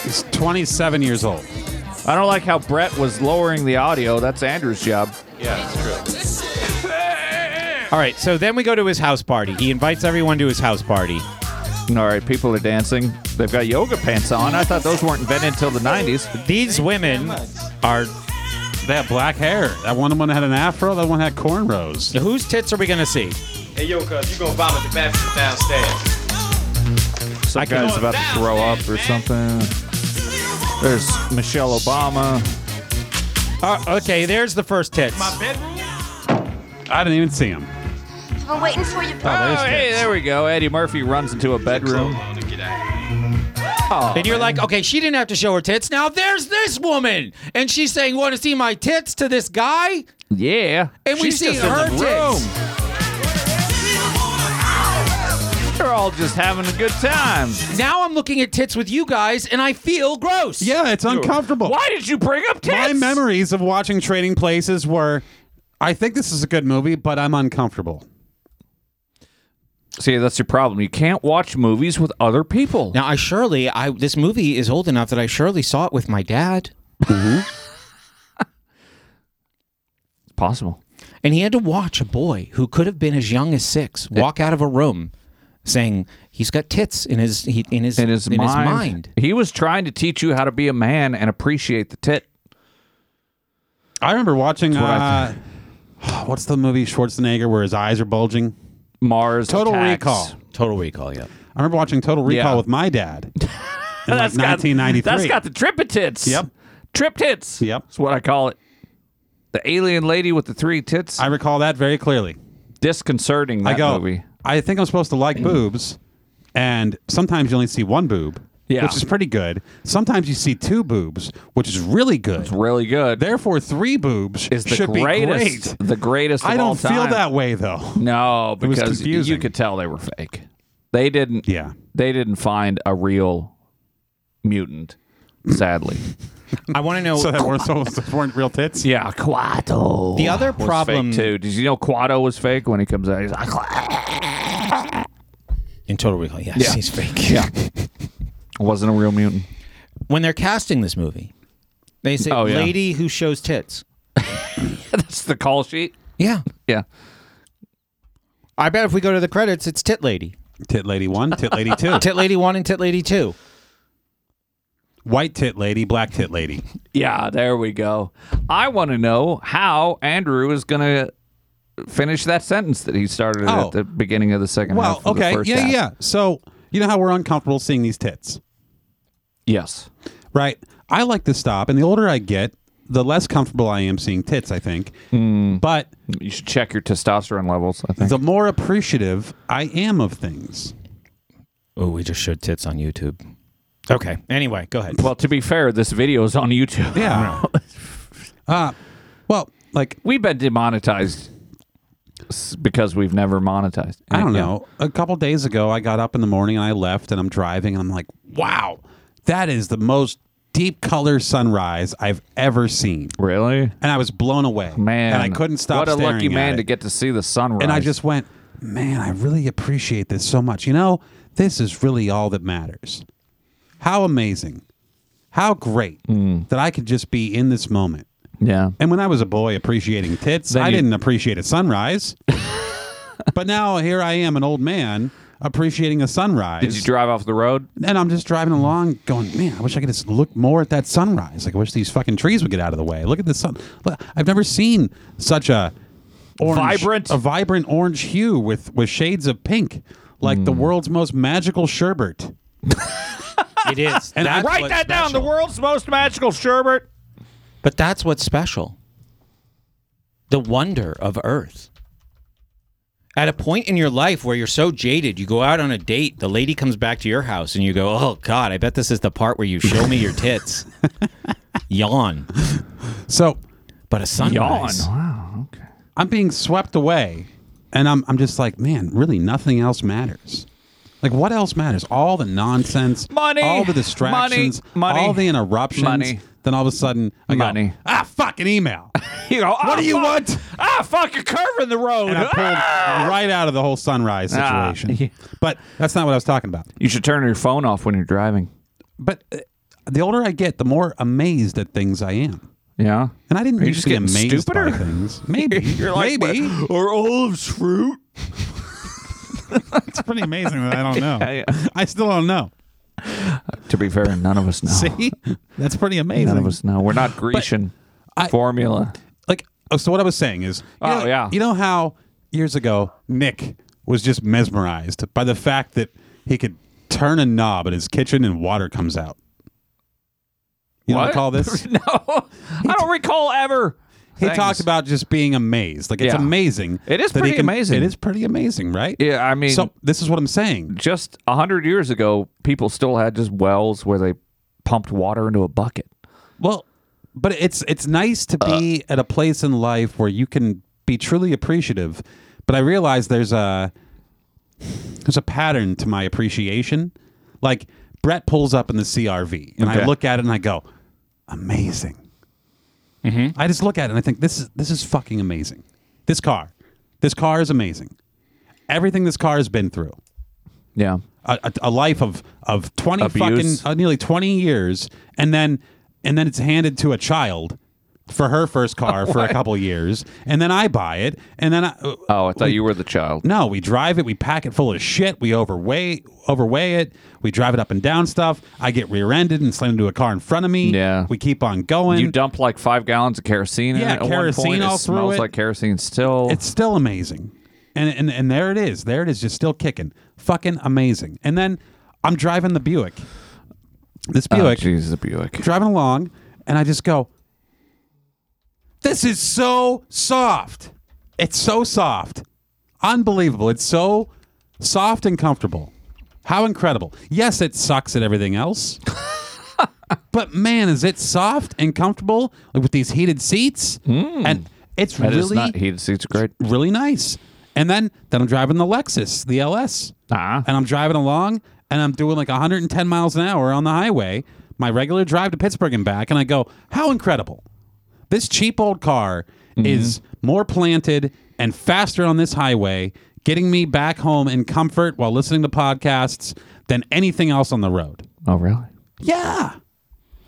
Speaker 2: He's 27 years old.
Speaker 3: I don't like how Brett was lowering the audio. That's Andrew's job.
Speaker 1: All right, so then we go to his house party. He invites everyone to his house party.
Speaker 3: All right, people are dancing. They've got yoga pants on. I thought those weren't invented until the 90s.
Speaker 1: These women are.
Speaker 2: They have black hair. That one one had an afro. That one had cornrows.
Speaker 1: Whose tits are we going to see?
Speaker 15: Hey, yo, cuz, you gonna vomit the bathroom downstairs.
Speaker 3: Some guy's about to throw up or something. There's Michelle Obama.
Speaker 1: Uh, okay, there's the first tits.
Speaker 2: I didn't even see him.
Speaker 8: I'm waiting for you.
Speaker 3: Oh, hey, there we go. Eddie Murphy runs into a bedroom.
Speaker 1: And you're like, okay, she didn't have to show her tits. Now there's this woman, and she's saying, "Want to see my tits?" to this guy,
Speaker 3: Yeah.
Speaker 1: and we
Speaker 3: She's
Speaker 1: see
Speaker 3: just in the
Speaker 1: her tits.
Speaker 3: room. They're all just having a good time.
Speaker 1: Now I'm looking at tits with you guys, and I feel gross.
Speaker 2: Yeah, it's uncomfortable.
Speaker 3: Why did you bring up tits?
Speaker 2: My memories of watching Trading Places were, I think this is a good movie, but I'm uncomfortable.
Speaker 3: See, that's your problem. You can't watch movies with other people.
Speaker 1: Now I surely, I this movie is old enough that I surely saw it with my dad,
Speaker 3: It's possible.
Speaker 1: and he had to watch a boy who could have been as young as six walk out of a room, saying he's got tits in his he, in his
Speaker 3: in his,
Speaker 1: in
Speaker 3: mind,
Speaker 1: his mind.
Speaker 3: He was trying to teach you how to be a man and appreciate the tit.
Speaker 2: I remember watching.
Speaker 3: what I
Speaker 2: Uh, [SIGHS] what's the movie Schwarzenegger where his eyes are bulging?
Speaker 3: Mars
Speaker 2: Total
Speaker 3: attacks.
Speaker 2: Recall.
Speaker 1: Total Recall, yeah.
Speaker 2: I remember watching Total Recall
Speaker 3: Yeah.
Speaker 2: with my dad. In
Speaker 3: [LAUGHS] That's
Speaker 2: like
Speaker 3: got-
Speaker 2: 1993.
Speaker 3: That's got the triptits.
Speaker 2: Yep.
Speaker 3: Trip tits.
Speaker 2: Yep.
Speaker 3: That's what I call it. The alien lady with the three tits.
Speaker 2: I recall that very clearly.
Speaker 3: Disconcerting [LAUGHS] that
Speaker 2: I go.
Speaker 3: movie.
Speaker 2: I think I'm supposed to like boobs, and sometimes you only see one boob,
Speaker 3: Yeah.
Speaker 2: which is pretty good. Sometimes you see two boobs, which is really good.
Speaker 3: It's really good.
Speaker 2: Therefore, three boobs
Speaker 3: Is the
Speaker 2: should
Speaker 3: greatest.
Speaker 2: be great.
Speaker 3: The greatest of
Speaker 2: I
Speaker 3: all
Speaker 2: don't feel
Speaker 3: time.
Speaker 2: that way though. [LAUGHS]
Speaker 3: No,
Speaker 2: It was
Speaker 3: because you
Speaker 2: confusing.
Speaker 3: could tell they were fake. They didn't
Speaker 2: Yeah.
Speaker 3: they didn't find a real mutant,
Speaker 2: [LAUGHS]
Speaker 3: sadly.
Speaker 1: I want to [LAUGHS] know.
Speaker 2: So that weren't, so those weren't real tits.
Speaker 3: Yeah, Quato.
Speaker 1: The other
Speaker 3: was
Speaker 1: problem-
Speaker 3: fake too. Did you know Quato was fake when he comes out? He's like,
Speaker 1: In Total Recall, yes,
Speaker 3: Yeah.
Speaker 1: he's fake. Yeah,
Speaker 3: wasn't a real mutant.
Speaker 1: When they're casting this movie, they say
Speaker 3: Oh, yeah.
Speaker 1: lady who shows tits.
Speaker 3: [LAUGHS] That's the call sheet.
Speaker 1: Yeah,
Speaker 3: yeah.
Speaker 1: I bet if we go to the credits, it's Tit Lady.
Speaker 2: Tit Lady One, Tit Lady
Speaker 3: [LAUGHS]
Speaker 2: Two,
Speaker 1: Tit Lady One, and Tit Lady Two.
Speaker 2: White Tit Lady, Black Tit Lady.
Speaker 3: Yeah, there we go. I want to know how Andrew is going to finish that sentence that he started
Speaker 2: Oh.
Speaker 3: at the beginning of the second
Speaker 2: Well,
Speaker 3: half. of the
Speaker 2: okay,
Speaker 3: first
Speaker 2: yeah,
Speaker 3: half.
Speaker 2: yeah. So you know how we're uncomfortable seeing these tits.
Speaker 3: Yes.
Speaker 2: Right. I like to stop, and the older I get, the less comfortable I am seeing tits. I think, but
Speaker 3: you should check your testosterone levels. I think
Speaker 2: the more appreciative I am of things.
Speaker 1: Oh, we just showed tits on YouTube. Okay. Anyway, go ahead.
Speaker 3: Well, to be fair, this video is on YouTube.
Speaker 2: Yeah. uh, well, like
Speaker 3: we've been demonetized s- because we've never monetized.
Speaker 2: I don't know. A couple days ago, I got up in the morning and I left, and I'm driving, and I'm like, wow, that is the most deep color sunrise I've ever seen.
Speaker 3: Really? And
Speaker 2: I was blown away.
Speaker 3: Man,
Speaker 2: And I couldn't stop
Speaker 3: What a
Speaker 2: staring
Speaker 3: lucky
Speaker 2: at
Speaker 3: man
Speaker 2: it.
Speaker 3: to get to see the sunrise.
Speaker 2: And I just went, man, I really appreciate this so much. You know, this is really all that matters. How amazing. How great
Speaker 3: Hmm.
Speaker 2: that I could just be in this moment.
Speaker 3: Yeah.
Speaker 2: And when I was a boy appreciating tits,
Speaker 3: Then
Speaker 2: I
Speaker 3: you-
Speaker 2: didn't appreciate
Speaker 3: [LAUGHS]
Speaker 2: a sunrise. but now here I am, an old man, appreciating a sunrise.
Speaker 3: Did you drive off the road?
Speaker 2: and I'm just driving along going, man, I wish I could just look more at that sunrise. Like, I wish these fucking trees would get out of the way. Look at the sun. Look, I've never seen such a orange,
Speaker 3: Vibrant.
Speaker 2: a vibrant orange hue with, with shades of pink, like
Speaker 3: Hmm.
Speaker 2: the world's most magical sherbet.
Speaker 1: It is.
Speaker 2: And I-
Speaker 3: write
Speaker 2: what's
Speaker 3: that down. The world's most magical sherbet.
Speaker 1: But that's what's special. The wonder of Earth. At a point in your life where you're so jaded, you go out on a date, the lady comes back to your house, and you go, Oh, God, I bet this is the part where you show me your tits. Yawn.
Speaker 2: So,
Speaker 1: but a sunrise.
Speaker 3: Wow. Okay.
Speaker 2: I'm being swept away, and I'm I'm just like, man, really, nothing else matters. Like, what else matters? All the nonsense,
Speaker 3: Money,
Speaker 2: all the distractions,
Speaker 3: money, money,
Speaker 2: all the interruptions.
Speaker 3: money.
Speaker 2: Then all of a sudden, I go,
Speaker 3: Money.
Speaker 2: ah, fuck an email,
Speaker 3: You go,
Speaker 2: What do you
Speaker 3: want? Ah, fuck a curve in the road.
Speaker 2: and I pulled right out of the whole sunrise
Speaker 3: Ah.
Speaker 2: situation. But that's not what I was talking about.
Speaker 3: You should turn your phone off when you're driving.
Speaker 2: But uh, the older I get, the more amazed at things I am.
Speaker 3: Yeah.
Speaker 2: And I didn't
Speaker 3: Are you
Speaker 2: used
Speaker 3: just
Speaker 2: to be
Speaker 3: getting
Speaker 2: amazed
Speaker 3: stupider?
Speaker 2: by things. [LAUGHS] Maybe
Speaker 3: You're like,
Speaker 2: maybe
Speaker 3: or olives
Speaker 2: [LAUGHS]
Speaker 3: fruit.
Speaker 2: it's pretty amazing that I [LAUGHS] don't know.
Speaker 3: Yeah,
Speaker 2: I uh, still don't know.
Speaker 3: To be fair, none of us know.
Speaker 2: [LAUGHS] See, that's pretty amazing.
Speaker 3: None of us know. We're not Grecian formula.
Speaker 2: like oh, so what I was saying is you
Speaker 3: Oh,
Speaker 2: know,
Speaker 3: yeah.
Speaker 2: you know how years ago Nick was just mesmerized by the fact that he could turn a knob in his kitchen and water comes out. You
Speaker 3: What?
Speaker 2: don't
Speaker 3: [LAUGHS]
Speaker 2: recall this?
Speaker 3: no, I don't recall ever.
Speaker 2: He
Speaker 3: Things.
Speaker 2: talked about just being amazed. Like it's
Speaker 3: Yeah.
Speaker 2: amazing.
Speaker 3: It is
Speaker 2: that he
Speaker 3: pretty
Speaker 2: can-
Speaker 3: amazing.
Speaker 2: It is pretty amazing, right?
Speaker 3: Yeah, I mean,
Speaker 2: So this is what I'm saying.
Speaker 3: just a hundred years ago, people still had just wells where they pumped water into a bucket.
Speaker 2: Well, but it's it's nice to be at a place in life where you can be truly appreciative. But I realize there's a there's a pattern to my appreciation. Like Brett pulls up in the CRV, and
Speaker 3: Okay.
Speaker 2: I look at it and I go, "Amazing." I just look at it and I think this is this is fucking amazing. This car, this car is amazing. Everything this car has been through
Speaker 3: Yeah.
Speaker 2: a, a, a life of of twenty
Speaker 3: Abuse.
Speaker 2: fucking uh, nearly twenty years, and then and then it's handed to a child for her first
Speaker 3: [LAUGHS]
Speaker 2: car for a couple years, and then I buy it, and then I, uh,
Speaker 3: Oh, I thought you were the child.
Speaker 2: no, we drive it, we pack it full of shit, we overweigh overweigh it, we drive it up and down stuff. I get rear ended and slammed into a car in front of me.
Speaker 3: Yeah.
Speaker 2: we keep on going.
Speaker 3: You dump like five gallons of kerosene in
Speaker 2: Yeah,
Speaker 3: it at one
Speaker 2: kerosene
Speaker 3: point.
Speaker 2: all
Speaker 3: it
Speaker 2: through
Speaker 3: smells
Speaker 2: it.
Speaker 3: like kerosene still.
Speaker 2: It's still amazing. And, and and there it is. There it is, just still kicking. Fucking amazing. And then I'm driving the Buick. This
Speaker 3: Oh,
Speaker 2: Buick.
Speaker 3: jeez, the Buick.
Speaker 2: Driving along, and I just go, This is so soft. It's so soft. Unbelievable. It's so soft and comfortable. How incredible. Yes, it sucks at everything else. [LAUGHS] but man, is it soft and comfortable like with these heated seats? And it's
Speaker 3: Hmm. That is
Speaker 2: really
Speaker 3: not heated seats are great.
Speaker 2: really nice. And then then I'm driving the Lexus, the LS,
Speaker 3: Ah.
Speaker 2: and I'm driving along, and I'm doing like 110 miles an hour on the highway, my regular drive to Pittsburgh and back, and I go, how incredible! This cheap old car is more planted and faster on this highway, getting me back home in comfort while listening to podcasts than anything else on the road.
Speaker 3: Oh, really?
Speaker 2: Yeah.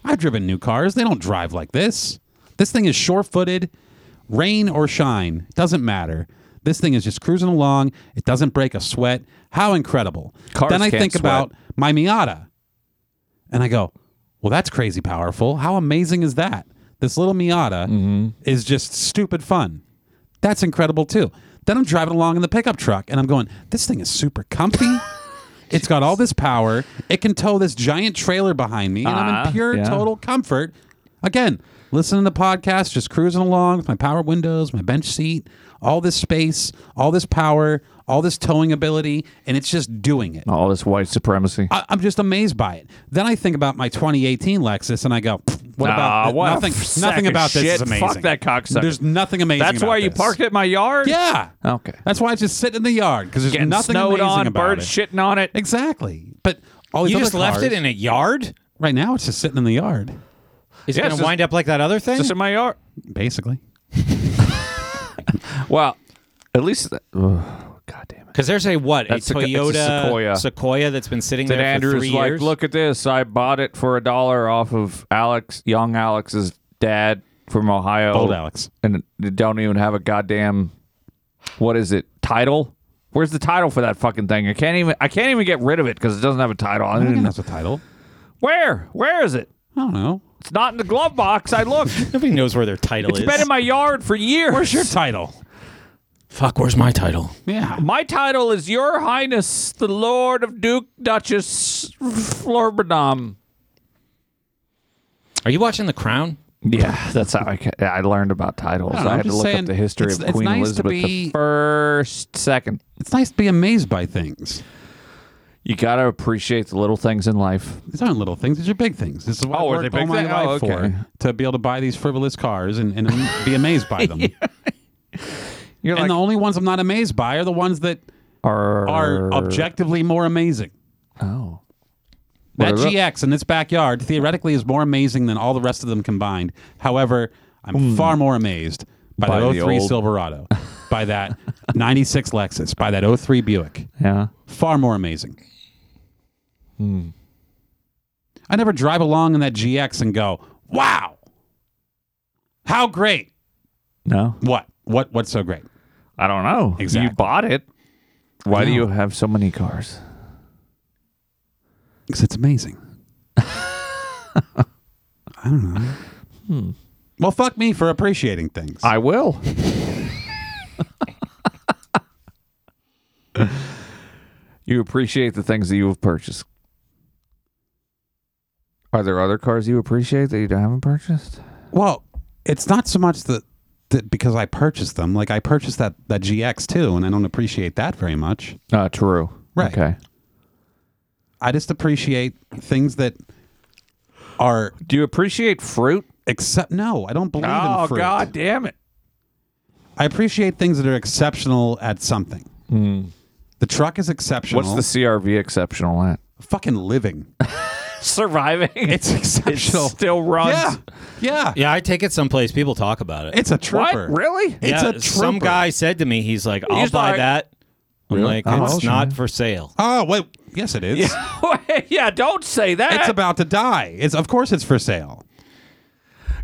Speaker 2: I've driven new cars. They don't drive like this. This thing is short footed, rain or shine, doesn't matter. This thing is just cruising along. It doesn't break a sweat. How incredible.
Speaker 3: Cars
Speaker 2: then I
Speaker 3: can't
Speaker 2: think
Speaker 3: sweat.
Speaker 2: about my Miata and I go, well, that's crazy powerful. How amazing is that? This little Miata
Speaker 3: Mm-hmm.
Speaker 2: is just stupid fun. That's incredible too. Then I'm driving along in the pickup truck and I'm going, this thing is super comfy. it's got all this power. It can tow this giant trailer behind me and I'm
Speaker 3: Ah,
Speaker 2: in pure
Speaker 3: yeah.
Speaker 2: total comfort. Again, listening to podcasts, just cruising along with my power windows, my bench seat, all this space, all this power, all this towing ability, and it's just doing it.
Speaker 3: All this white supremacy.
Speaker 2: I, I'm just amazed by it. Then I think about my 2018 Lexus, and I go, "Pfft, "What
Speaker 3: Nah,
Speaker 2: about th-
Speaker 3: what a
Speaker 2: nothing?
Speaker 3: f- sack
Speaker 2: Nothing
Speaker 3: of
Speaker 2: about this
Speaker 3: shit.
Speaker 2: is amazing.
Speaker 3: Fuck that cocksucker.
Speaker 2: There's nothing amazing.
Speaker 3: That's
Speaker 2: about
Speaker 3: why you
Speaker 2: this.
Speaker 3: parked it in my yard?
Speaker 2: Yeah.
Speaker 3: Okay.
Speaker 2: That's why it's just sitting in the yard because there's
Speaker 3: Getting
Speaker 2: nothing
Speaker 3: snowed
Speaker 2: amazing
Speaker 3: on,
Speaker 2: about
Speaker 3: birds
Speaker 2: it.
Speaker 3: shitting on it.
Speaker 2: Exactly. But all these
Speaker 1: You
Speaker 2: other
Speaker 1: just left
Speaker 2: cars-
Speaker 1: it in a yard?
Speaker 2: Right now, it's just sitting in the yard,
Speaker 1: Is
Speaker 3: Yeah,
Speaker 1: it
Speaker 3: it's
Speaker 1: going
Speaker 3: just-
Speaker 1: to wind up like that other thing?
Speaker 3: Just in my yard.
Speaker 2: basically.
Speaker 3: Well, at least that,
Speaker 1: Because there's a what?
Speaker 3: That's
Speaker 1: a
Speaker 3: a- it's a
Speaker 1: Toyota
Speaker 3: Sequoia.
Speaker 1: that's been sitting
Speaker 3: that
Speaker 1: there for
Speaker 3: Andrew's
Speaker 1: three
Speaker 3: like,
Speaker 1: years.
Speaker 3: look at this. I bought it for a dollar off of Alex, young Alex's dad from Ohio.
Speaker 2: Old Alex.
Speaker 3: And they don't even have a goddamn, what is it, title? Where's the title for that fucking thing? I can't even. I can't even get rid of it because it doesn't have a title. I
Speaker 2: I think
Speaker 3: didn't-
Speaker 2: that's a title.
Speaker 3: Where? Where is it?
Speaker 2: I don't know.
Speaker 3: It's not in the glove box. I
Speaker 1: [LAUGHS]
Speaker 3: looked.
Speaker 1: Nobody knows where their title
Speaker 3: It's
Speaker 1: is.
Speaker 3: been in my yard for years.
Speaker 2: Where's your title?
Speaker 3: [LAUGHS]
Speaker 1: Fuck, where's my title?
Speaker 2: Yeah.
Speaker 3: My title is Your Highness, the Lord of Duke Duchess Florbadom.
Speaker 1: Are you watching The Crown?
Speaker 3: Yeah, that's how I, ca- I learned about titles.
Speaker 2: I don't know,
Speaker 3: I,
Speaker 2: I'm
Speaker 3: had to
Speaker 2: just
Speaker 3: look
Speaker 2: saying
Speaker 3: up the history
Speaker 2: it's-
Speaker 3: of
Speaker 2: it's
Speaker 3: Queen
Speaker 2: nice to
Speaker 3: Elizabeth
Speaker 2: be-
Speaker 3: the first, second.
Speaker 2: It's nice to be amazed by things.
Speaker 3: You gotta appreciate the little things in life.
Speaker 2: These aren't little things; these are big things. This is what
Speaker 3: Oh,
Speaker 2: I
Speaker 3: are
Speaker 2: worked
Speaker 3: they
Speaker 2: all
Speaker 3: big
Speaker 2: my
Speaker 3: thing?
Speaker 2: life
Speaker 3: Oh, okay.
Speaker 2: for to be able to buy these frivolous cars and, and be amazed
Speaker 3: [LAUGHS]
Speaker 2: by them.
Speaker 3: You're
Speaker 2: and
Speaker 3: like,
Speaker 2: the only ones I'm not amazed by are the ones that
Speaker 3: are,
Speaker 2: are objectively more amazing.
Speaker 3: Oh,
Speaker 2: That
Speaker 3: What are the-
Speaker 2: GX in this backyard theoretically is more amazing than all the rest of them combined. However, I'm far more amazed by,
Speaker 3: Hmm. By
Speaker 2: the
Speaker 3: the
Speaker 2: 03
Speaker 3: old-
Speaker 2: Silverado, by that 96 Lexus, by that 03 Buick.
Speaker 3: yeah.
Speaker 2: Far more amazing. I never drive along in that GX and go, "Wow, how great!"
Speaker 3: No,
Speaker 2: What? What? What's so great?
Speaker 3: I don't know.
Speaker 2: Exactly.
Speaker 3: You bought it. Why do
Speaker 2: know.
Speaker 3: you have so many cars?
Speaker 2: Because it's amazing. [LAUGHS] I don't know. Well, fuck me for appreciating things.
Speaker 3: I will. [LAUGHS] you appreciate the things that you have purchased. Are there other cars you appreciate that you haven't purchased?
Speaker 2: well, it's not so much that, that because I purchased them. Like I purchased that that GX too, and I don't appreciate that very much.
Speaker 3: Uh, true.
Speaker 2: Right.
Speaker 3: Okay.
Speaker 2: I just appreciate things that are
Speaker 3: Do you appreciate fruit?
Speaker 2: except. No, I don't believe in fruit.
Speaker 3: Oh, damn it!
Speaker 2: I appreciate things that are exceptional at something. The truck is exceptional.
Speaker 3: What's the CRV exceptional at?
Speaker 2: fucking living?
Speaker 3: Surviving.
Speaker 2: [LAUGHS] It's exceptional.
Speaker 3: still runs.
Speaker 2: yeah, yeah.
Speaker 1: Yeah, I take it someplace people talk about it.
Speaker 2: It's a
Speaker 3: What?
Speaker 2: trooper.
Speaker 3: Really? [LAUGHS]
Speaker 2: It's
Speaker 1: yeah,
Speaker 2: a trooper.
Speaker 1: Some guy said to me, he's like, I'll
Speaker 3: He's
Speaker 1: buy
Speaker 3: like-
Speaker 1: that. I'm like,
Speaker 2: Oh,
Speaker 1: it's
Speaker 2: okay.
Speaker 1: not for sale.
Speaker 2: Oh wait, yes, it is.
Speaker 3: yeah. Don't say that.
Speaker 2: It's about to die. It's of course it's for sale.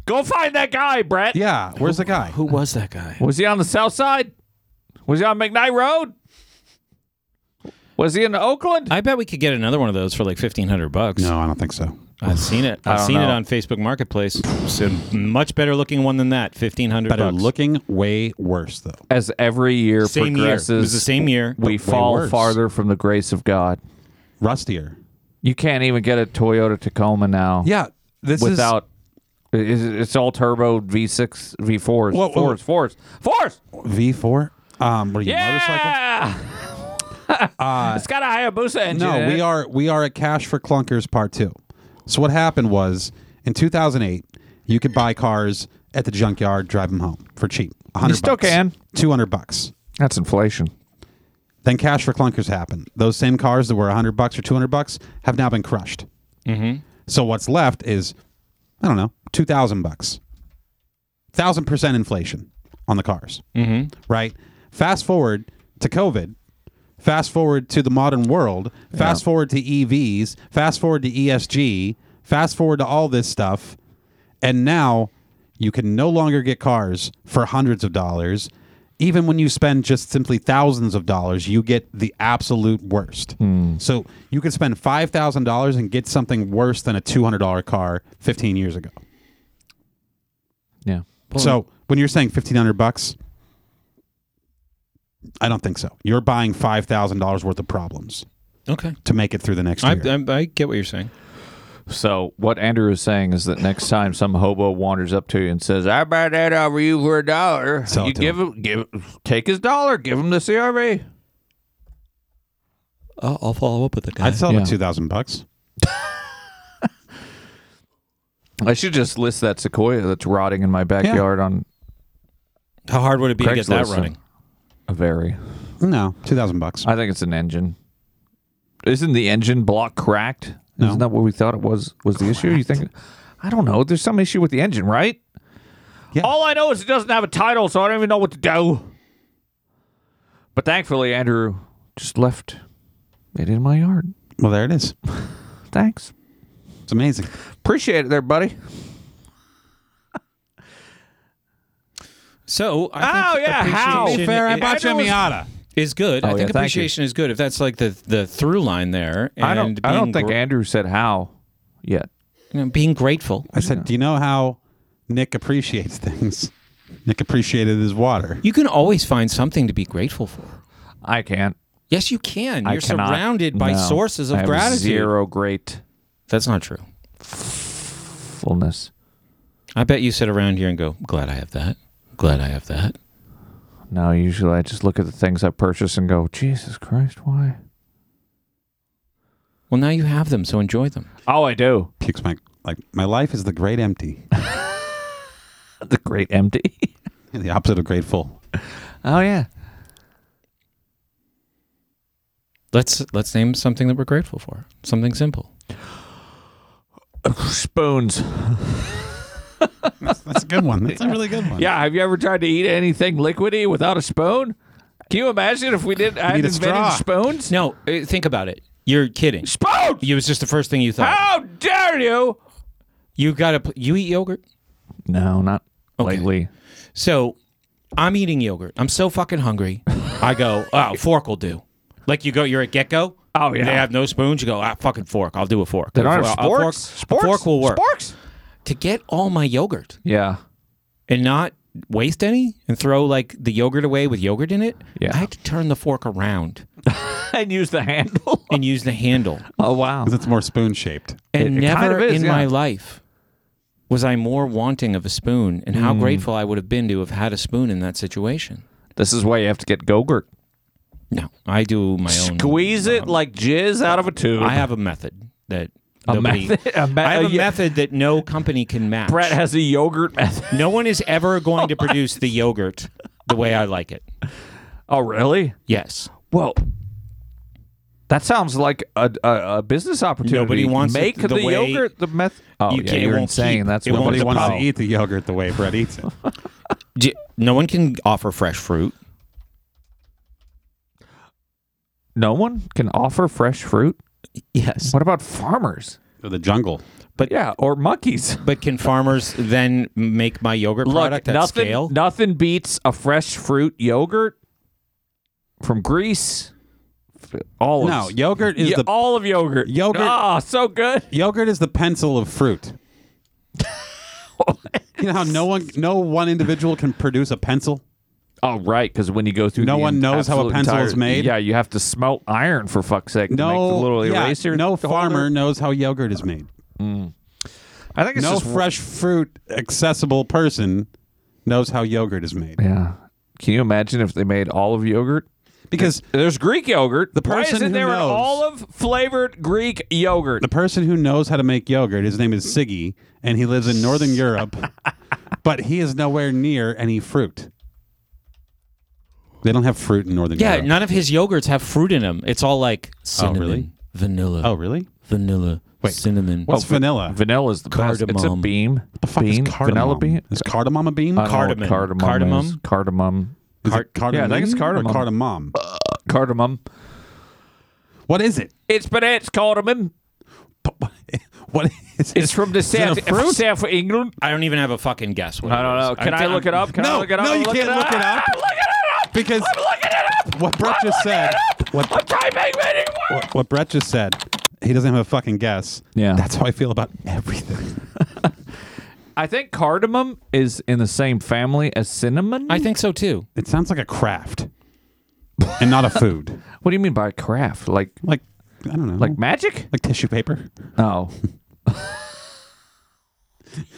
Speaker 3: Go find that guy, Brett.
Speaker 2: Yeah, where's the guy?
Speaker 1: Who was that guy?
Speaker 3: Was he on the south side? Was he on McKnight Road? Was he in Oakland?
Speaker 1: I bet we could get another one of those for like fifteen hundred bucks.
Speaker 2: No, I don't think so.
Speaker 1: I've seen it. I've
Speaker 3: don't
Speaker 1: seen it
Speaker 3: know.
Speaker 1: on Facebook Marketplace. It's a much better looking one than that. Fifteen hundred.
Speaker 2: Better
Speaker 1: bucks.
Speaker 2: looking, way worse though.
Speaker 3: As every year
Speaker 1: Same year. It
Speaker 3: progresses,
Speaker 1: was the same year.
Speaker 3: we fall
Speaker 2: worse.
Speaker 3: farther from the grace of God.
Speaker 2: Rustier.
Speaker 3: You can't even get a Toyota Tacoma now.
Speaker 2: Yeah, this
Speaker 3: without is, it's all turbo V6, V4s,
Speaker 2: Whoa, whoa.
Speaker 3: fours, fours, fours.
Speaker 2: is V4. Um, were you motorcycle? [LAUGHS]
Speaker 3: Yeah,
Speaker 2: Uh,
Speaker 3: it's got a Hayabusa engine.
Speaker 2: No,
Speaker 3: in
Speaker 2: we
Speaker 3: it.
Speaker 2: are we are at Cash for Clunkers Part Two. So what happened was in 2008, you could buy cars at the junkyard, drive them home for cheap. 100
Speaker 3: still
Speaker 2: bucks,
Speaker 3: can.
Speaker 2: 200 bucks.
Speaker 3: That's inflation.
Speaker 2: Then Cash for Clunkers happened. Those same cars that were 100 bucks or 200 bucks have now been crushed.
Speaker 1: Mhm.
Speaker 2: So what's left is, I don't know, 2,000 bucks. 1,000% inflation on the cars,
Speaker 1: Mm-hmm.
Speaker 2: right? Fast forward to COVID. Fast forward to the modern world. Fast forward to EVs. Fast forward to ESG. Fast forward to all this stuff. And now you can no longer get cars for hundreds of dollars. Even when you spend just simply thousands of dollars, you get the absolute worst. So you could spend $5,000 and get something worse than a $200 car 15 years ago.
Speaker 3: Yeah.
Speaker 2: So when you're saying 1500 bucks, I don't think so. You're buying $5,000 worth of problems.
Speaker 1: Okay.
Speaker 2: To make it through the next year.
Speaker 1: I, I, I get what you're saying.
Speaker 3: So what Andrew is saying is that next time some hobo wanders up to you and says, "I buy that over you for a dollar,"
Speaker 2: Sell it
Speaker 3: you
Speaker 2: to
Speaker 3: give him give take his dollar, give him the CRV.
Speaker 2: I'll, I'll follow up with the guy. I'd sell it
Speaker 3: Yeah.
Speaker 2: at 2000 bucks.
Speaker 3: I should just list that sequoia that's rotting in my backyard on.
Speaker 1: How hard would it be to get that
Speaker 3: Craigslist
Speaker 1: running?
Speaker 3: A very.
Speaker 2: No, 2000 bucks.
Speaker 3: I think it's an engine. Isn't the engine block cracked? Isn't that what we thought it was was the issue? You think I don't know. There's some issue with the engine, right?
Speaker 16: All I know is it doesn't have a title, so I don't even know what to do.
Speaker 3: But thankfully Andrew just left it in my yard.
Speaker 2: Well, there it is.
Speaker 3: Thanks.
Speaker 2: It's amazing.
Speaker 3: Appreciate it there, buddy.
Speaker 1: So, I
Speaker 3: Oh,
Speaker 1: think
Speaker 3: yeah, how?
Speaker 1: appreciation
Speaker 3: To be fair, I
Speaker 1: i-
Speaker 3: bought you a Miata.
Speaker 1: Is good.
Speaker 3: Oh,
Speaker 1: I
Speaker 3: yeah,
Speaker 1: think
Speaker 3: thank you.
Speaker 1: appreciation is good if that's like the the through line there. And
Speaker 3: I don't I
Speaker 1: being
Speaker 3: don't think
Speaker 1: gr-
Speaker 3: Andrew said how yet.
Speaker 1: you know, being grateful.
Speaker 2: I said, do you know how Nick appreciates things? Nick appreciated his water.
Speaker 1: You can always find something to be grateful for.
Speaker 3: I can't.
Speaker 1: Yes, you can.
Speaker 3: I
Speaker 1: You're
Speaker 3: cannot-
Speaker 1: surrounded by
Speaker 3: no.
Speaker 1: sources of
Speaker 3: I have
Speaker 1: gratitude.
Speaker 3: Zero great
Speaker 1: That's not true.
Speaker 3: fullness.
Speaker 1: I bet you sit around here and go, glad I have that. Glad I have that.
Speaker 3: No, usually I just look at the things I purchase and go, Jesus Christ, why?
Speaker 1: Well, now you have them, so enjoy them.
Speaker 3: Oh, I do.
Speaker 2: Pukes my like my life is the great empty. [LAUGHS]
Speaker 3: the great
Speaker 1: [LAUGHS]
Speaker 3: empty.
Speaker 2: the opposite of grateful.
Speaker 3: Oh yeah.
Speaker 1: Let's let's name something that we're grateful for. Something simple.
Speaker 3: Spoons.
Speaker 2: That's a good one. That's a really good one.
Speaker 3: Yeah, have you ever tried to eat anything liquidy without a spoon? Can you imagine if we did I
Speaker 1: need
Speaker 3: had
Speaker 1: a
Speaker 3: invented
Speaker 1: straw.
Speaker 3: spoons?
Speaker 1: No, uh, think about it. You're kidding.
Speaker 3: Spoons.
Speaker 1: It was just the first thing you thought.
Speaker 3: How dare you?
Speaker 1: You got to. You eat yogurt.
Speaker 3: No, not lately.
Speaker 1: So I'm eating yogurt. I'm so fucking hungry. I go, [LAUGHS] oh, fork will do. Like you go, you're at Get Go.
Speaker 3: Oh, yeah.
Speaker 1: They have no spoons. You go, ah, fucking fork. I'll do a fork.
Speaker 3: They don't have
Speaker 1: A fork- a
Speaker 3: sporks?
Speaker 1: Fork, a fork will work.
Speaker 3: Sporks?
Speaker 1: To get all my yogurt
Speaker 3: Yeah.
Speaker 1: and not waste any and throw like the yogurt away with yogurt in it,
Speaker 3: Yeah.
Speaker 1: I had to turn the fork around
Speaker 3: [LAUGHS] and use the handle.
Speaker 1: and use the handle.
Speaker 3: Oh wow.
Speaker 2: 'Cause it's more spoon shaped.
Speaker 1: And
Speaker 3: [LAUGHS] It- it
Speaker 1: never
Speaker 3: kind of is,
Speaker 1: in
Speaker 3: yeah.
Speaker 1: my life was I more wanting of a spoon and
Speaker 3: Hmm.
Speaker 1: how grateful I would have been to have had a spoon in that situation.
Speaker 3: This is why you have to get Gogurt.
Speaker 1: No, I do my own.
Speaker 3: Squeeze it like jizz out of a tube.
Speaker 1: I have a method that
Speaker 3: A
Speaker 1: nobody,
Speaker 3: method- [LAUGHS] a me-
Speaker 1: I have a
Speaker 3: a ye-
Speaker 1: method that no company can match.
Speaker 3: Brett has a yogurt method.
Speaker 1: no one is ever going to produce the yogurt the way I like it.
Speaker 3: Oh really?
Speaker 1: Yes.
Speaker 3: Well, that sounds like a, a, a business opportunity.
Speaker 1: Nobody wants it
Speaker 3: make
Speaker 1: the
Speaker 3: the,
Speaker 1: way-
Speaker 3: yogurt the meth. Oh
Speaker 1: You
Speaker 3: yeah,
Speaker 1: can't- it
Speaker 3: you're
Speaker 1: won't
Speaker 3: insane.
Speaker 1: keep-
Speaker 3: That's
Speaker 1: it
Speaker 3: what
Speaker 1: won't
Speaker 2: Nobody
Speaker 3: the
Speaker 1: keep
Speaker 2: wants
Speaker 3: problem.
Speaker 2: to eat the yogurt the way Brett eats
Speaker 3: [LAUGHS]
Speaker 2: it.
Speaker 1: Do- no one can offer fresh fruit.
Speaker 3: No one can offer fresh fruit.
Speaker 1: Yes.
Speaker 3: What about farmers?
Speaker 2: Or the jungle.
Speaker 3: Yeah, or monkeys.
Speaker 1: But can farmers then make my yogurt [LAUGHS] product at
Speaker 3: nothing,
Speaker 1: scale?
Speaker 3: nothing beats a fresh fruit yogurt from Greece. F- Olives.
Speaker 2: No, yogurt is
Speaker 3: Ye-
Speaker 2: the
Speaker 3: olive yogurt.
Speaker 2: Yogurt-
Speaker 3: Ah, so good.
Speaker 2: yogurt is the pencil of fruit.
Speaker 3: [LAUGHS]
Speaker 2: you know how no one no one individual can produce a pencil?
Speaker 3: Oh, right. Because when you go through,
Speaker 2: No
Speaker 3: the
Speaker 2: one knows how a
Speaker 3: absolute
Speaker 2: pencil
Speaker 3: entire-
Speaker 2: is made.
Speaker 3: Yeah, you have to smelt iron for fuck's sake. to make the
Speaker 2: No,
Speaker 3: little
Speaker 2: yeah,
Speaker 3: eraser.
Speaker 2: no
Speaker 3: holder.
Speaker 2: farmer knows how yogurt is made.
Speaker 3: I think it's
Speaker 2: no
Speaker 3: just
Speaker 2: fresh fruit accessible person knows how yogurt is made
Speaker 3: Yeah. Can you imagine if they made olive yogurt?
Speaker 2: because
Speaker 3: There's Greek yogurt.
Speaker 2: The
Speaker 3: Why
Speaker 2: person
Speaker 3: isn't
Speaker 2: who
Speaker 3: there
Speaker 2: knows-
Speaker 3: an olive flavored Greek yogurt?
Speaker 2: the person who knows how to make yogurt his name is siggy and he lives in
Speaker 3: [LAUGHS]
Speaker 2: northern europe but he is nowhere near any fruit they don't have fruit in northern
Speaker 1: yeah,
Speaker 2: europe
Speaker 1: none of his yogurts have fruit in them. It's all like
Speaker 3: Oh,
Speaker 1: cinnamon,
Speaker 2: really?
Speaker 1: vanilla,
Speaker 2: oh really
Speaker 1: vanilla,
Speaker 2: Wait,
Speaker 1: cinnamon.
Speaker 2: what's vanilla what
Speaker 3: Oh, Vanilla is the best. It's a
Speaker 1: Cardamom.
Speaker 3: bean.
Speaker 2: the fuck
Speaker 3: bean.
Speaker 2: is cardamom
Speaker 3: Vanilla bean. Uh,
Speaker 2: is cardamom a bean
Speaker 3: I don't know what
Speaker 1: Cardamom.
Speaker 3: Cardamom. is.
Speaker 1: Cardamom?
Speaker 3: Cardamom.
Speaker 2: Cart-
Speaker 3: yeah, I think it's
Speaker 2: cardamom
Speaker 3: cardamom.
Speaker 2: or cardamom.
Speaker 3: cardamom.
Speaker 2: What is it? [LAUGHS]
Speaker 3: It's bananas cardamom.
Speaker 2: What is
Speaker 3: It's from the south, south of England.
Speaker 1: I don't even have a fucking guess. What
Speaker 3: I don't know. Can I, look it up? Can I
Speaker 2: no,
Speaker 3: look it up?
Speaker 2: no,
Speaker 3: [LAUGHS]
Speaker 2: you
Speaker 3: Look
Speaker 2: can't look it up. Because what Brett just said.
Speaker 3: [LAUGHS]
Speaker 2: What, what, what Brett just said. He doesn't have a fucking guess.
Speaker 3: Yeah,
Speaker 2: that's how I feel about everything.
Speaker 3: I think cardamom is in the same family as cinnamon. I
Speaker 1: think so too.
Speaker 2: It sounds like a craft, and not
Speaker 3: [LAUGHS]
Speaker 2: a food.
Speaker 3: what do you mean by craft? Like
Speaker 2: like I don't know.
Speaker 3: Like magic?
Speaker 2: Like
Speaker 3: [LAUGHS]
Speaker 2: tissue paper?
Speaker 3: Oh.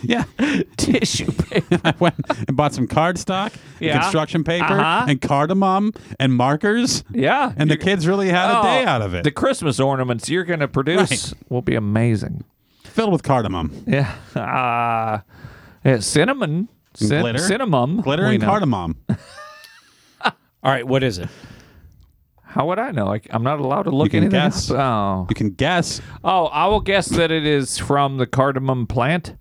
Speaker 2: yeah.
Speaker 3: Tissue
Speaker 2: [LAUGHS]
Speaker 3: paper.
Speaker 2: I went and bought some cardstock, and
Speaker 3: Yeah.
Speaker 2: construction paper,
Speaker 3: Uh-huh.
Speaker 2: and cardamom and markers.
Speaker 3: Yeah.
Speaker 2: And the kids really had a day
Speaker 3: Oh,
Speaker 2: out of it.
Speaker 3: The Christmas ornaments you're going to produce will be amazing.
Speaker 2: Filled with cardamom.
Speaker 3: [LAUGHS] Yeah. Uh, yeah cinnamon.
Speaker 2: And
Speaker 3: Cin-
Speaker 2: glitter.
Speaker 3: Cinnamon.
Speaker 2: Glitter
Speaker 3: We
Speaker 2: and
Speaker 3: know.
Speaker 2: cardamom.
Speaker 1: All right, what is it?
Speaker 3: How would I know? I, I'm not allowed to look
Speaker 2: can
Speaker 3: anything
Speaker 2: guess.
Speaker 3: up. Oh.
Speaker 2: You can guess.
Speaker 3: Oh, I will guess that it is from the cardamom plant.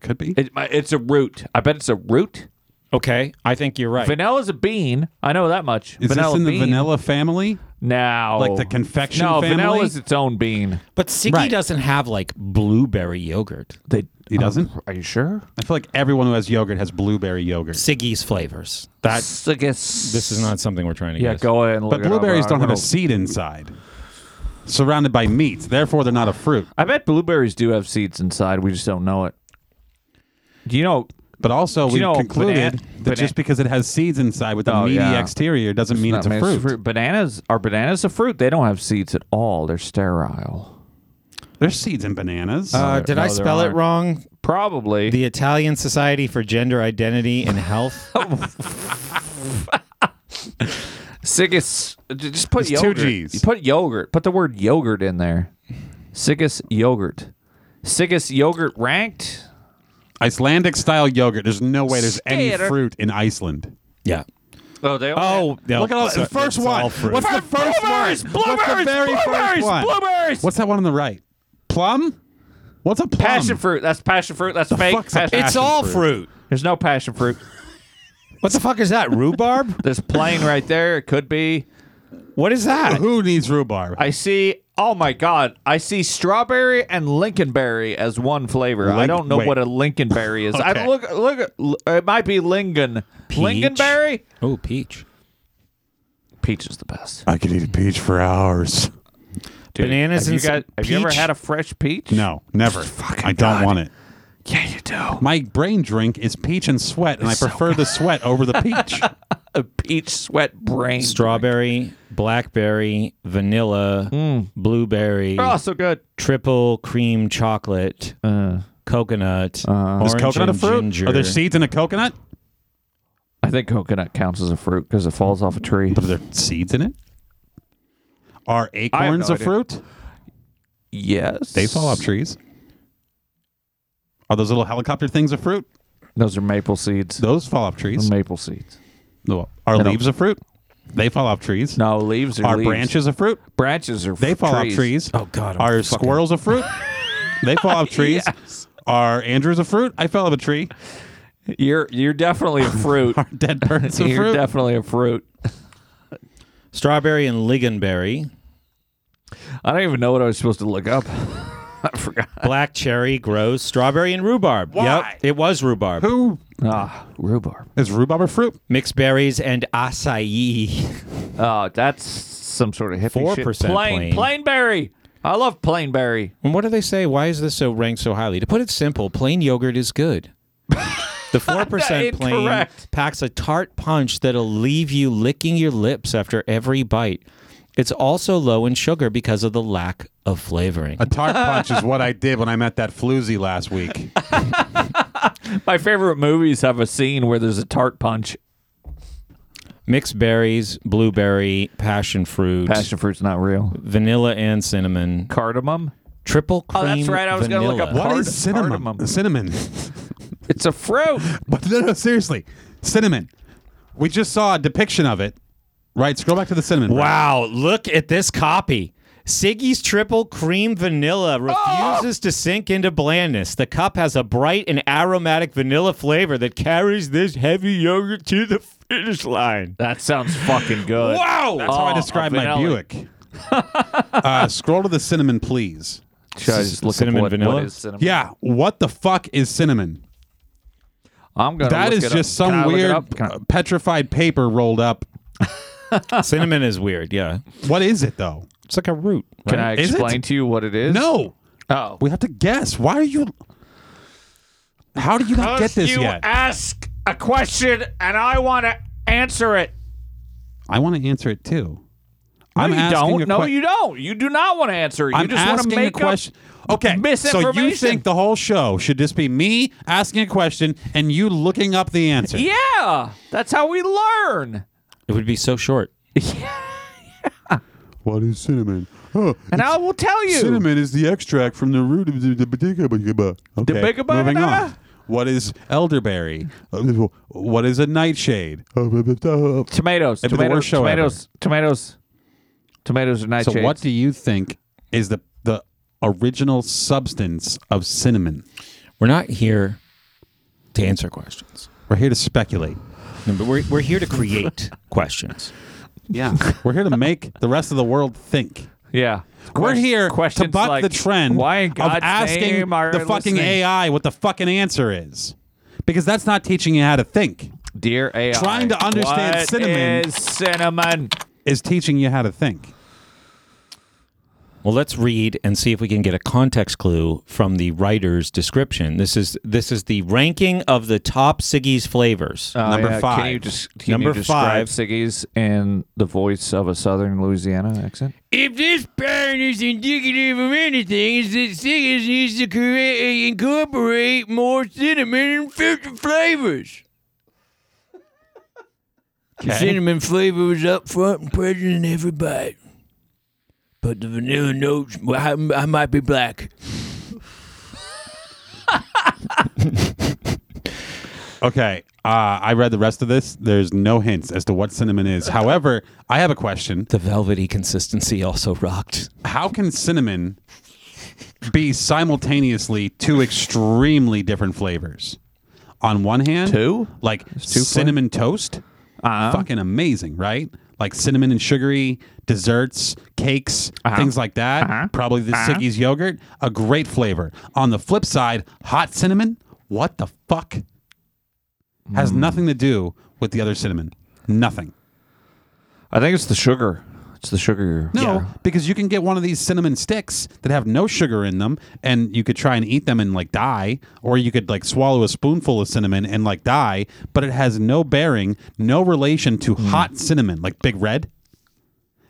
Speaker 2: Could be.
Speaker 3: It, my- it's a root. I bet it's a root.
Speaker 1: Okay, I think you're right.
Speaker 3: Vanilla's a bean. I know that much.
Speaker 2: Is
Speaker 3: vanilla
Speaker 2: this in the
Speaker 3: bean.
Speaker 2: vanilla family?
Speaker 3: No.
Speaker 2: Like the confection
Speaker 3: no,
Speaker 2: family?
Speaker 3: vanilla's its own bean.
Speaker 1: But Siggy
Speaker 2: Right.
Speaker 1: doesn't have like blueberry yogurt.
Speaker 3: They,
Speaker 2: He doesn't.
Speaker 3: Are you sure?
Speaker 2: I feel like everyone who has yogurt has blueberry yogurt.
Speaker 1: Siggy's flavors.
Speaker 3: That's I guess.
Speaker 1: This is not something we're trying to
Speaker 3: Yeah,
Speaker 1: guess.
Speaker 3: go ahead and look
Speaker 2: But
Speaker 3: it up. Oh.
Speaker 2: blueberries
Speaker 3: I
Speaker 2: don't have a
Speaker 3: will-
Speaker 2: seed inside. Surrounded by meat, therefore they're not a fruit.
Speaker 3: I bet blueberries do have seeds inside. We just don't know it. Do you know?
Speaker 2: But also,
Speaker 3: You
Speaker 2: we
Speaker 3: know,
Speaker 2: concluded
Speaker 3: banan-
Speaker 2: that
Speaker 3: banan-
Speaker 2: just because it has seeds inside with a
Speaker 3: Oh,
Speaker 2: meaty
Speaker 3: yeah.
Speaker 2: exterior doesn't mean
Speaker 3: not
Speaker 2: it's a
Speaker 3: made
Speaker 2: fruit.
Speaker 3: of Bananas are bananas a fruit? They don't have seeds at all. They're sterile.
Speaker 2: There's seeds in bananas.
Speaker 1: Uh,
Speaker 3: there-
Speaker 1: did
Speaker 3: no,
Speaker 1: I
Speaker 3: there
Speaker 1: spell it
Speaker 3: aren't.
Speaker 1: wrong?
Speaker 3: Probably.
Speaker 1: The Italian Society for Gender Identity and [LAUGHS] Health.
Speaker 3: Sigus. j- Just put
Speaker 2: It's two
Speaker 3: yogurt.
Speaker 2: Gs.
Speaker 3: You put yogurt. Put the word yogurt in there. Sigus yogurt. Sigus yogurt ranked.
Speaker 2: Icelandic style yogurt. There's no way there's any
Speaker 3: Scatter.
Speaker 2: fruit in Iceland.
Speaker 1: yeah.
Speaker 3: Oh, they.
Speaker 1: Oh, no,
Speaker 2: Look at all
Speaker 1: it's
Speaker 2: the
Speaker 1: a-
Speaker 2: first
Speaker 1: it's
Speaker 2: one.
Speaker 1: all
Speaker 2: What's
Speaker 1: fruit.
Speaker 2: the first
Speaker 3: blueberries,
Speaker 2: one?
Speaker 3: blueberries,
Speaker 2: What's the very
Speaker 3: blueberries,
Speaker 2: first one?
Speaker 3: blueberries.
Speaker 2: What's that one on the right? Plum? What's a plum?
Speaker 3: Passion fruit. That's passion fruit. That's fake.
Speaker 2: fuck's a
Speaker 3: Passion-
Speaker 2: passion
Speaker 1: It's all fruit.
Speaker 3: There's no passion fruit.
Speaker 1: What the fuck is that?
Speaker 2: [LAUGHS]
Speaker 1: Rhubarb?
Speaker 3: There's plain right there. It could be.
Speaker 1: what is that?
Speaker 2: Who needs rhubarb?
Speaker 3: I see. Oh my God! I see strawberry and Lincolnberry as one flavor. I
Speaker 2: Link-
Speaker 3: don't know
Speaker 2: wait.
Speaker 3: what a Lincolnberry [LAUGHS] is. I
Speaker 2: Okay.
Speaker 3: look, look. l- It might be Lincoln. Lincolnberry.
Speaker 1: Oh, peach.
Speaker 3: Peach is the best.
Speaker 2: I could eat a peach for hours.
Speaker 3: Dude,
Speaker 1: Bananas
Speaker 3: have
Speaker 1: and
Speaker 3: you got-
Speaker 1: some
Speaker 3: Have you ever
Speaker 1: peach?
Speaker 3: had a fresh peach?
Speaker 2: No, [LAUGHS] never. I don't
Speaker 3: God.
Speaker 2: want it.
Speaker 3: Yeah, you do.
Speaker 2: My brain drink is peach and sweat, and I prefer the sweat over the [LAUGHS] peach.
Speaker 3: A peach sweat brain.
Speaker 1: Strawberry, blackberry, vanilla,
Speaker 2: Hmm.
Speaker 1: blueberry,
Speaker 3: Oh, so good.
Speaker 1: triple cream chocolate,
Speaker 3: Uh,
Speaker 1: coconut, orange
Speaker 2: Uh. Is coconut a
Speaker 1: and
Speaker 2: fruit?
Speaker 1: ginger.
Speaker 2: Are there seeds in a coconut?
Speaker 3: I think coconut counts as a fruit because it falls off a tree.
Speaker 2: But are there seeds in it? Are acorns
Speaker 3: no
Speaker 2: a
Speaker 3: idea.
Speaker 2: fruit?
Speaker 3: Yes,
Speaker 2: They fall off trees. Are those little helicopter things a fruit?
Speaker 3: Those are maple seeds.
Speaker 2: Those fall off trees.
Speaker 3: Maple seeds.
Speaker 2: No. Are
Speaker 3: They don't-
Speaker 2: leaves a fruit? They fall off trees.
Speaker 3: No leaves are,
Speaker 2: Are
Speaker 3: leaves.
Speaker 2: branches a fruit?
Speaker 3: Branches are.
Speaker 2: They fall
Speaker 3: trees.
Speaker 2: off trees.
Speaker 1: Oh, God, I'm
Speaker 2: Are
Speaker 1: fucking-
Speaker 2: squirrels a
Speaker 1: [LAUGHS]
Speaker 2: fruit? they fall off trees. Are Andrews a fruit? I fell off a tree.
Speaker 3: You're you're definitely
Speaker 2: [LAUGHS]
Speaker 3: a fruit.
Speaker 2: Are
Speaker 1: [LAUGHS]
Speaker 2: dead birds a
Speaker 3: you're
Speaker 2: fruit?
Speaker 3: definitely a fruit.
Speaker 1: Strawberry and ligonberry,
Speaker 3: I don't even know what I was supposed to look up. I forgot.
Speaker 1: black cherry, grows strawberry and rhubarb.
Speaker 2: Why?
Speaker 1: Yep, it was rhubarb.
Speaker 2: Who
Speaker 3: Ah, rhubarb.
Speaker 2: is rhubarb a fruit?
Speaker 1: Mixed berries and acai.
Speaker 3: Oh, that's some sort of hippie
Speaker 1: 4%
Speaker 3: shit. Plain,
Speaker 1: plain.
Speaker 3: plain berry. I love plain berry.
Speaker 1: And what do they say? Why is this so ranked so highly? To put it simple, plain yogurt is good.
Speaker 3: [LAUGHS]
Speaker 1: The four percent plain
Speaker 3: Incorrect.
Speaker 1: packs a tart punch that'll leave you licking your lips after every bite. It's also low in sugar because of the lack of flavoring. [LAUGHS]
Speaker 2: A tart punch is what I did when I met that floozy
Speaker 1: [LAUGHS]
Speaker 2: last week.
Speaker 3: My favorite movies have a scene where there's a tart punch.
Speaker 1: Mixed berries, blueberry, passion fruit,
Speaker 3: Passion fruit's not real.
Speaker 1: vanilla, and cinnamon.
Speaker 3: Cardamom.
Speaker 1: Triple cream.
Speaker 3: Oh, that's right. I was gonna
Speaker 1: vanilla.
Speaker 3: look up
Speaker 2: What
Speaker 3: Card-
Speaker 2: is cinnamon?
Speaker 3: cardamom.
Speaker 2: Cinnamon. [LAUGHS]
Speaker 3: It's a fruit.
Speaker 2: But no, no, seriously, cinnamon. We just saw a depiction of it. Right, scroll back to the cinnamon. Brad.
Speaker 1: Wow, look at this copy. Siggy's triple cream vanilla refuses to sink into blandness. The cup has a bright and aromatic vanilla flavor that carries this heavy yogurt to the finish line.
Speaker 3: That sounds fucking good.
Speaker 1: Wow.
Speaker 2: That's
Speaker 17: Oh,
Speaker 2: how I describe my Buick.
Speaker 1: [LAUGHS]
Speaker 2: uh, scroll to the cinnamon, please.
Speaker 17: Should I just look up
Speaker 1: Cinnamon
Speaker 17: what-
Speaker 1: vanilla?
Speaker 17: what is cinnamon?
Speaker 2: Yeah. What the fuck is cinnamon?
Speaker 17: I'm gonna.
Speaker 2: That
Speaker 17: look
Speaker 2: is
Speaker 17: it
Speaker 2: just
Speaker 17: up. Can I
Speaker 2: some
Speaker 17: look it
Speaker 2: weird
Speaker 17: up? Can I-
Speaker 2: uh, petrified paper rolled up.
Speaker 1: [LAUGHS] Cinnamon is weird. Yeah.
Speaker 2: What is it though?
Speaker 1: It's like a root.
Speaker 17: Can I
Speaker 1: right?
Speaker 2: Is it?
Speaker 17: explain to you what it is?
Speaker 2: No.
Speaker 17: Oh.
Speaker 2: We have to guess. Why are you? How do you not get this
Speaker 3: you
Speaker 2: yet?
Speaker 3: ask a question and I want to answer it.
Speaker 2: I want to answer it too.
Speaker 3: No,
Speaker 2: I'm
Speaker 3: you
Speaker 2: asking
Speaker 3: don't.
Speaker 2: a
Speaker 3: no,
Speaker 2: que-
Speaker 3: you don't. You do not want to answer. it. You
Speaker 2: I'm
Speaker 3: just want
Speaker 2: asking
Speaker 3: to make
Speaker 2: a question. okay, so you
Speaker 3: misinformation.
Speaker 2: think the whole show should just be me asking a question and you looking up the answer?
Speaker 3: Up. Yeah, that's how we
Speaker 2: [LAUGHS]
Speaker 3: learn.
Speaker 1: It would be so short.
Speaker 2: What is cinnamon? Huh,
Speaker 3: And I will tell you.
Speaker 2: is the extract from the root of the, the Okay,
Speaker 3: Dibigaba-
Speaker 2: moving on. What is elderberry? Uh, What is a nightshade?
Speaker 17: Tomatoes.
Speaker 2: It'd be the
Speaker 17: Tomatoes.
Speaker 2: worst show ever.
Speaker 17: Tomatoes. Tomatoes. Tomatoes are
Speaker 2: So,
Speaker 17: nightshades.
Speaker 2: what do you think is the the original substance of cinnamon?
Speaker 1: We're not here to answer questions.
Speaker 2: We're here to speculate.
Speaker 1: No, but we're, we're here to create [LAUGHS] questions.
Speaker 2: Yeah, [LAUGHS] we're here to make the rest of the world think.
Speaker 17: Yeah.
Speaker 2: We're
Speaker 17: Quest-
Speaker 2: here to
Speaker 17: questions
Speaker 2: buck
Speaker 17: like,
Speaker 2: the trend
Speaker 17: Why in
Speaker 2: of
Speaker 17: God's
Speaker 2: asking
Speaker 17: name are
Speaker 2: the fucking
Speaker 17: listening?
Speaker 2: AI what the fucking answer is, because that's not teaching you how to think.
Speaker 17: Dear AI.
Speaker 2: Trying to understand
Speaker 17: what
Speaker 2: cinnamon-
Speaker 17: is cinnamon.
Speaker 2: Is teaching you how to think.
Speaker 1: Well, let's read and see if we can get a context clue from the writer's description. This is this is the ranking of the top Siggy's flavors.
Speaker 17: Oh,
Speaker 2: Number
Speaker 17: yeah.
Speaker 2: five.
Speaker 17: Can you just can
Speaker 1: Number
Speaker 17: you describe
Speaker 1: five.
Speaker 17: Siggy's in the voice of a Southern Louisiana accent?
Speaker 1: If this pattern is indicative of anything, is that Siggy's needs to incorporate more cinnamon and future flavors. Cinnamon flavor was up front and present in every bite. But the vanilla notes, well, I, I might be black.
Speaker 2: Okay, uh, I read the rest of this. There's no hints as to what cinnamon is. However, I have a question.
Speaker 1: The velvety consistency also rocked.
Speaker 2: How can cinnamon be simultaneously two extremely different flavors? On one hand,
Speaker 17: Two?
Speaker 2: like
Speaker 17: two Uh-huh.
Speaker 2: cinnamon toast, fucking amazing, right? Like cinnamon and sugary desserts, cakes,
Speaker 17: Uh-huh.
Speaker 2: things like that. Probably the Siggy's yogurt, a great flavor. On the flip side, hot cinnamon, what the fuck?
Speaker 17: Mm.
Speaker 2: Has nothing to do with the other cinnamon. Nothing.
Speaker 17: I think it's the sugar. It's the sugar.
Speaker 2: No, because you can get one of these cinnamon sticks that have no sugar in them, and you could try and eat them and like die, or you could like swallow a spoonful of cinnamon and like die, but it has no bearing, no relation to hot cinnamon, like Big Red.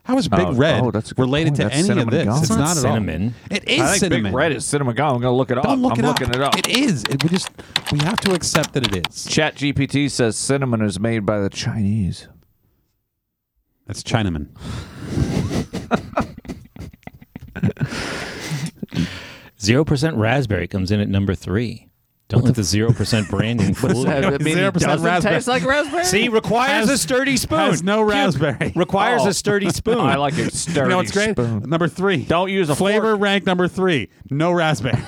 Speaker 2: How is Big
Speaker 17: Hmm. Oh,
Speaker 2: Red
Speaker 17: oh, that's a good
Speaker 2: related
Speaker 17: point.
Speaker 2: to
Speaker 17: That's
Speaker 2: any of
Speaker 17: cinnamon
Speaker 2: this?
Speaker 17: gum.
Speaker 2: It's
Speaker 17: It's
Speaker 2: not,
Speaker 1: not
Speaker 2: at
Speaker 1: cinnamon.
Speaker 2: all. It is
Speaker 17: I think
Speaker 2: cinnamon.
Speaker 17: Big Red is cinnamon gum. I'm gonna look it up.
Speaker 2: Don't look
Speaker 17: I'm
Speaker 2: it
Speaker 17: looking
Speaker 2: up.
Speaker 17: it up.
Speaker 2: It is. It, we just we have to accept that it is.
Speaker 17: Chat GPT says cinnamon is made by the Chinese.
Speaker 2: That's Chinaman.
Speaker 1: Zero percent raspberry comes in at number three. Don't let the zero [LAUGHS] percent branding fool you.
Speaker 17: I mean, it
Speaker 2: 0%
Speaker 17: doesn't
Speaker 2: raspberry.
Speaker 17: taste like raspberry.
Speaker 1: See, requires
Speaker 2: Has-
Speaker 1: a sturdy spoon.
Speaker 2: has no
Speaker 17: [LAUGHS]
Speaker 1: Cute.
Speaker 2: raspberry.
Speaker 1: Requires
Speaker 17: Oh.
Speaker 1: a
Speaker 2: [LAUGHS]
Speaker 1: sturdy spoon.
Speaker 17: I like a sturdy
Speaker 2: You know what's great?
Speaker 17: spoon.
Speaker 2: Number three.
Speaker 17: Don't use a
Speaker 2: flavor
Speaker 17: fork.
Speaker 2: rank number three.
Speaker 17: [LAUGHS]
Speaker 2: No raspberry.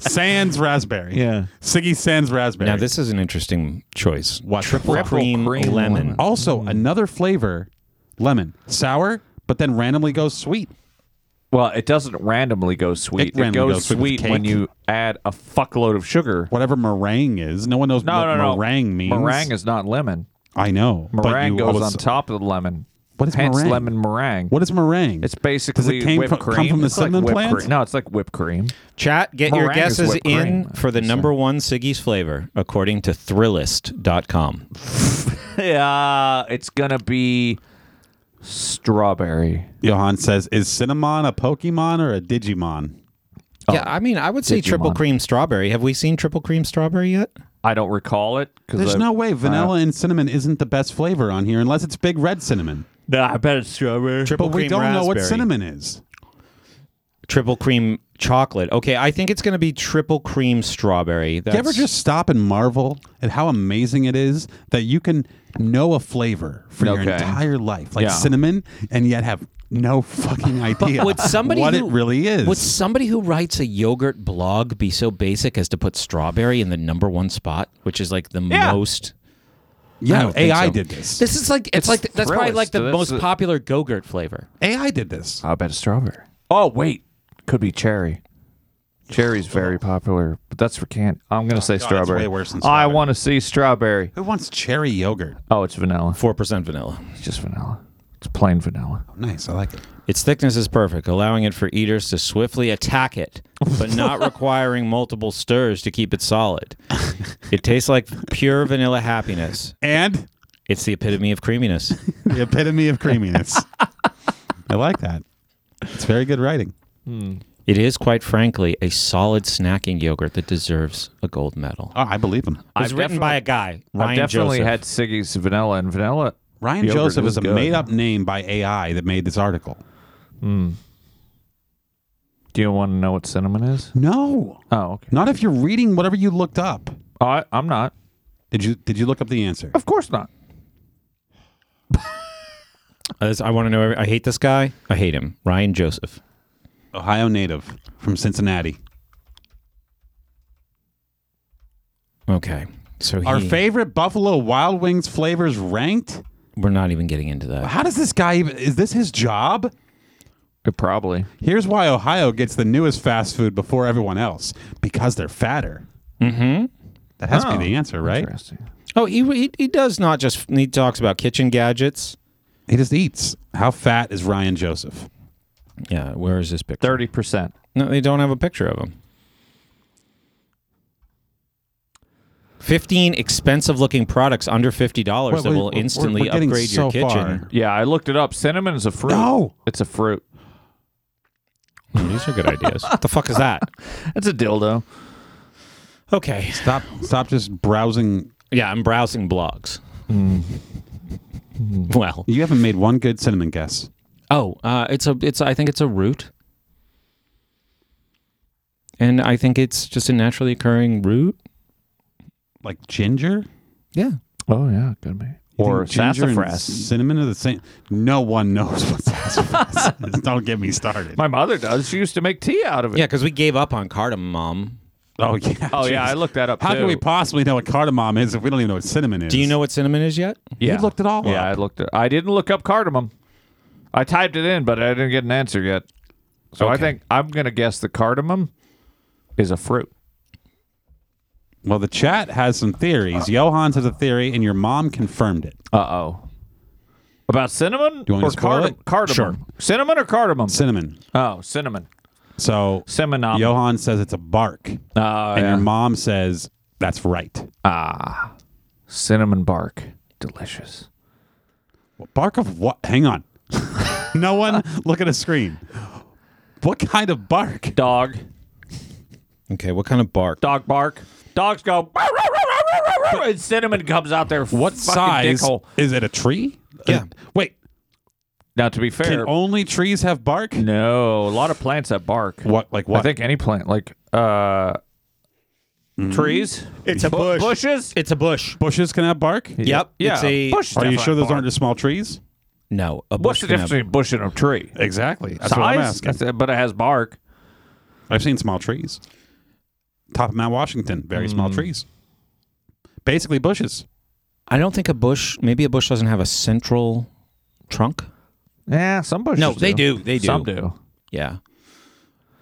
Speaker 2: Sans raspberry.
Speaker 17: Yeah.
Speaker 2: Siggy Sans raspberry.
Speaker 1: Now this is an interesting choice.
Speaker 2: What?
Speaker 1: Triple,
Speaker 17: Triple
Speaker 1: cream,
Speaker 17: cream
Speaker 1: lemon.
Speaker 17: lemon.
Speaker 2: also another flavor, lemon, sour, but then randomly goes sweet.
Speaker 17: Well, it doesn't randomly go sweet.
Speaker 2: It randomly goes sweet with
Speaker 17: sweet when
Speaker 2: cake.
Speaker 17: you add a fuckload of sugar.
Speaker 2: Whatever meringue is, no one knows
Speaker 17: No,
Speaker 2: what
Speaker 17: no, no.
Speaker 2: meringue means.
Speaker 17: Meringue is not lemon.
Speaker 2: I know. but
Speaker 17: Meringue
Speaker 2: you
Speaker 17: goes
Speaker 2: always-
Speaker 17: on top of the lemon.
Speaker 2: What is
Speaker 17: Hence
Speaker 2: meringue?
Speaker 17: lemon meringue.
Speaker 2: What is meringue?
Speaker 17: It's basically
Speaker 2: Does it came
Speaker 17: whipped
Speaker 2: from,
Speaker 17: cream.
Speaker 2: come from the
Speaker 17: it's
Speaker 2: cinnamon
Speaker 17: like whipped
Speaker 2: plant?
Speaker 17: Cream. No, it's like whipped cream.
Speaker 1: Chat, get your
Speaker 17: Meringue is
Speaker 1: guesses
Speaker 17: whipped
Speaker 1: in
Speaker 17: cream,
Speaker 1: for the
Speaker 17: so.
Speaker 1: number one Siggy's flavor, according to Thrillist.com.
Speaker 17: [LAUGHS] Yeah, it's gonna be strawberry.
Speaker 2: Johan says, "Is cinnamon a Pokemon or a Digimon?"
Speaker 1: Yeah, I mean, I would say
Speaker 17: Digimon.
Speaker 1: triple cream strawberry. Have we seen triple cream strawberry yet?
Speaker 17: I don't recall it Uh, because
Speaker 2: There's no way vanilla and cinnamon isn't the best flavor on here unless it's Big Red cinnamon.
Speaker 17: Nah, I bet it's strawberry.
Speaker 1: Triple
Speaker 2: But we
Speaker 1: cream
Speaker 2: don't know what
Speaker 1: raspberry.
Speaker 2: cinnamon is.
Speaker 1: Triple cream chocolate. Okay, I think it's going to be triple cream strawberry. That's,
Speaker 2: Do you ever just stop and marvel at how amazing it is that you can know a flavor for your
Speaker 17: Okay.
Speaker 2: entire life, like
Speaker 17: Yeah.
Speaker 2: cinnamon, and yet have no fucking idea
Speaker 1: would somebody
Speaker 2: what
Speaker 1: who,
Speaker 2: it really is?
Speaker 1: Would somebody who writes a yogurt blog be so basic as to put strawberry in the number one spot, which is like the
Speaker 17: Yeah.
Speaker 1: most
Speaker 2: Yeah, AI did this.
Speaker 1: This is like it's, like that's probably like the most popular Go-Gurt flavor.
Speaker 2: AI did this.
Speaker 3: I bet it's strawberry. Oh wait, could be cherry. Cherry's very popular, but that's for can. I'm gonna say
Speaker 2: Oh, God, it's
Speaker 3: strawberry.
Speaker 2: way worse than
Speaker 3: I want to see strawberry.
Speaker 2: Who wants cherry yogurt?
Speaker 3: Oh, it's vanilla.
Speaker 1: Four percent vanilla.
Speaker 3: It's just vanilla. It's plain vanilla.
Speaker 2: Oh, Nice, I like it.
Speaker 1: Its thickness is perfect, allowing it for eaters to swiftly attack it,
Speaker 2: [LAUGHS]
Speaker 1: but not requiring multiple stirs to keep it solid. It tastes like pure vanilla happiness.
Speaker 2: And [LAUGHS]
Speaker 1: It's the epitome of creaminess.
Speaker 2: the epitome of creaminess. I like that. It's very good writing.
Speaker 1: It is, quite frankly, a solid snacking yogurt that deserves a gold medal.
Speaker 2: Oh, I believe him.
Speaker 1: It was written by a guy, Ryan
Speaker 3: I've definitely
Speaker 1: Joseph.
Speaker 3: had Siggy's vanilla and vanilla.
Speaker 2: Ryan
Speaker 3: yogurt
Speaker 2: Joseph is a
Speaker 3: good.
Speaker 2: made up name by AI that made this article.
Speaker 3: Do you want to know what cinnamon is?
Speaker 2: No.
Speaker 3: Oh, okay.
Speaker 2: Not if you're reading whatever you looked up.
Speaker 3: I, I'm not.
Speaker 2: Did you did you look up the answer?
Speaker 3: Of course not.
Speaker 1: Uh, this- I want to know. every- I hate this guy. I hate him. Ryan Joseph.
Speaker 2: Ohio native from Cincinnati.
Speaker 1: Okay. So he,
Speaker 2: Our favorite Buffalo Wild Wings flavors ranked?
Speaker 1: we're not even getting into that.
Speaker 2: How does this guy even is this his job?
Speaker 3: It probably.
Speaker 2: Here's why Ohio gets the newest fast food before everyone else. Because they're fatter.
Speaker 1: Mm-hmm.
Speaker 2: That has to
Speaker 3: Oh,
Speaker 2: be the answer, right?
Speaker 3: Interesting.
Speaker 1: Oh, he, he he does not just. He talks about kitchen gadgets.
Speaker 2: He just eats. How fat is Ryan Joseph?
Speaker 1: Yeah. Where is this picture?
Speaker 3: Thirty percent.
Speaker 1: No, they don't have a picture of him. Fifteen expensive-looking products under fifty dollars
Speaker 2: Wait,
Speaker 1: that
Speaker 2: wait,
Speaker 1: will
Speaker 2: we're-
Speaker 1: instantly
Speaker 2: we're getting
Speaker 1: upgrade
Speaker 2: so
Speaker 1: your kitchen.
Speaker 2: far.
Speaker 3: Yeah, I looked it up. Cinnamon is a fruit.
Speaker 2: No.
Speaker 3: it's a fruit.
Speaker 1: Oh, [LAUGHS] these are good ideas. what the fuck is that?
Speaker 3: It's a dildo.
Speaker 1: [LAUGHS] Okay.
Speaker 2: Stop stop just browsing
Speaker 1: Yeah, I'm browsing blogs.
Speaker 2: Mm.
Speaker 1: Well,
Speaker 2: you haven't made one good cinnamon guess.
Speaker 1: Oh, uh, it's a it's I think it's a root, and I think it's just a naturally occurring root.
Speaker 2: Like ginger?
Speaker 1: Yeah,
Speaker 3: Oh yeah, could be. Or
Speaker 2: think ginger and
Speaker 3: sassafras.
Speaker 2: cinnamon are the same. No one knows what [LAUGHS] sassafras is. Don't get me started.
Speaker 3: My mother does. She used to make tea out of it.
Speaker 1: yeah, because we gave up on cardamom.
Speaker 2: oh yeah.
Speaker 3: Oh yeah,
Speaker 2: [LAUGHS] Jesus.
Speaker 3: I looked that up.
Speaker 2: How
Speaker 3: too.
Speaker 2: can we possibly know what cardamom is if we don't even know what cinnamon is?
Speaker 1: Do you know what cinnamon is yet?
Speaker 3: Yeah.
Speaker 2: You looked it all
Speaker 3: Yeah,
Speaker 2: up.
Speaker 3: I looked it. I didn't look up cardamom. I typed it in, but I didn't get an answer yet. So I
Speaker 1: Okay.
Speaker 3: think I'm gonna guess the cardamom is a fruit.
Speaker 2: Well, the chat has some theories. Johan's has a theory, and your mom confirmed it.
Speaker 3: Uh oh. About cinnamon
Speaker 2: you want me
Speaker 3: or
Speaker 2: to spoil
Speaker 3: cardam-
Speaker 2: it?
Speaker 3: cardamom? Cinnamon or cardamom?
Speaker 2: Cinnamon.
Speaker 3: oh, cinnamon.
Speaker 2: So
Speaker 3: Cinnamon. um,
Speaker 2: Johan says it's a bark, and
Speaker 3: Oh, yeah.
Speaker 2: your mom says that's right.
Speaker 3: cinnamon bark. Delicious.
Speaker 2: Bark of what? Hang on. [LAUGHS] no one look at a screen. What kind of bark?
Speaker 3: Dog.
Speaker 1: Okay, what kind of bark?
Speaker 3: Dog bark. Dogs go. "Meow, meow, meow, meow, meow, meow," and cinnamon comes out there.
Speaker 2: What
Speaker 3: fucking
Speaker 2: size
Speaker 3: dickhole.
Speaker 2: is it? A tree?
Speaker 1: Yeah.
Speaker 2: Uh, wait.
Speaker 3: Now, to be
Speaker 2: Can
Speaker 3: fair,
Speaker 2: only trees have bark?
Speaker 3: no. A lot of plants that bark.
Speaker 2: What? Like what?
Speaker 3: I think any plant, like uh, trees,
Speaker 1: It's a bush.
Speaker 3: bushes.
Speaker 1: It's a bush.
Speaker 2: bushes can have bark.
Speaker 1: Yep.
Speaker 3: Yeah,
Speaker 1: It's a
Speaker 3: bush.
Speaker 2: Are you
Speaker 3: definitely
Speaker 2: sure those
Speaker 3: bark.
Speaker 2: aren't just small trees?
Speaker 1: No, a bush.
Speaker 3: What's the
Speaker 1: can
Speaker 3: difference
Speaker 1: have-
Speaker 3: between a bush and a tree?
Speaker 2: Exactly. That's what I'm
Speaker 3: Size,
Speaker 2: asking.
Speaker 3: That's it, but it has bark.
Speaker 2: I've seen small trees. Top of Mount Washington, very small
Speaker 3: Hmm.
Speaker 2: trees. Basically bushes.
Speaker 1: I don't think a bush. Maybe a bush doesn't have a central trunk.
Speaker 3: Yeah, some bushes.
Speaker 1: No, they do. They do.
Speaker 3: Some do.
Speaker 1: Yeah.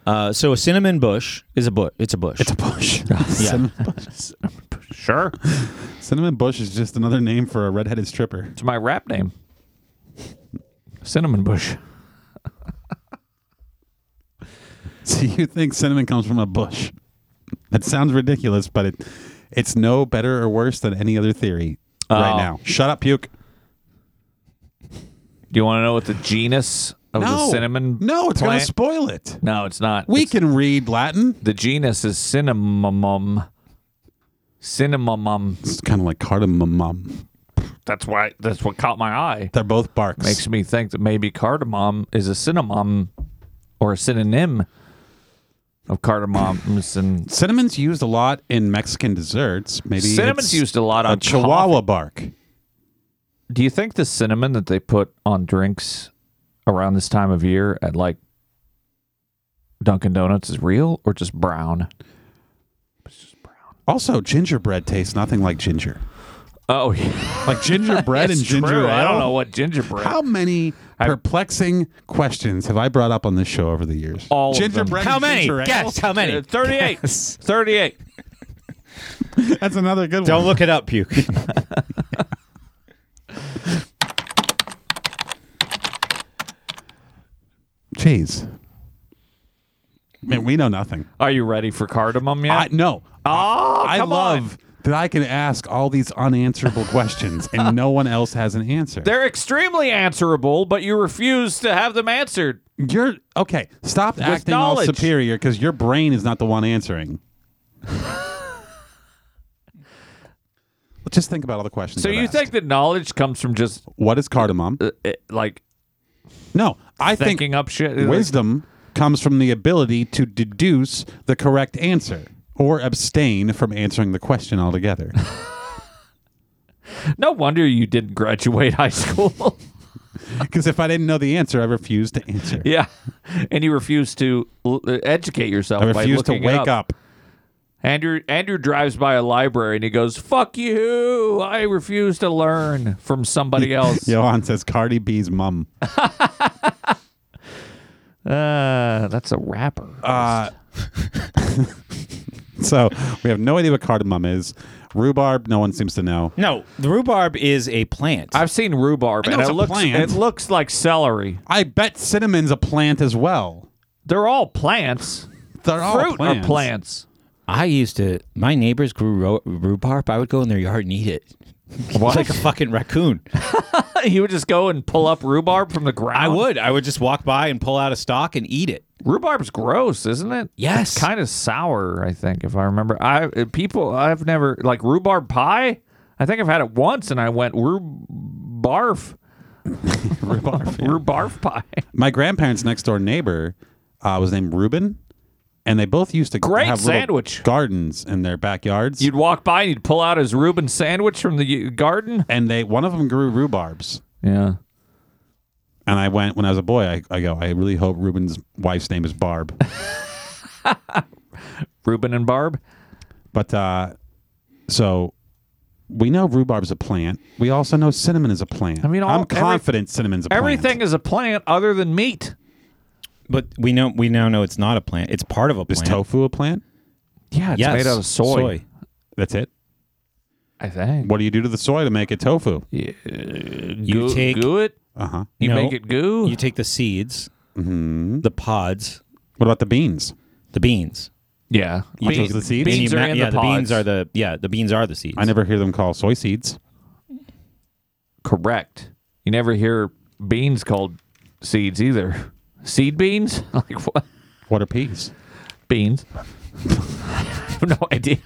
Speaker 1: Uh, so a cinnamon bush is a bush. It's a bush.
Speaker 2: It's
Speaker 3: [LAUGHS]
Speaker 2: a bush.
Speaker 1: yeah.
Speaker 3: Sure,
Speaker 2: Cinnamon bush is just another name for a redheaded stripper. [LAUGHS]
Speaker 3: it's my rap name. Cinnamon bush.
Speaker 2: So you think cinnamon comes from a bush? That sounds ridiculous, but it it's no better or worse than any other theory right
Speaker 3: Oh.
Speaker 2: now. Shut up, puke.
Speaker 3: Do you want to know what the genus of the cinnamon?
Speaker 2: No, it's going
Speaker 3: plant?
Speaker 2: to spoil it.
Speaker 3: No, it's not.
Speaker 2: We
Speaker 3: It's-
Speaker 2: can read Latin.
Speaker 3: the genus is cinnamomum. Cinnamomum.
Speaker 2: It's kind of like cardamom.
Speaker 3: That's why. That's what caught my eye.
Speaker 2: They're both barks.
Speaker 3: makes me think that maybe cardamom is a cinnamon or a synonym of cardamoms and
Speaker 2: Cinnamon's used a lot in Mexican desserts. Maybe
Speaker 3: cinnamon's
Speaker 2: it's
Speaker 3: used a lot
Speaker 2: a
Speaker 3: on
Speaker 2: Chihuahua bark.
Speaker 3: coffee. Do you think the cinnamon that they put on drinks around this time of year at like Dunkin' Donuts is real or just brown? [LAUGHS]
Speaker 2: Also, gingerbread tastes nothing like ginger.
Speaker 3: Oh,
Speaker 2: like gingerbread and
Speaker 3: It's true.
Speaker 2: ginger ale.
Speaker 3: I don't know what gingerbread.
Speaker 2: How many perplexing questions have I brought up on this show over the years?
Speaker 18: All
Speaker 2: gingerbread.
Speaker 1: How
Speaker 2: and
Speaker 1: many?
Speaker 2: ginger ale?
Speaker 1: Guess how many?
Speaker 18: Uh, 38. 38.
Speaker 2: That's another good
Speaker 1: Don't
Speaker 2: one.
Speaker 1: look it up, puke.
Speaker 2: Jeez. Man, we know nothing.
Speaker 3: Are you ready for cardamom yet?
Speaker 2: I, no.
Speaker 3: Oh,
Speaker 2: [LAUGHS] I
Speaker 3: come on.
Speaker 2: love that I can ask all these
Speaker 3: [LAUGHS]
Speaker 2: unanswerable questions and no one else has an answer.
Speaker 18: They're extremely answerable, but you refuse to have them answered.
Speaker 2: You're okay. Stop
Speaker 18: With
Speaker 2: acting
Speaker 18: knowledge.
Speaker 2: all superior because your brain is not the one answering. Well, Just think about all the questions.
Speaker 3: So
Speaker 2: I've
Speaker 3: you
Speaker 2: asked.
Speaker 3: think that knowledge comes from just
Speaker 2: what is cardamom?
Speaker 3: uh, like
Speaker 2: No, I think
Speaker 3: thinking up shit. Like,
Speaker 2: wisdom comes from the ability to deduce the correct answer or abstain from answering the question altogether. [LAUGHS]
Speaker 3: no wonder you didn't graduate [LAUGHS] high
Speaker 2: [LAUGHS]
Speaker 3: school.
Speaker 2: Because if I didn't know the answer, I refused to answer.
Speaker 3: yeah, and you refuse to l- uh, educate yourself.
Speaker 2: I
Speaker 3: by
Speaker 2: refuse to
Speaker 3: looking it
Speaker 2: wake up.
Speaker 3: Andrew Andrew drives by a library and he goes, "Fuck you! I refuse to learn from
Speaker 2: [LAUGHS]
Speaker 3: somebody else."
Speaker 2: Johan says Cardi B's mom.
Speaker 3: Uh, that's a rapper.
Speaker 2: Uh, [LAUGHS] so we have no idea what cardamom is. Rhubarb, no one seems to know.
Speaker 1: no, the rhubarb is a plant.
Speaker 3: I've seen rhubarb,
Speaker 2: I know
Speaker 3: and
Speaker 2: it's
Speaker 3: it
Speaker 2: a
Speaker 3: looks
Speaker 2: plant.
Speaker 3: it looks like celery.
Speaker 2: I bet cinnamon's a plant as well.
Speaker 3: They're all plants.
Speaker 2: They're all
Speaker 3: Fruit
Speaker 2: plants.
Speaker 3: are plants.
Speaker 1: I used to. My neighbors grew ro- rhubarb. I would go in their yard and eat it.
Speaker 3: What?
Speaker 1: like a fucking raccoon.
Speaker 3: [LAUGHS] you would just go and pull up rhubarb from the ground.
Speaker 1: I would. I would just walk by and pull out a stalk and eat it.
Speaker 3: Rhubarb's gross, isn't it?
Speaker 1: Yes.
Speaker 3: kind of sour. I think if I remember, I uh, people I've never like rhubarb pie. I think I've had it once, and I went rhubarf,
Speaker 2: Rhubarb.
Speaker 3: [LAUGHS]
Speaker 2: yeah.
Speaker 3: rhubarf pie.
Speaker 2: My grandparents' next door neighbor uh, was named Reuben, and they both used to
Speaker 3: Great
Speaker 2: have little
Speaker 3: sandwich.
Speaker 2: gardens in their backyards.
Speaker 3: You'd walk by and you'd pull out his Reuben sandwich from the uh, garden.
Speaker 2: and they one of them grew rhubarbs.
Speaker 3: Yeah.
Speaker 2: And I went when I was a boy. I, I go. I really hope Reuben's wife's name is Barb.
Speaker 3: Reuben and Barb.
Speaker 2: But uh, so we know rhubarb's a plant. We also know cinnamon is a plant. I
Speaker 3: mean, all-
Speaker 2: I'm
Speaker 3: every-
Speaker 2: confident cinnamon's a plant.
Speaker 3: Everything is a plant other than meat.
Speaker 1: But we know we now know it's not a plant. It's part of a
Speaker 2: Is
Speaker 1: plant.
Speaker 2: tofu a plant?
Speaker 3: Yeah, it's
Speaker 1: Yes,
Speaker 3: made out of soy.
Speaker 1: soy.
Speaker 2: That's it.
Speaker 3: I think.
Speaker 2: What do you do to the soy to make it tofu?
Speaker 3: Yeah.
Speaker 1: You
Speaker 3: goo,
Speaker 1: take-
Speaker 3: goo it.
Speaker 2: Uh huh.
Speaker 3: You
Speaker 1: No.
Speaker 3: make it goo.
Speaker 1: You take the seeds,
Speaker 3: Mm-hmm.
Speaker 2: hmm
Speaker 1: the pods,
Speaker 2: What about the beans?
Speaker 1: the beans.
Speaker 3: yeah.
Speaker 1: You
Speaker 2: take the seeds?
Speaker 1: And
Speaker 3: Beans
Speaker 1: you
Speaker 3: are
Speaker 1: ma-
Speaker 3: in
Speaker 1: yeah,
Speaker 3: the, pods.
Speaker 1: beans are the yeah, the beans are the seeds.
Speaker 2: I never hear them call soy seeds.
Speaker 3: correct. You never hear beans called seeds either. Seed beans? [LAUGHS] Like what?
Speaker 2: What are peas?
Speaker 3: Beans? I have [LAUGHS] no idea.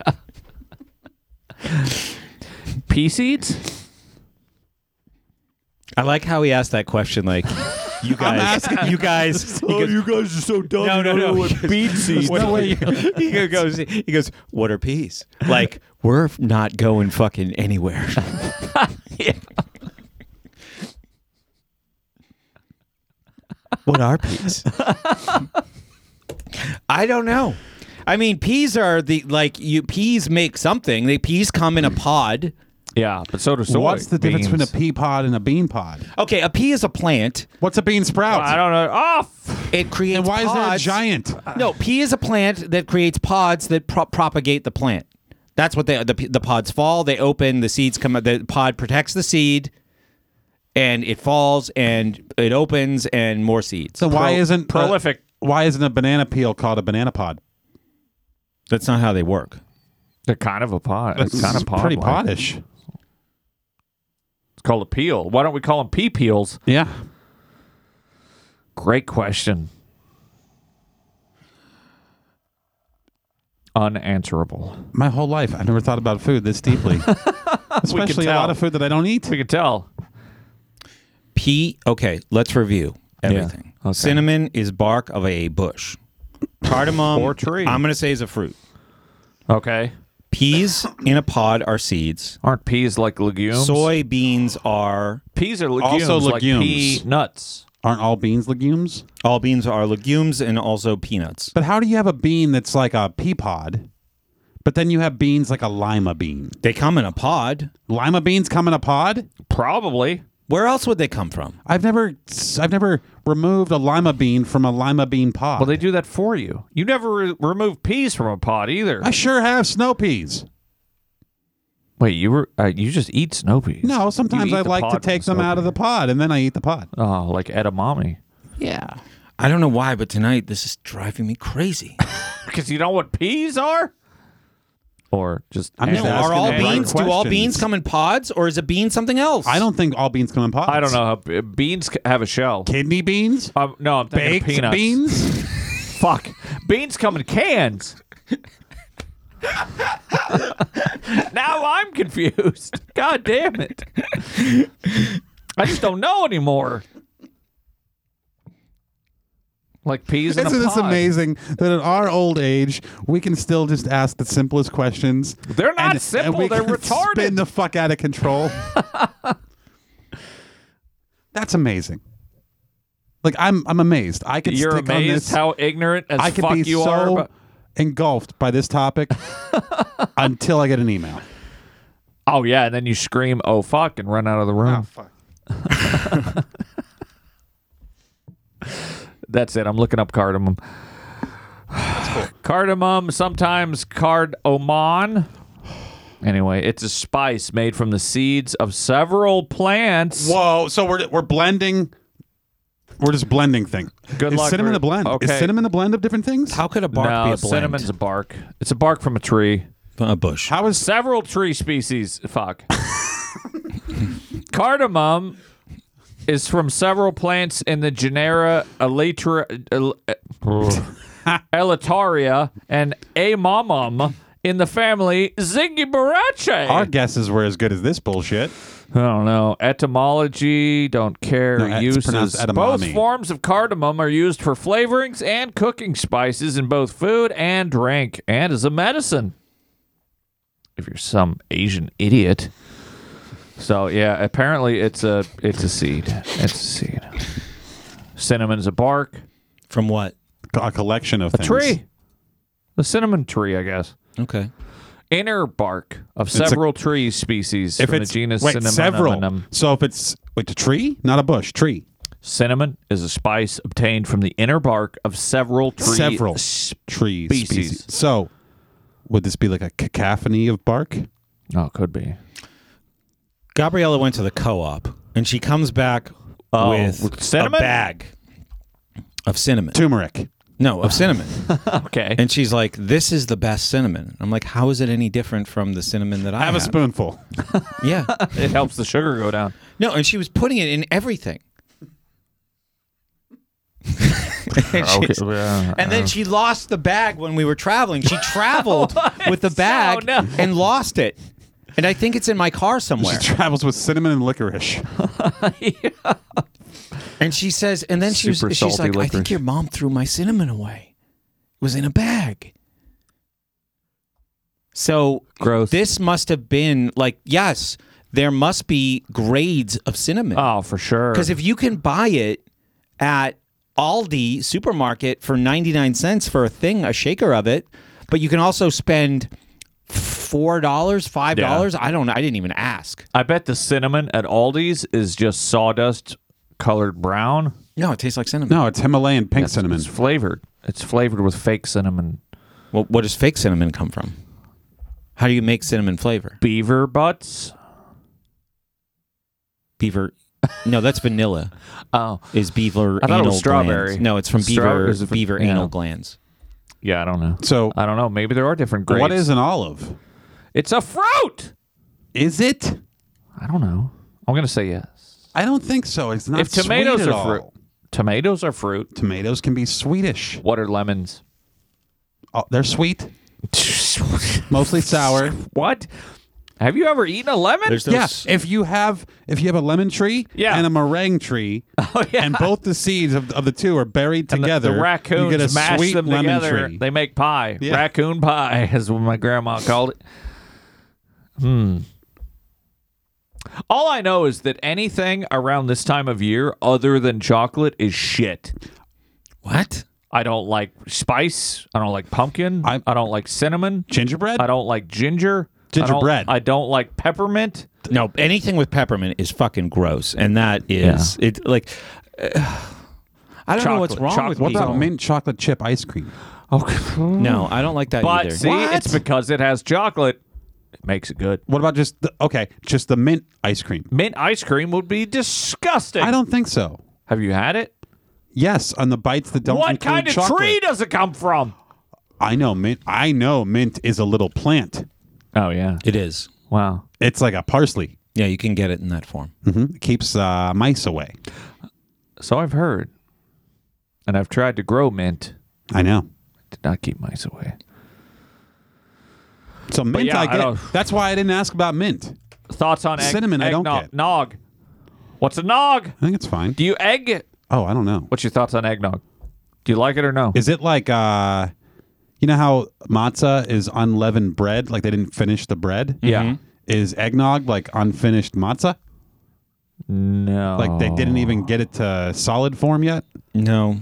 Speaker 3: Pea seeds?
Speaker 1: I like how he asked that question.
Speaker 2: [LAUGHS]
Speaker 1: Like, you guys, you guys, he goes,
Speaker 2: Oh, guys are so dumb.
Speaker 1: no, no, no. He goes,
Speaker 2: seeds.
Speaker 1: [LAUGHS] what- he goes, he goes, what are peas?
Speaker 2: [LAUGHS]
Speaker 1: Like, we're not going fucking anywhere. What are
Speaker 2: [LAUGHS]
Speaker 1: peas? I don't know. I mean, peas are the like you peas make something. They peas come in a pod.
Speaker 3: Yeah, but so do soy.
Speaker 2: What's the difference
Speaker 3: beans.
Speaker 2: between a pea pod and a bean pod?
Speaker 1: Okay, a pea is a plant.
Speaker 2: What's a bean sprout?
Speaker 3: I Uh, don't know. Off.
Speaker 1: It creates
Speaker 2: and why
Speaker 1: pods.
Speaker 2: is there a giant?
Speaker 1: No, pea is a plant that creates pods that pro- propagate the plant. That's what they the the pods fall. They open. The seeds come. out. The pod protects the seed, and it falls, and it opens, and more seeds.
Speaker 2: So why isn't
Speaker 3: prolific.
Speaker 2: A, why isn't a banana peel called a banana pod?
Speaker 1: That's not how they work.
Speaker 3: They're kind of a pot. It's kind of pod.
Speaker 2: pretty
Speaker 3: pot.
Speaker 2: podish.
Speaker 3: It's called a peel. Why don't we call them pea peels?
Speaker 2: Yeah.
Speaker 3: Great question. Unanswerable.
Speaker 2: My whole life, I've never thought about food this deeply. Especially a
Speaker 3: tell.
Speaker 2: lot of food that I don't eat.
Speaker 3: We could tell.
Speaker 1: Pea. Okay, let's review everything.
Speaker 3: okay.
Speaker 1: Cinnamon is bark of a bush. Cardamom
Speaker 3: Or tree.
Speaker 1: I'm gonna say is a fruit.
Speaker 3: Okay.
Speaker 1: Peas in a pod are seeds.
Speaker 3: Aren't peas like legumes?
Speaker 1: Soybeans are
Speaker 3: Peas are legumes.
Speaker 2: Also
Speaker 3: like
Speaker 2: legumes.
Speaker 3: pea nuts.
Speaker 2: Aren't all beans legumes?
Speaker 1: all beans are legumes and also peanuts.
Speaker 2: But how do you have a bean that's like a pea pod, But then you have beans like a lima bean.
Speaker 1: They come in a pod.
Speaker 2: Lima beans come in a pod?
Speaker 19: Probably.
Speaker 1: Where else would they come from?
Speaker 2: I've never I've never removed a lima bean from a lima bean pod.
Speaker 19: Well, they do that for you. You never re- remove peas from a pod either.
Speaker 2: I sure have snow peas.
Speaker 3: Wait, you were uh, you just eat snow peas?
Speaker 2: No, sometimes
Speaker 3: You eat
Speaker 2: I
Speaker 3: the
Speaker 2: like to
Speaker 3: pod
Speaker 2: take
Speaker 3: from
Speaker 2: them
Speaker 3: snow
Speaker 2: out of the pod and then I eat the pod.
Speaker 3: pea. Oh, like edamame.
Speaker 19: Yeah.
Speaker 1: I don't know why, but tonight this is driving me [LAUGHS] crazy.
Speaker 19: Because you know what peas are?
Speaker 3: Or just
Speaker 2: I'm just
Speaker 1: are
Speaker 2: asking
Speaker 1: all
Speaker 2: the right
Speaker 1: beans? Do all
Speaker 2: questions.
Speaker 1: beans come in pods, or is a bean something else?
Speaker 2: I don't think all beans come in pods.
Speaker 3: I don't know how be- beans c- have a shell.
Speaker 2: Kidney beans?
Speaker 3: Um, no, I'm thinking of
Speaker 2: Baked
Speaker 3: peanuts.
Speaker 2: beans?
Speaker 3: Fuck, beans come in cans. now I'm confused. God damn it! I just don't know anymore. Like peas in a
Speaker 2: Isn't this
Speaker 3: pod.
Speaker 2: amazing that at our old age we can still just ask the simplest questions?
Speaker 3: They're not
Speaker 2: and-
Speaker 3: simple,
Speaker 2: and we
Speaker 3: they're
Speaker 2: can
Speaker 3: retarded.
Speaker 2: Spin the fuck out
Speaker 3: [LAUGHS]
Speaker 2: of control. That's amazing. Like I'm, I'm amazed. I could
Speaker 3: You're
Speaker 2: stick on
Speaker 3: amazed
Speaker 2: this.
Speaker 3: how ignorant as
Speaker 2: I could
Speaker 3: fuck
Speaker 2: be
Speaker 3: you
Speaker 2: so
Speaker 3: are. But
Speaker 2: engulfed by this
Speaker 3: [LAUGHS]
Speaker 2: topic until I get an email.
Speaker 3: oh yeah, and then you scream, "Oh fuck!" and run out of the room.
Speaker 1: Oh,
Speaker 2: fuck.
Speaker 3: [LAUGHS] That's it. I'm looking up cardamom. [SIGHS] cardamom, sometimes card oman. Anyway, it's a spice made from the seeds of several plants.
Speaker 2: Whoa! So we're we're blending. We're just blending thing.
Speaker 3: Good
Speaker 2: Is
Speaker 3: luck,
Speaker 2: cinnamon
Speaker 3: Ruth.
Speaker 2: a blend?
Speaker 3: Okay.
Speaker 2: Is cinnamon a blend of different things?
Speaker 1: How could a bark
Speaker 3: no,
Speaker 1: be a blend?
Speaker 3: cinnamon's a bark. It's a bark from a tree.
Speaker 1: a bush.
Speaker 2: How is
Speaker 3: Several tree species. Fuck. Cardamom is from several plants in the genera Elytra,
Speaker 2: [LAUGHS]
Speaker 3: El- Eletaria and Amomum in the family Zingiberaceae.
Speaker 2: our guesses were as good as this bullshit?
Speaker 3: I don't know. Etymology, don't care.
Speaker 2: No, it's
Speaker 3: uses.
Speaker 2: pronounced edamame.
Speaker 3: Both forms of cardamom are used for flavorings and cooking spices in both food and drink, and as a medicine. If you're some Asian idiot. So yeah, apparently it's a it's a seed. It's a seed. Cinnamon's a bark.
Speaker 1: From what?
Speaker 2: A collection of things.
Speaker 3: Tree. The cinnamon tree, I guess.
Speaker 1: Okay.
Speaker 3: Inner bark of
Speaker 2: a-
Speaker 3: several tree species
Speaker 2: If
Speaker 3: from
Speaker 2: it's
Speaker 3: the genus
Speaker 2: wait,
Speaker 3: Cinnamomonum.
Speaker 2: several. So if it's wait, a tree, not a bush, tree.
Speaker 3: Cinnamon is a spice obtained from the inner bark of several tree uh,
Speaker 2: several
Speaker 3: s-
Speaker 2: tree
Speaker 3: species.
Speaker 2: species. So would this be like a cacophony of bark?
Speaker 3: Oh, it could be.
Speaker 1: Gabriella went to the co-op, and she comes back
Speaker 3: Oh,
Speaker 1: with,
Speaker 3: with cinnamon?
Speaker 1: a bag of cinnamon.
Speaker 2: Turmeric.
Speaker 1: No, of cinnamon. [LAUGHS]
Speaker 3: Okay.
Speaker 1: and she's like, "This is the best cinnamon." I'm like, "How is it any different from the cinnamon that I
Speaker 2: Have a
Speaker 1: had?"
Speaker 2: spoonful.
Speaker 1: Yeah. [LAUGHS]
Speaker 3: it helps the sugar go down.
Speaker 1: No, and she was putting it in everything. and,
Speaker 3: Oh, Okay,
Speaker 1: she's-
Speaker 3: yeah,
Speaker 1: and then she lost the bag when we were traveling.
Speaker 3: [LAUGHS]
Speaker 1: She traveled with the bag
Speaker 3: Oh, no.
Speaker 1: and lost it. And I think it's in my car somewhere.
Speaker 2: She travels with cinnamon and licorice.
Speaker 1: And she says, and then she was,
Speaker 3: Super
Speaker 1: she's
Speaker 3: salty
Speaker 1: like, I think
Speaker 3: licorice.
Speaker 1: your mom threw my cinnamon away. It was in a bag. So
Speaker 3: Gross.
Speaker 1: this must have been like, yes, there must be grades of cinnamon.
Speaker 3: Oh, for sure.
Speaker 1: Because if you can buy it at Aldi supermarket for 99 cents for a thing, a shaker of it, but you can also spend $4, $5. I don't know. I didn't even ask.
Speaker 3: I bet the cinnamon at Aldi's is just sawdust colored brown.
Speaker 1: No, it tastes like cinnamon.
Speaker 2: No, it's Himalayan pink cinnamon.
Speaker 3: It's flavored. It's flavored with fake cinnamon.
Speaker 1: Well, what does fake cinnamon come from? How do you make cinnamon flavor?
Speaker 3: Beaver butts.
Speaker 1: Beaver. No, that's vanilla.
Speaker 3: Oh,
Speaker 1: Is beaver
Speaker 3: I thought it
Speaker 1: anal
Speaker 3: was strawberry.
Speaker 1: glands. No, it's from
Speaker 3: Strawberry
Speaker 1: beaver
Speaker 3: is a-
Speaker 1: beaver
Speaker 3: yeah.
Speaker 1: anal glands.
Speaker 3: yeah. I don't know.
Speaker 2: So-
Speaker 3: I don't know. Maybe there are different grades.
Speaker 2: What is an olive?
Speaker 3: It's a fruit.
Speaker 2: Is it?
Speaker 3: I don't know. I'm gonna say yes.
Speaker 2: I don't think so. It's not
Speaker 3: if tomatoes
Speaker 2: sweet
Speaker 3: are
Speaker 2: at all.
Speaker 3: fruit, tomatoes are fruit.
Speaker 2: Tomatoes can be Swedish.
Speaker 3: What are lemons?
Speaker 2: Oh, they're sweet,
Speaker 3: [LAUGHS]
Speaker 2: mostly sour.
Speaker 3: what? Have you ever eaten a lemon? [LAUGHS]
Speaker 1: There's no
Speaker 2: Yeah,
Speaker 1: s-
Speaker 2: if you have if you have a lemon tree
Speaker 3: Yeah.
Speaker 2: and a meringue tree,
Speaker 3: [LAUGHS]
Speaker 2: and both the seeds of, of the two are buried
Speaker 3: And Oh, the-
Speaker 2: together,
Speaker 3: The, raccoons
Speaker 2: you get a
Speaker 3: mash
Speaker 2: sweet
Speaker 3: them
Speaker 2: lemon
Speaker 3: together.
Speaker 2: tree.
Speaker 3: They make pie.
Speaker 2: Yeah.
Speaker 3: Raccoon pie [LAUGHS] is what my grandma called it. Hmm. All I know is that anything around this time of year other than chocolate is shit.
Speaker 1: What?
Speaker 3: I don't like spice. I don't like pumpkin. I, I don't like cinnamon.
Speaker 2: Gingerbread.
Speaker 3: I don't like ginger.
Speaker 1: Gingerbread.
Speaker 3: I don't, I don't like peppermint.
Speaker 1: No, anything with peppermint is fucking gross, and that is it. Like, uh, I don't know what's
Speaker 2: Chocolate.
Speaker 1: wrong
Speaker 2: Chocolate.
Speaker 1: with
Speaker 2: What
Speaker 1: people.
Speaker 2: about mint chocolate chip ice cream?
Speaker 3: Okay.
Speaker 1: No, I don't like that
Speaker 3: But
Speaker 1: either.
Speaker 3: see, it's because it has chocolate. It makes it good.
Speaker 2: What about just the, okay, just the mint ice cream?
Speaker 3: Mint ice cream would be disgusting.
Speaker 2: I don't think so.
Speaker 3: Have you had it?
Speaker 2: Yes, on the bites that don't.
Speaker 3: What
Speaker 2: include
Speaker 3: kind of
Speaker 2: chocolate.
Speaker 3: tree does it come from?
Speaker 2: I know mint. I know mint is a little plant.
Speaker 3: Oh yeah,
Speaker 1: it is.
Speaker 3: Wow,
Speaker 2: it's like a parsley.
Speaker 1: Yeah, you can get it in that form.
Speaker 2: hmm It keeps uh, mice away.
Speaker 3: So I've heard, and I've tried to grow mint.
Speaker 2: I know.
Speaker 3: Did not keep mice away.
Speaker 2: So mint,
Speaker 3: yeah,
Speaker 2: I
Speaker 3: I
Speaker 2: get.
Speaker 3: don't-
Speaker 2: That's why I didn't ask about mint.
Speaker 3: Thoughts on egg,
Speaker 2: Cinnamon, I don't
Speaker 3: eggnog-
Speaker 2: get.
Speaker 3: Nog. What's a nog?
Speaker 2: I think it's fine.
Speaker 3: Do you egg?
Speaker 2: Oh, I don't know.
Speaker 3: What's your thoughts on eggnog? Do you like it or no?
Speaker 2: Is it like uh, you know how matzah is unleavened bread? Like they didn't finish the bread.
Speaker 3: Yeah. Mhm.
Speaker 2: Is eggnog like unfinished matzah?
Speaker 3: No.
Speaker 2: Mm-hmm. Like they didn't even get it to solid form yet.
Speaker 1: No.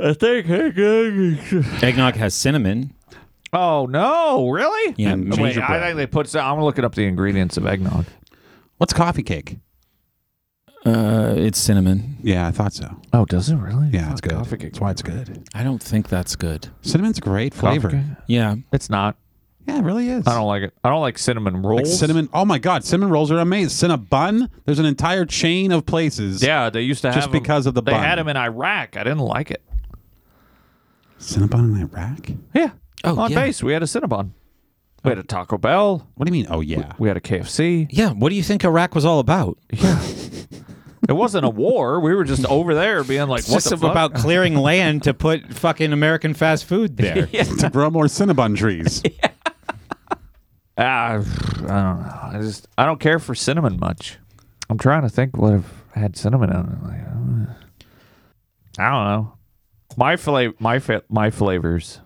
Speaker 3: I think eggnog.
Speaker 1: Eggnog has cinnamon.
Speaker 3: Oh no! Really?
Speaker 1: Yeah,
Speaker 3: And-
Speaker 1: ginger
Speaker 3: Wait, I
Speaker 1: bread.
Speaker 3: think they put. some- I'm looking up the ingredients of eggnog.
Speaker 2: What's coffee cake?
Speaker 1: Uh, it's cinnamon.
Speaker 2: Yeah, I thought so.
Speaker 3: Oh, does it really?
Speaker 2: Yeah, it's good.
Speaker 3: Coffee cake.
Speaker 2: That's why it's good.
Speaker 1: I don't think that's good.
Speaker 2: Cinnamon's great
Speaker 3: Coffee
Speaker 2: flavor.
Speaker 3: cake?
Speaker 1: Yeah.
Speaker 3: It's not.
Speaker 2: Yeah, it really is.
Speaker 3: I don't like it. I don't like cinnamon rolls.
Speaker 2: Like cinnamon. Oh my God, cinnamon rolls are amazing. Cinnabun. There's an entire chain of places.
Speaker 3: Yeah, they used to have
Speaker 2: Just
Speaker 3: 'em-
Speaker 2: because of the
Speaker 3: They
Speaker 2: bun.
Speaker 3: had them in Iraq. I didn't like it.
Speaker 2: Cinnabon in Iraq.
Speaker 3: Yeah.
Speaker 1: Oh,
Speaker 3: On
Speaker 1: yeah.
Speaker 3: base, we had a Cinnabon. We
Speaker 2: Oh.
Speaker 3: had a Taco Bell.
Speaker 2: What do you mean? Oh yeah.
Speaker 3: We had a KFC.
Speaker 1: Yeah. What do you think Iraq was all about?
Speaker 3: It wasn't a war. We were just over there being like,
Speaker 1: It's
Speaker 3: "What's
Speaker 1: just about clearing
Speaker 3: [LAUGHS]
Speaker 1: land to put fucking American fast food there.
Speaker 2: to grow more Cinnabon trees.
Speaker 3: Ah, I don't know. I just I don't care for cinnamon much. I'm trying to think what have had cinnamon on it. Like, I don't know. I don't know. My flavor, my fa- my flavors: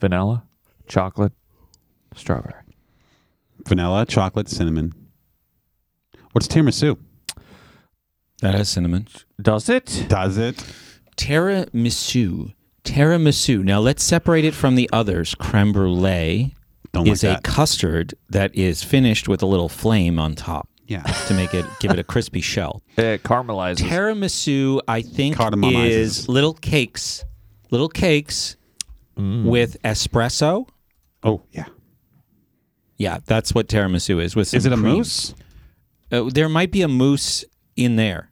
Speaker 3: vanilla, chocolate, strawberry.
Speaker 2: Vanilla, chocolate, cinnamon. What's tiramisu?
Speaker 1: That has cinnamon.
Speaker 3: Does it?
Speaker 2: Does it?
Speaker 1: Tiramisu. Tiramisu. Now let's separate it from the others. Creme brulee
Speaker 2: Don't like
Speaker 1: is
Speaker 2: that.
Speaker 1: a custard that is finished with a little flame on top.
Speaker 2: Yeah.
Speaker 1: To make it give it a crispy shell.
Speaker 3: It caramelizes.
Speaker 1: Tiramisu, I think,
Speaker 2: Cardamomizes.
Speaker 1: is little cakes, little cakes
Speaker 2: Mm.
Speaker 1: with espresso.
Speaker 2: [LAUGHS] Oh yeah.
Speaker 1: Yeah, that's what tiramisu is. With some
Speaker 2: Is it a
Speaker 1: cream.
Speaker 2: moose?
Speaker 1: Uh, there might be a mousse in there.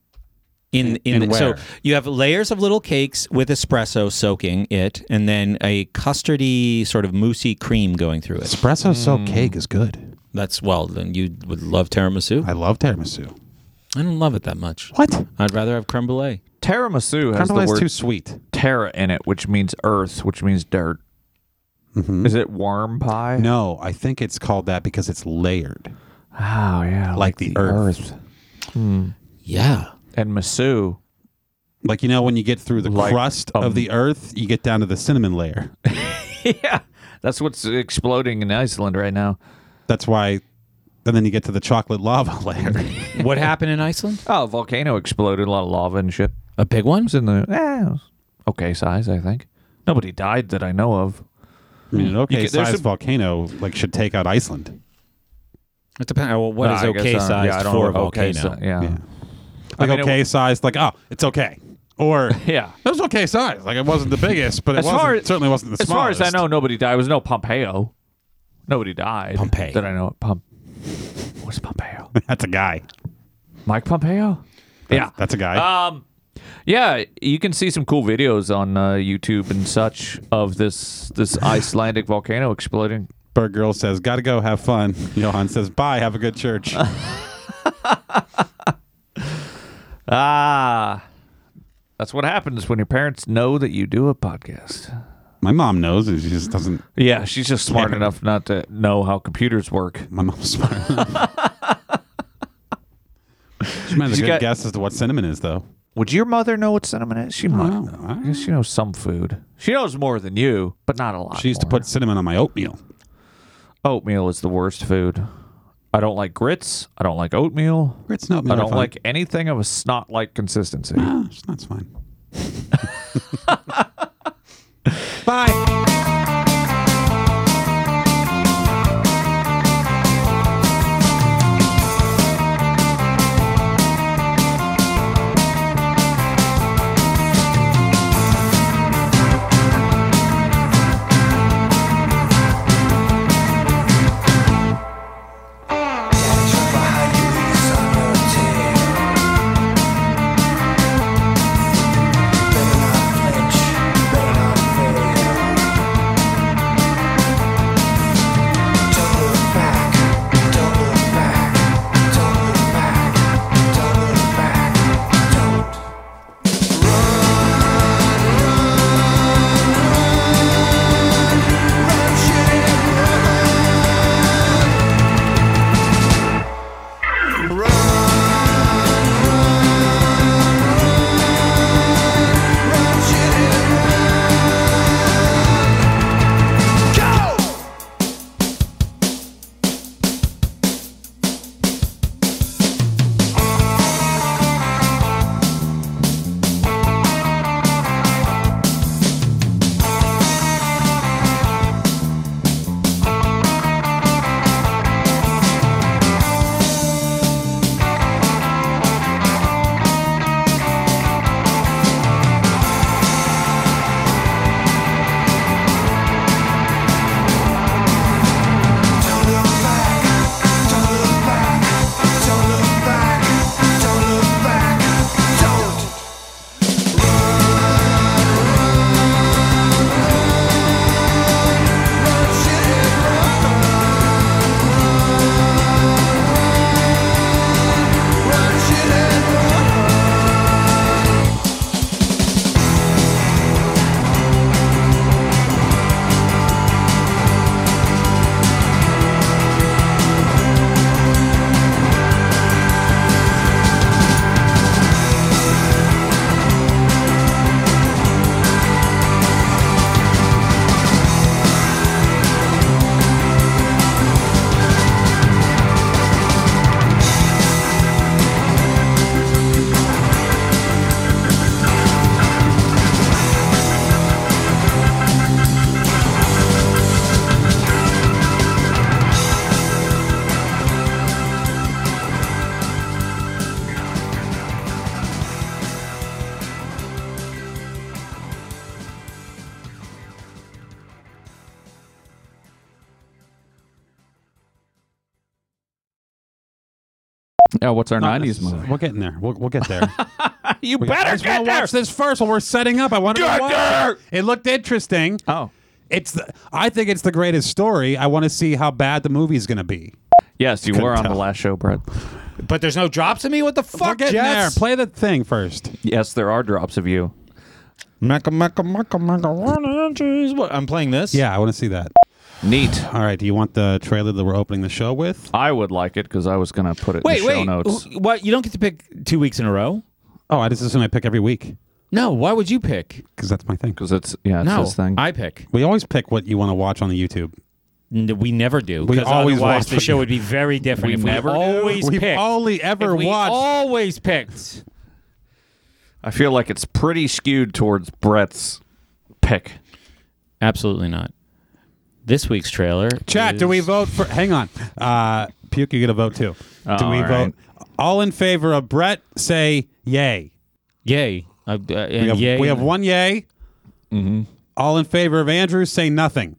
Speaker 1: In in,
Speaker 2: in
Speaker 1: so
Speaker 2: where?
Speaker 1: you have layers of little cakes with espresso soaking it, and then a custardy sort of moussey cream going through it.
Speaker 2: Espresso
Speaker 3: Mm.
Speaker 2: soaked cake is good.
Speaker 1: That's well, then you would love tiramisu.
Speaker 2: I love tiramisu.
Speaker 1: I don't love it that much.
Speaker 2: What?
Speaker 1: I'd rather have creme brulee.
Speaker 3: Tiramisu has
Speaker 2: Crumble
Speaker 3: the
Speaker 2: is
Speaker 3: word
Speaker 2: too sweet.
Speaker 3: terra in it, which means earth, which means dirt. Is it worm pie?
Speaker 2: Mm-hmm. No, I think it's called that because it's layered,
Speaker 3: Oh yeah,
Speaker 2: like, the, earth.
Speaker 1: Yeah,
Speaker 3: and masu. [LAUGHS]
Speaker 2: Like you know, when you get through the
Speaker 3: Like,
Speaker 2: crust
Speaker 3: um,
Speaker 2: of the earth, you get down to the cinnamon layer.
Speaker 3: yeah, that's what's exploding in Iceland right now.
Speaker 2: That's why. And then you get to the chocolate lava [LAUGHS] layer.
Speaker 1: what happened in Iceland?
Speaker 3: Oh, a volcano exploded, a lot of lava and shit.
Speaker 1: A big one?
Speaker 3: It's in the eh, it was okay size, I think. Nobody died that I know of.
Speaker 2: I mean, an okay
Speaker 3: get- there's
Speaker 2: sized
Speaker 3: some-
Speaker 2: volcano like should take out Iceland.
Speaker 1: It depends. Well, what
Speaker 3: No,
Speaker 1: is
Speaker 3: I guess,
Speaker 1: okay
Speaker 3: uh,
Speaker 1: sized
Speaker 3: yeah, I don't
Speaker 1: for
Speaker 3: know
Speaker 1: a
Speaker 3: what okay
Speaker 1: volcano?
Speaker 3: si- yeah.
Speaker 2: Yeah.
Speaker 3: yeah,
Speaker 2: Like
Speaker 3: mean, it
Speaker 2: okay sized, like oh, it's okay.
Speaker 3: [LAUGHS]
Speaker 2: Or
Speaker 3: Yeah.
Speaker 2: it was okay size. Like it wasn't the biggest, but it
Speaker 3: As
Speaker 2: wasn't,
Speaker 3: far as-
Speaker 2: certainly wasn't the
Speaker 3: As far
Speaker 2: smallest.
Speaker 3: as I know, nobody died. It was no Pompeo. Nobody died.
Speaker 1: Pompeii.
Speaker 3: That I know. of. Pom. What's Pompeo?
Speaker 2: [LAUGHS] that's a guy.
Speaker 3: Mike Pompeo. Yeah.
Speaker 2: That's a guy.
Speaker 3: Um, yeah, you can see some cool videos on uh, YouTube and such of this
Speaker 2: [LAUGHS]
Speaker 3: this Icelandic volcano exploding.
Speaker 2: Bird Girl says, "Gotta go, have fun." [LAUGHS] Johan says, "Bye, have a good church."
Speaker 3: [LAUGHS] Ah, that's what happens when your parents know that you do a podcast.
Speaker 2: My mom knows, and she just doesn't.
Speaker 3: Yeah, she's just smart enough not to know how computers work.
Speaker 2: My mom's [LAUGHS] smart. she might have a
Speaker 3: She
Speaker 2: good
Speaker 3: got-
Speaker 2: guess as to what cinnamon is, though. Oh,
Speaker 3: Would your mother know what cinnamon is? She might.
Speaker 2: don't
Speaker 3: know.
Speaker 2: know.
Speaker 3: I guess she knows some food. She knows more than you, but not a lot.
Speaker 2: She used to
Speaker 3: more.
Speaker 2: put cinnamon on my oatmeal.
Speaker 3: oatmeal is the worst food. I don't like grits. I don't like oatmeal.
Speaker 2: Grits and oatmeal. Ah,
Speaker 3: I
Speaker 2: are
Speaker 3: don't
Speaker 2: fine.
Speaker 3: like anything of a snot like consistency.
Speaker 2: Ah, it's- that's fine.
Speaker 3: Oh, what's our
Speaker 2: Not
Speaker 3: 90s
Speaker 2: necessary.
Speaker 3: movie?
Speaker 2: We'll get in there. We'll, we'll
Speaker 3: [LAUGHS]
Speaker 2: get there.
Speaker 3: you
Speaker 2: We- I
Speaker 3: better
Speaker 2: just
Speaker 3: get
Speaker 2: wanna
Speaker 3: there.
Speaker 2: Watch this first while we're setting up. I wanted
Speaker 3: Get
Speaker 2: to watch
Speaker 3: there!
Speaker 2: It. it looked interesting.
Speaker 3: Oh,
Speaker 2: it's. The, I think it's the greatest story. I want to see how bad the movie's going to be.
Speaker 3: Yes, you
Speaker 2: Couldn't
Speaker 3: were on
Speaker 2: tell.
Speaker 3: the last show, Brett.
Speaker 1: But there's no drops of me. What the fuck,
Speaker 2: Get in there.
Speaker 1: Jess?
Speaker 2: Play the thing first.
Speaker 3: Yes, there are drops of you.
Speaker 1: Maca, maca, maca, macaroni and cheese. What? I'm playing this.
Speaker 2: Yeah, I want to see that.
Speaker 3: Neat.
Speaker 2: All right. Do you want the trailer that we're opening the show with?
Speaker 3: I would like it because I was going to put it
Speaker 1: Wait,
Speaker 3: in the show
Speaker 1: wait.
Speaker 3: notes.
Speaker 1: Wh- What? You don't get to pick two weeks in a row?
Speaker 2: Oh, I just assume I pick every week
Speaker 1: No. Why would you pick?
Speaker 2: because that's my thing.
Speaker 3: Because it's, yeah, it's
Speaker 1: no.
Speaker 3: his thing.
Speaker 1: I pick.
Speaker 2: We always pick what you want to watch on the YouTube.
Speaker 1: N- We never do.
Speaker 2: We
Speaker 1: 'cause
Speaker 2: always
Speaker 1: otherwise
Speaker 2: watch
Speaker 1: the
Speaker 2: what-
Speaker 1: show would be very different
Speaker 3: We
Speaker 1: if
Speaker 3: never
Speaker 1: we
Speaker 3: do.
Speaker 1: always
Speaker 2: We've
Speaker 1: picked.
Speaker 2: only
Speaker 1: if
Speaker 2: ever
Speaker 1: we
Speaker 2: watched.
Speaker 1: always picked.
Speaker 3: I feel like it's pretty skewed towards Brett's pick.
Speaker 1: Absolutely not. This week's trailer.
Speaker 2: Chat, do we vote for? Hang on, uh, puke. You get a vote too. do we
Speaker 3: all right.
Speaker 2: vote? All in favor of Brett? Say yay.
Speaker 1: Yay. Uh, uh, and
Speaker 2: We have,
Speaker 1: yay.
Speaker 2: we have one yay.
Speaker 3: Mm-hmm.
Speaker 2: All in favor of Andrew? Say nothing.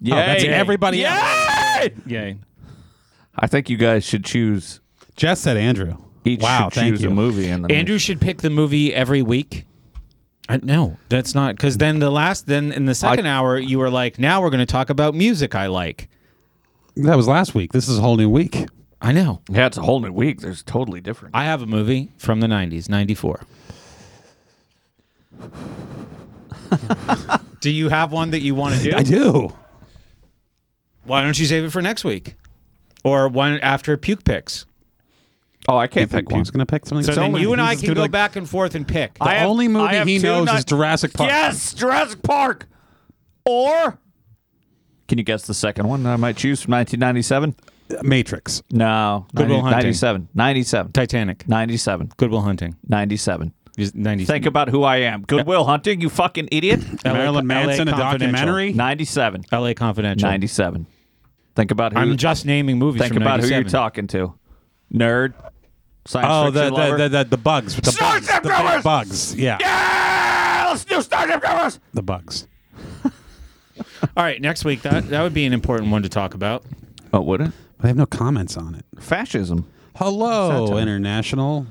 Speaker 3: Yeah,
Speaker 2: Oh, that's everybody. Else.
Speaker 3: Yay!
Speaker 1: Yay.
Speaker 3: I think you guys should choose.
Speaker 2: Jess said Andrew.
Speaker 3: Each
Speaker 2: wow,
Speaker 3: should
Speaker 2: thank
Speaker 3: choose
Speaker 2: you.
Speaker 3: a movie. And then
Speaker 1: Andrew should pick the movie every week. I, no, that's not because then the last then in the second hour you were like, now we're going to talk about music I like.
Speaker 2: That was last week. This is a whole new week.
Speaker 1: I know.
Speaker 3: yeah, it's a whole new week. There's totally different.
Speaker 1: I have a movie from the '90s, '94. do you have one that you want to do?
Speaker 2: I do.
Speaker 1: Why don't you save it for next week, or one after puke picks?
Speaker 3: Oh, I can't
Speaker 2: Think
Speaker 3: pick one.
Speaker 2: Puke's gonna pick something.
Speaker 1: So then
Speaker 2: Only-
Speaker 1: you and
Speaker 2: he's
Speaker 1: I
Speaker 2: just
Speaker 1: can
Speaker 2: gonna
Speaker 1: go
Speaker 2: like-
Speaker 1: back and forth and pick.
Speaker 2: The only movie
Speaker 3: have
Speaker 2: he
Speaker 3: two
Speaker 2: knows
Speaker 3: not-
Speaker 2: is Jurassic Park.
Speaker 3: Yes, Jurassic Park. Or can you guess the second one? I might choose from 1997.
Speaker 2: Matrix.
Speaker 3: No,
Speaker 1: Good Will
Speaker 3: 90-
Speaker 1: Hunting.
Speaker 3: 97, 97,
Speaker 1: Titanic,
Speaker 3: 97,
Speaker 1: Goodwill Hunting,
Speaker 3: 97.
Speaker 1: is '90s.
Speaker 3: Think about who I am. Goodwill Hunting, you fucking idiot.
Speaker 1: LA
Speaker 2: [LAUGHS] Marilyn
Speaker 1: LA
Speaker 2: Manson, a
Speaker 1: Confidential.
Speaker 2: documentary.
Speaker 3: 97,
Speaker 1: L.A. Confidential.
Speaker 3: 97. Think about who.
Speaker 1: I'm just naming movies.
Speaker 3: think
Speaker 1: from
Speaker 3: about who you're
Speaker 1: 97.
Speaker 3: talking to. Nerd. Science
Speaker 2: Oh, the
Speaker 3: fiction
Speaker 2: the,
Speaker 3: lover.
Speaker 2: the the the bugs. The
Speaker 3: Star
Speaker 2: bugs. The
Speaker 3: Trek
Speaker 2: big
Speaker 3: Brothers!
Speaker 2: bugs. Yeah,
Speaker 3: Yeah, let's do Starship Troopers.
Speaker 2: the bugs.
Speaker 1: All right, next week that that would be an important one to talk about.
Speaker 3: Oh, would it?
Speaker 2: But I have no comments on it.
Speaker 3: [LAUGHS] Fascism.
Speaker 2: Hello,
Speaker 3: Satire.
Speaker 2: international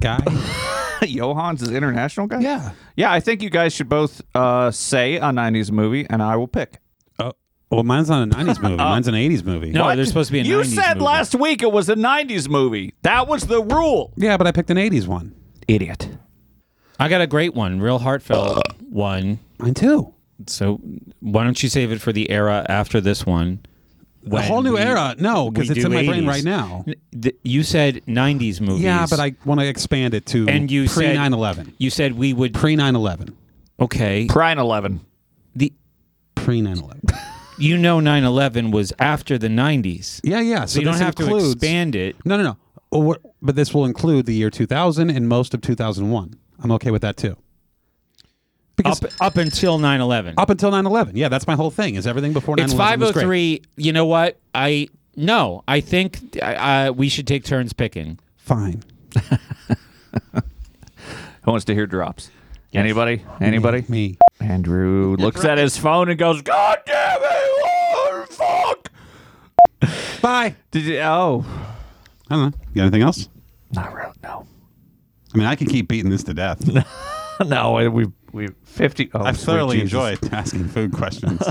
Speaker 2: guy.
Speaker 1: [LAUGHS]
Speaker 3: Johans is international guy.
Speaker 2: yeah.
Speaker 3: yeah. I think you guys should both uh, say a '90s movie, and I will pick.
Speaker 2: Oh, well, mine's not a '90s movie. Mine's an '80s movie.
Speaker 1: Oh.
Speaker 3: Oh,
Speaker 1: No, there's supposed to be a
Speaker 3: You
Speaker 1: 90s
Speaker 3: said
Speaker 1: movie.
Speaker 3: last week it was a '90s movie. That was the rule.
Speaker 2: Yeah, but I picked an '80s one.
Speaker 3: Idiot.
Speaker 1: I got a great one, real heartfelt one.
Speaker 2: Mine too.
Speaker 1: So why don't you save it for the era after this one?
Speaker 2: A whole new
Speaker 1: we-
Speaker 2: era. No,
Speaker 1: we
Speaker 2: because it's
Speaker 1: do
Speaker 2: in my brain
Speaker 1: 80s.
Speaker 2: right now.
Speaker 1: N- th- You said '90s movies.
Speaker 2: Yeah, but I want to expand it to
Speaker 1: and you
Speaker 2: pre
Speaker 1: said
Speaker 2: 9/11.
Speaker 1: You said we would.
Speaker 2: Pre 9/11.
Speaker 1: Okay,
Speaker 3: Prime Eleven.
Speaker 1: the [LAUGHS]
Speaker 2: Pre 9/11.
Speaker 1: you know 9/11 was after the '90s,
Speaker 2: Yeah, yeah. So,
Speaker 1: so you don't
Speaker 2: this
Speaker 1: have to
Speaker 2: includes-
Speaker 1: expand it.
Speaker 2: No, no, no. Well, what- But this will include the year 2000 and most of 2001. I'm okay with that too.
Speaker 1: Up,
Speaker 2: Because up,
Speaker 1: up until 9/11.
Speaker 2: until 9/11, yeah, that's my whole thing. Is everything before 9/11?
Speaker 1: It's
Speaker 2: was great.
Speaker 1: 503. You know what? I no. I think uh, we should take turns picking.
Speaker 2: Fine.
Speaker 3: Who wants to hear drops? Anybody? Anybody?
Speaker 2: Me.
Speaker 3: Andrew looks at his phone and goes, "God damn it! Oh, fuck!"
Speaker 2: Bye.
Speaker 3: Did you? Oh,
Speaker 2: I don't know. You got anything else?
Speaker 3: not really. No. [LAUGHS]
Speaker 2: I mean, I can keep beating this to death.
Speaker 3: No, we we fifty. Oh,
Speaker 2: I
Speaker 3: sweet
Speaker 2: thoroughly
Speaker 3: Jesus.
Speaker 2: [LAUGHS] enjoy asking food questions.